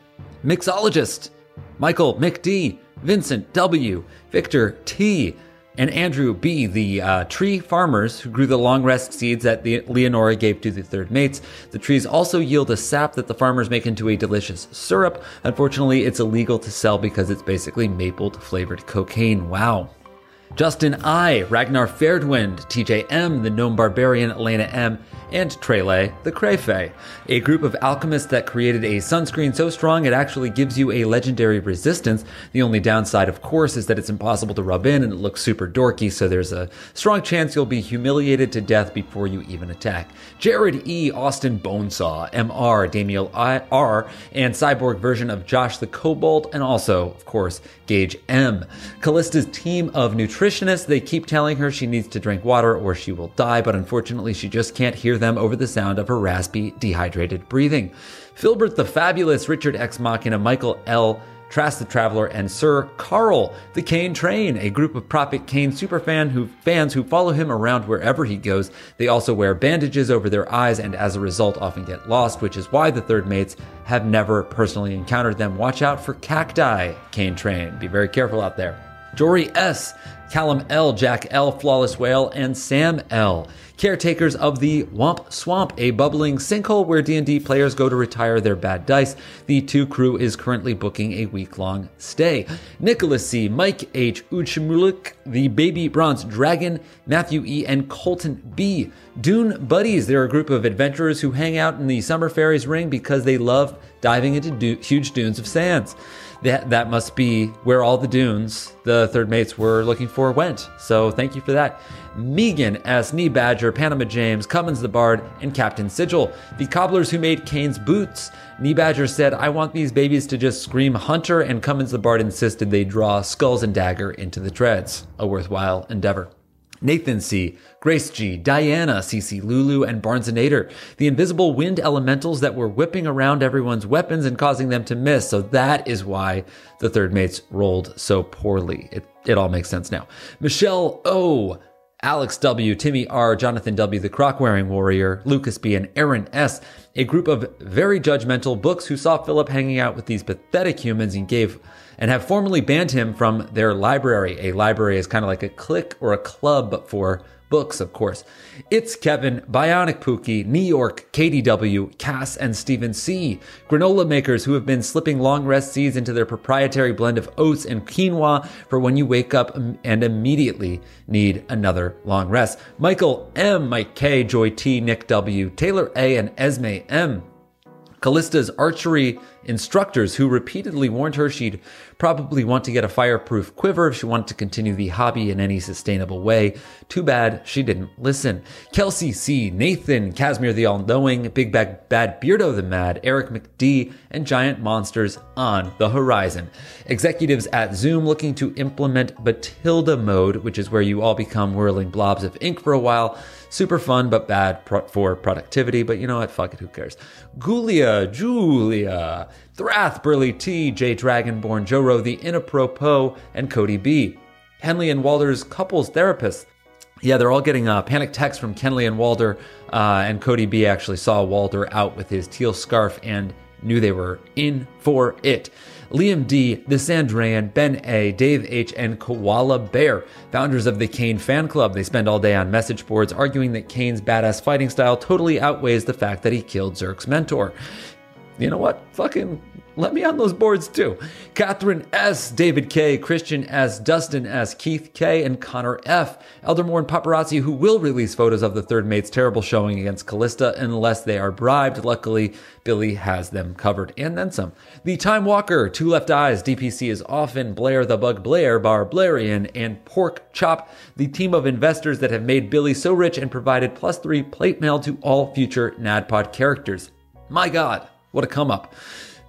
Speaker 2: Mixologist, Michael McD, Vincent W., Victor T., and Andrew B., the uh, tree farmers who grew the long rest seeds that the Leonora gave to the third mates. The trees also yield a sap that the farmers make into a delicious syrup. Unfortunately, it's illegal to sell because it's basically mapled flavored cocaine. Wow. Justin I, Ragnar Fairdwind, TJM, the Gnome Barbarian, Elena M, and Trele, the Crayfey, a group of alchemists that created a sunscreen so strong it actually gives you a legendary resistance. The only downside, of course, is that it's impossible to rub in and it looks super dorky, so there's a strong chance you'll be humiliated to death before you even attack. Jared E, Austin Bonesaw, MR, Damiel I, R, and cyborg version of Josh the Kobold, and also, of course, Gage M. Callista's team of nutritionists, they keep telling her she needs to drink water or she will die, but unfortunately she just can't hear them over the sound of her raspy, dehydrated breathing. Filbert the Fabulous, Richard X Machina, Michael L. Trask the Traveler, and Sir Carl the Kane Train, a group of Prophet Kane superfan who fans who follow him around wherever he goes. They also wear bandages over their eyes and as a result often get lost, which is why the third mates have never personally encountered them. Watch out for cacti, Kane Train. Be very careful out there. Jory S., Callum L., Jack L., Flawless Whale, and Sam L., caretakers of the Womp Swamp, a bubbling sinkhole where D&D players go to retire their bad dice. The two crew is currently booking a week-long stay. Nicholas C., Mike H., Uchimulik, the Baby Bronze Dragon, Matthew E., and Colton B. Dune Buddies, they're a group of adventurers who hang out in the Summer Fairies Ring because they love diving into du- huge dunes of sands that that must be where all the dunes the third mates were looking for went. So thank you for that. Megan S. Knee Badger, Panama James, Cummins the Bard, and Captain Sigil, the cobblers who made Kane's boots. Knee Badger said, I want these babies to just scream Hunter, and Cummins the Bard insisted they draw skulls and dagger into the treads. A worthwhile endeavor. Nathan C., Grace G., Diana, CC Lulu, and Barnesonator, the invisible wind elementals that were whipping around everyone's weapons and causing them to miss. So that is why the third mates rolled so poorly. It, it all makes sense now. Michelle O., Alex W., Timmy R., Jonathan W., the croc wearing warrior, Lucas B., and Aaron S., a group of very judgmental books who saw Philip hanging out with these pathetic humans and gave and have formally banned him from their library. A library is kind of like a clique or a club but for books, of course. It's Kevin, Bionic Pookie, New York, KDW, Cass, and Stephen C. Granola makers who have been slipping long rest seeds into their proprietary blend of oats and quinoa for when you wake up and immediately need another long rest. Michael M, Mike K, Joy T, Nick W, Taylor A, and Esme M. Callista's archery instructors who repeatedly warned her she'd probably want to get a fireproof quiver if she wanted to continue the hobby in any sustainable way. Too bad she didn't listen. Kelsey C., Nathan, Casimir the All Knowing, Big Bad, Bad Beardo the Mad, Eric McD, and giant monsters on the horizon. Executives at Zoom looking to implement Batilda mode, which is where you all become whirling blobs of ink for a while. Super fun, but bad pro- for productivity. But you know what? Fuck it. Who cares? Gulia, Julia, Thrath, Burley T, J Dragonborn, Joro, the Inapropo, and Cody B. Henley and Walder's couples therapists. Yeah, they're all getting uh, panic texts from Kenley and Walder. Uh, and Cody B actually saw Walder out with his teal scarf and knew they were in for it. Liam D, The Sandrayan, Ben A, Dave H, and Koala Bear, founders of the Kane fan club. They spend all day on message boards arguing that Kane's badass fighting style totally outweighs the fact that he killed Zerk's mentor. You know what? Fucking let me on those boards too. Catherine S., David K., Christian S., Dustin S., Keith K., and Connor F., Eldermore and Paparazzi, who will release photos of the third mate's terrible showing against Callista unless they are bribed. Luckily, Billy has them covered, and then some. The Time Walker, Two Left Eyes, DPC is often Blair the Bug Blair, Barblarian, and Pork Chop, the team of investors that have made Billy so rich and provided plus three plate mail to all future NADPOD characters. My god, what a come up.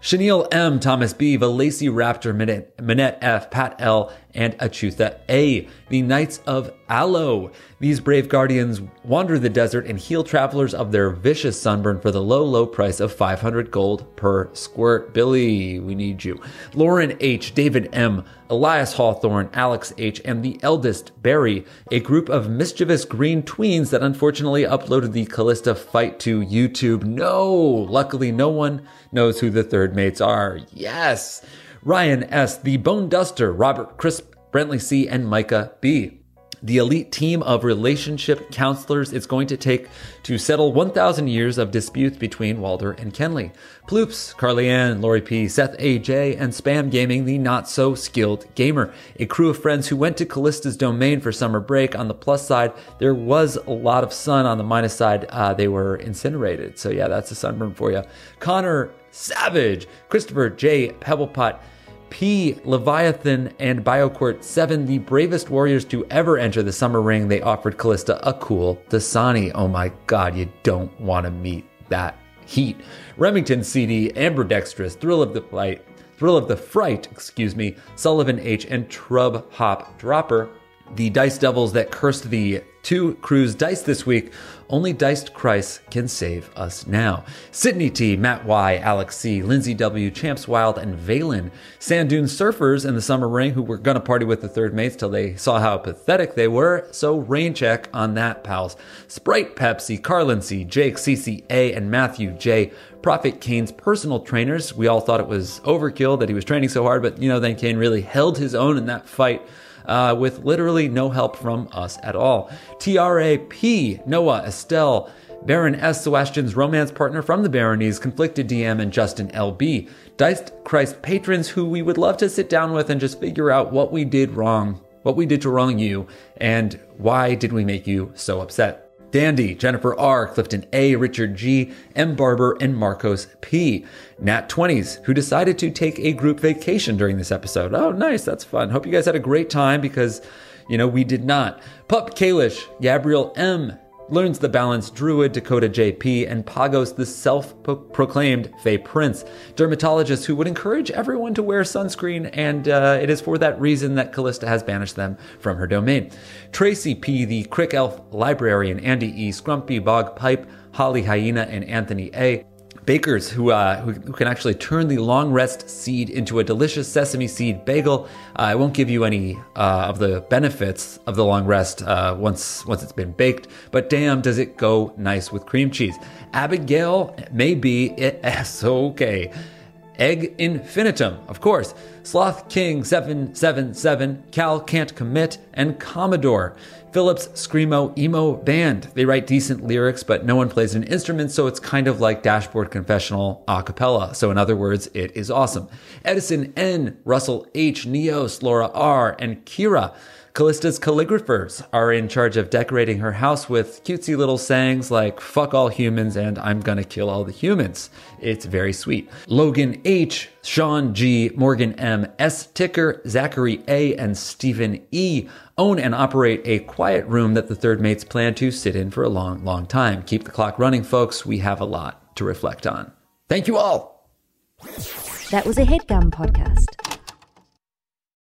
Speaker 2: Chenille M, Thomas B, Valacy Raptor, Minette, Minette F, Pat L, and Achutha A, the Knights of Aloe. These brave guardians wander the desert and heal travelers of their vicious sunburn for the low, low price of 500 gold per squirt. Billy, we need you. Lauren H, David M, Elias Hawthorne, Alex H, and the eldest, Barry, a group of mischievous green tweens that unfortunately uploaded the Callista fight to YouTube. No! Luckily, no one knows who the third mates are. Yes! Ryan S., The Bone Duster, Robert Crisp, Brentley C., and Micah B. The elite team of relationship counselors it's going to take to settle 1,000 years of disputes between Walder and Kenley. Ploops, Carly Ann, Lori P., Seth A.J., and Spam Gaming, the not so skilled gamer. A crew of friends who went to Callista's domain for summer break. On the plus side, there was a lot of sun. On the minus side, uh, they were incinerated. So, yeah, that's a sunburn for you. Connor Savage, Christopher J. Pebblepot, P. Leviathan, and Biocourt 7, the bravest warriors to ever enter the Summer Ring. They offered Callista a cool Dasani. Oh my god, you don't want to meet that heat. Remington CD, Ambidextrous, Thrill of the Flight, Thrill of the Fright, excuse me, Sullivan H, and Trub Hop Dropper. The Dice Devils that cursed the two crews dice this week. Only diced Christ can save us now. Sydney T, Matt Y, Alex C, Lindsey W, Champs Wild, and Valen. Sand Dune Surfers in the Summer Ring, who were gonna party with the third mates till they saw how pathetic they were. So rain check on that, pals. Sprite Pepsi, Carlin C, Jake CCA, and Matthew J. Prophet Kane's personal trainers. We all thought it was overkill that he was training so hard, but you know, then Kane really held his own in that fight. Uh, with literally no help from us at all. TRAP, Noah, Estelle, Baron S. Sebastian's romance partner from the Baronies, Conflicted DM, and Justin LB. Diced Christ patrons who we would love to sit down with and just figure out what we did wrong, what we did to wrong you, and why did we make you so upset. Dandy, Jennifer R, Clifton A, Richard G, M Barber, and Marcos P. Nat 20s, who decided to take a group vacation during this episode. Oh, nice, that's fun. Hope you guys had a great time because, you know, we did not. Pup Kalish, Gabriel M, learns the balance druid Dakota JP and Pagos the self-proclaimed Fey Prince, dermatologist who would encourage everyone to wear sunscreen, and uh, it is for that reason that Callista has banished them from her domain. Tracy P, the Crick Elf librarian, Andy E, Scrumpy Bog Pipe, Holly Hyena, and Anthony A bakers who, uh, who, who can actually turn the long rest seed into a delicious sesame seed bagel. Uh, I won't give you any uh, of the benefits of the long rest uh, once once it's been baked, but damn, does it go nice with cream cheese. Abigail, maybe it's okay. Egg infinitum, of course. Sloth King 777, Cal Can't Commit, and Commodore. Phillips Screamo Emo Band. They write decent lyrics, but no one plays an instrument, so it's kind of like Dashboard Confessional a cappella. So, in other words, it is awesome. Edison N, Russell H, Neos, Laura R, and Kira. Callista's calligraphers are in charge of decorating her house with cutesy little sayings like, fuck all humans and I'm gonna kill all the humans. It's very sweet. Logan H, Sean G, Morgan M, S Ticker, Zachary A, and Stephen E own and operate a quiet room that the third mates plan to sit in for a long, long time. Keep the clock running, folks. We have a lot to reflect on. Thank you all.
Speaker 20: That was a headgum podcast.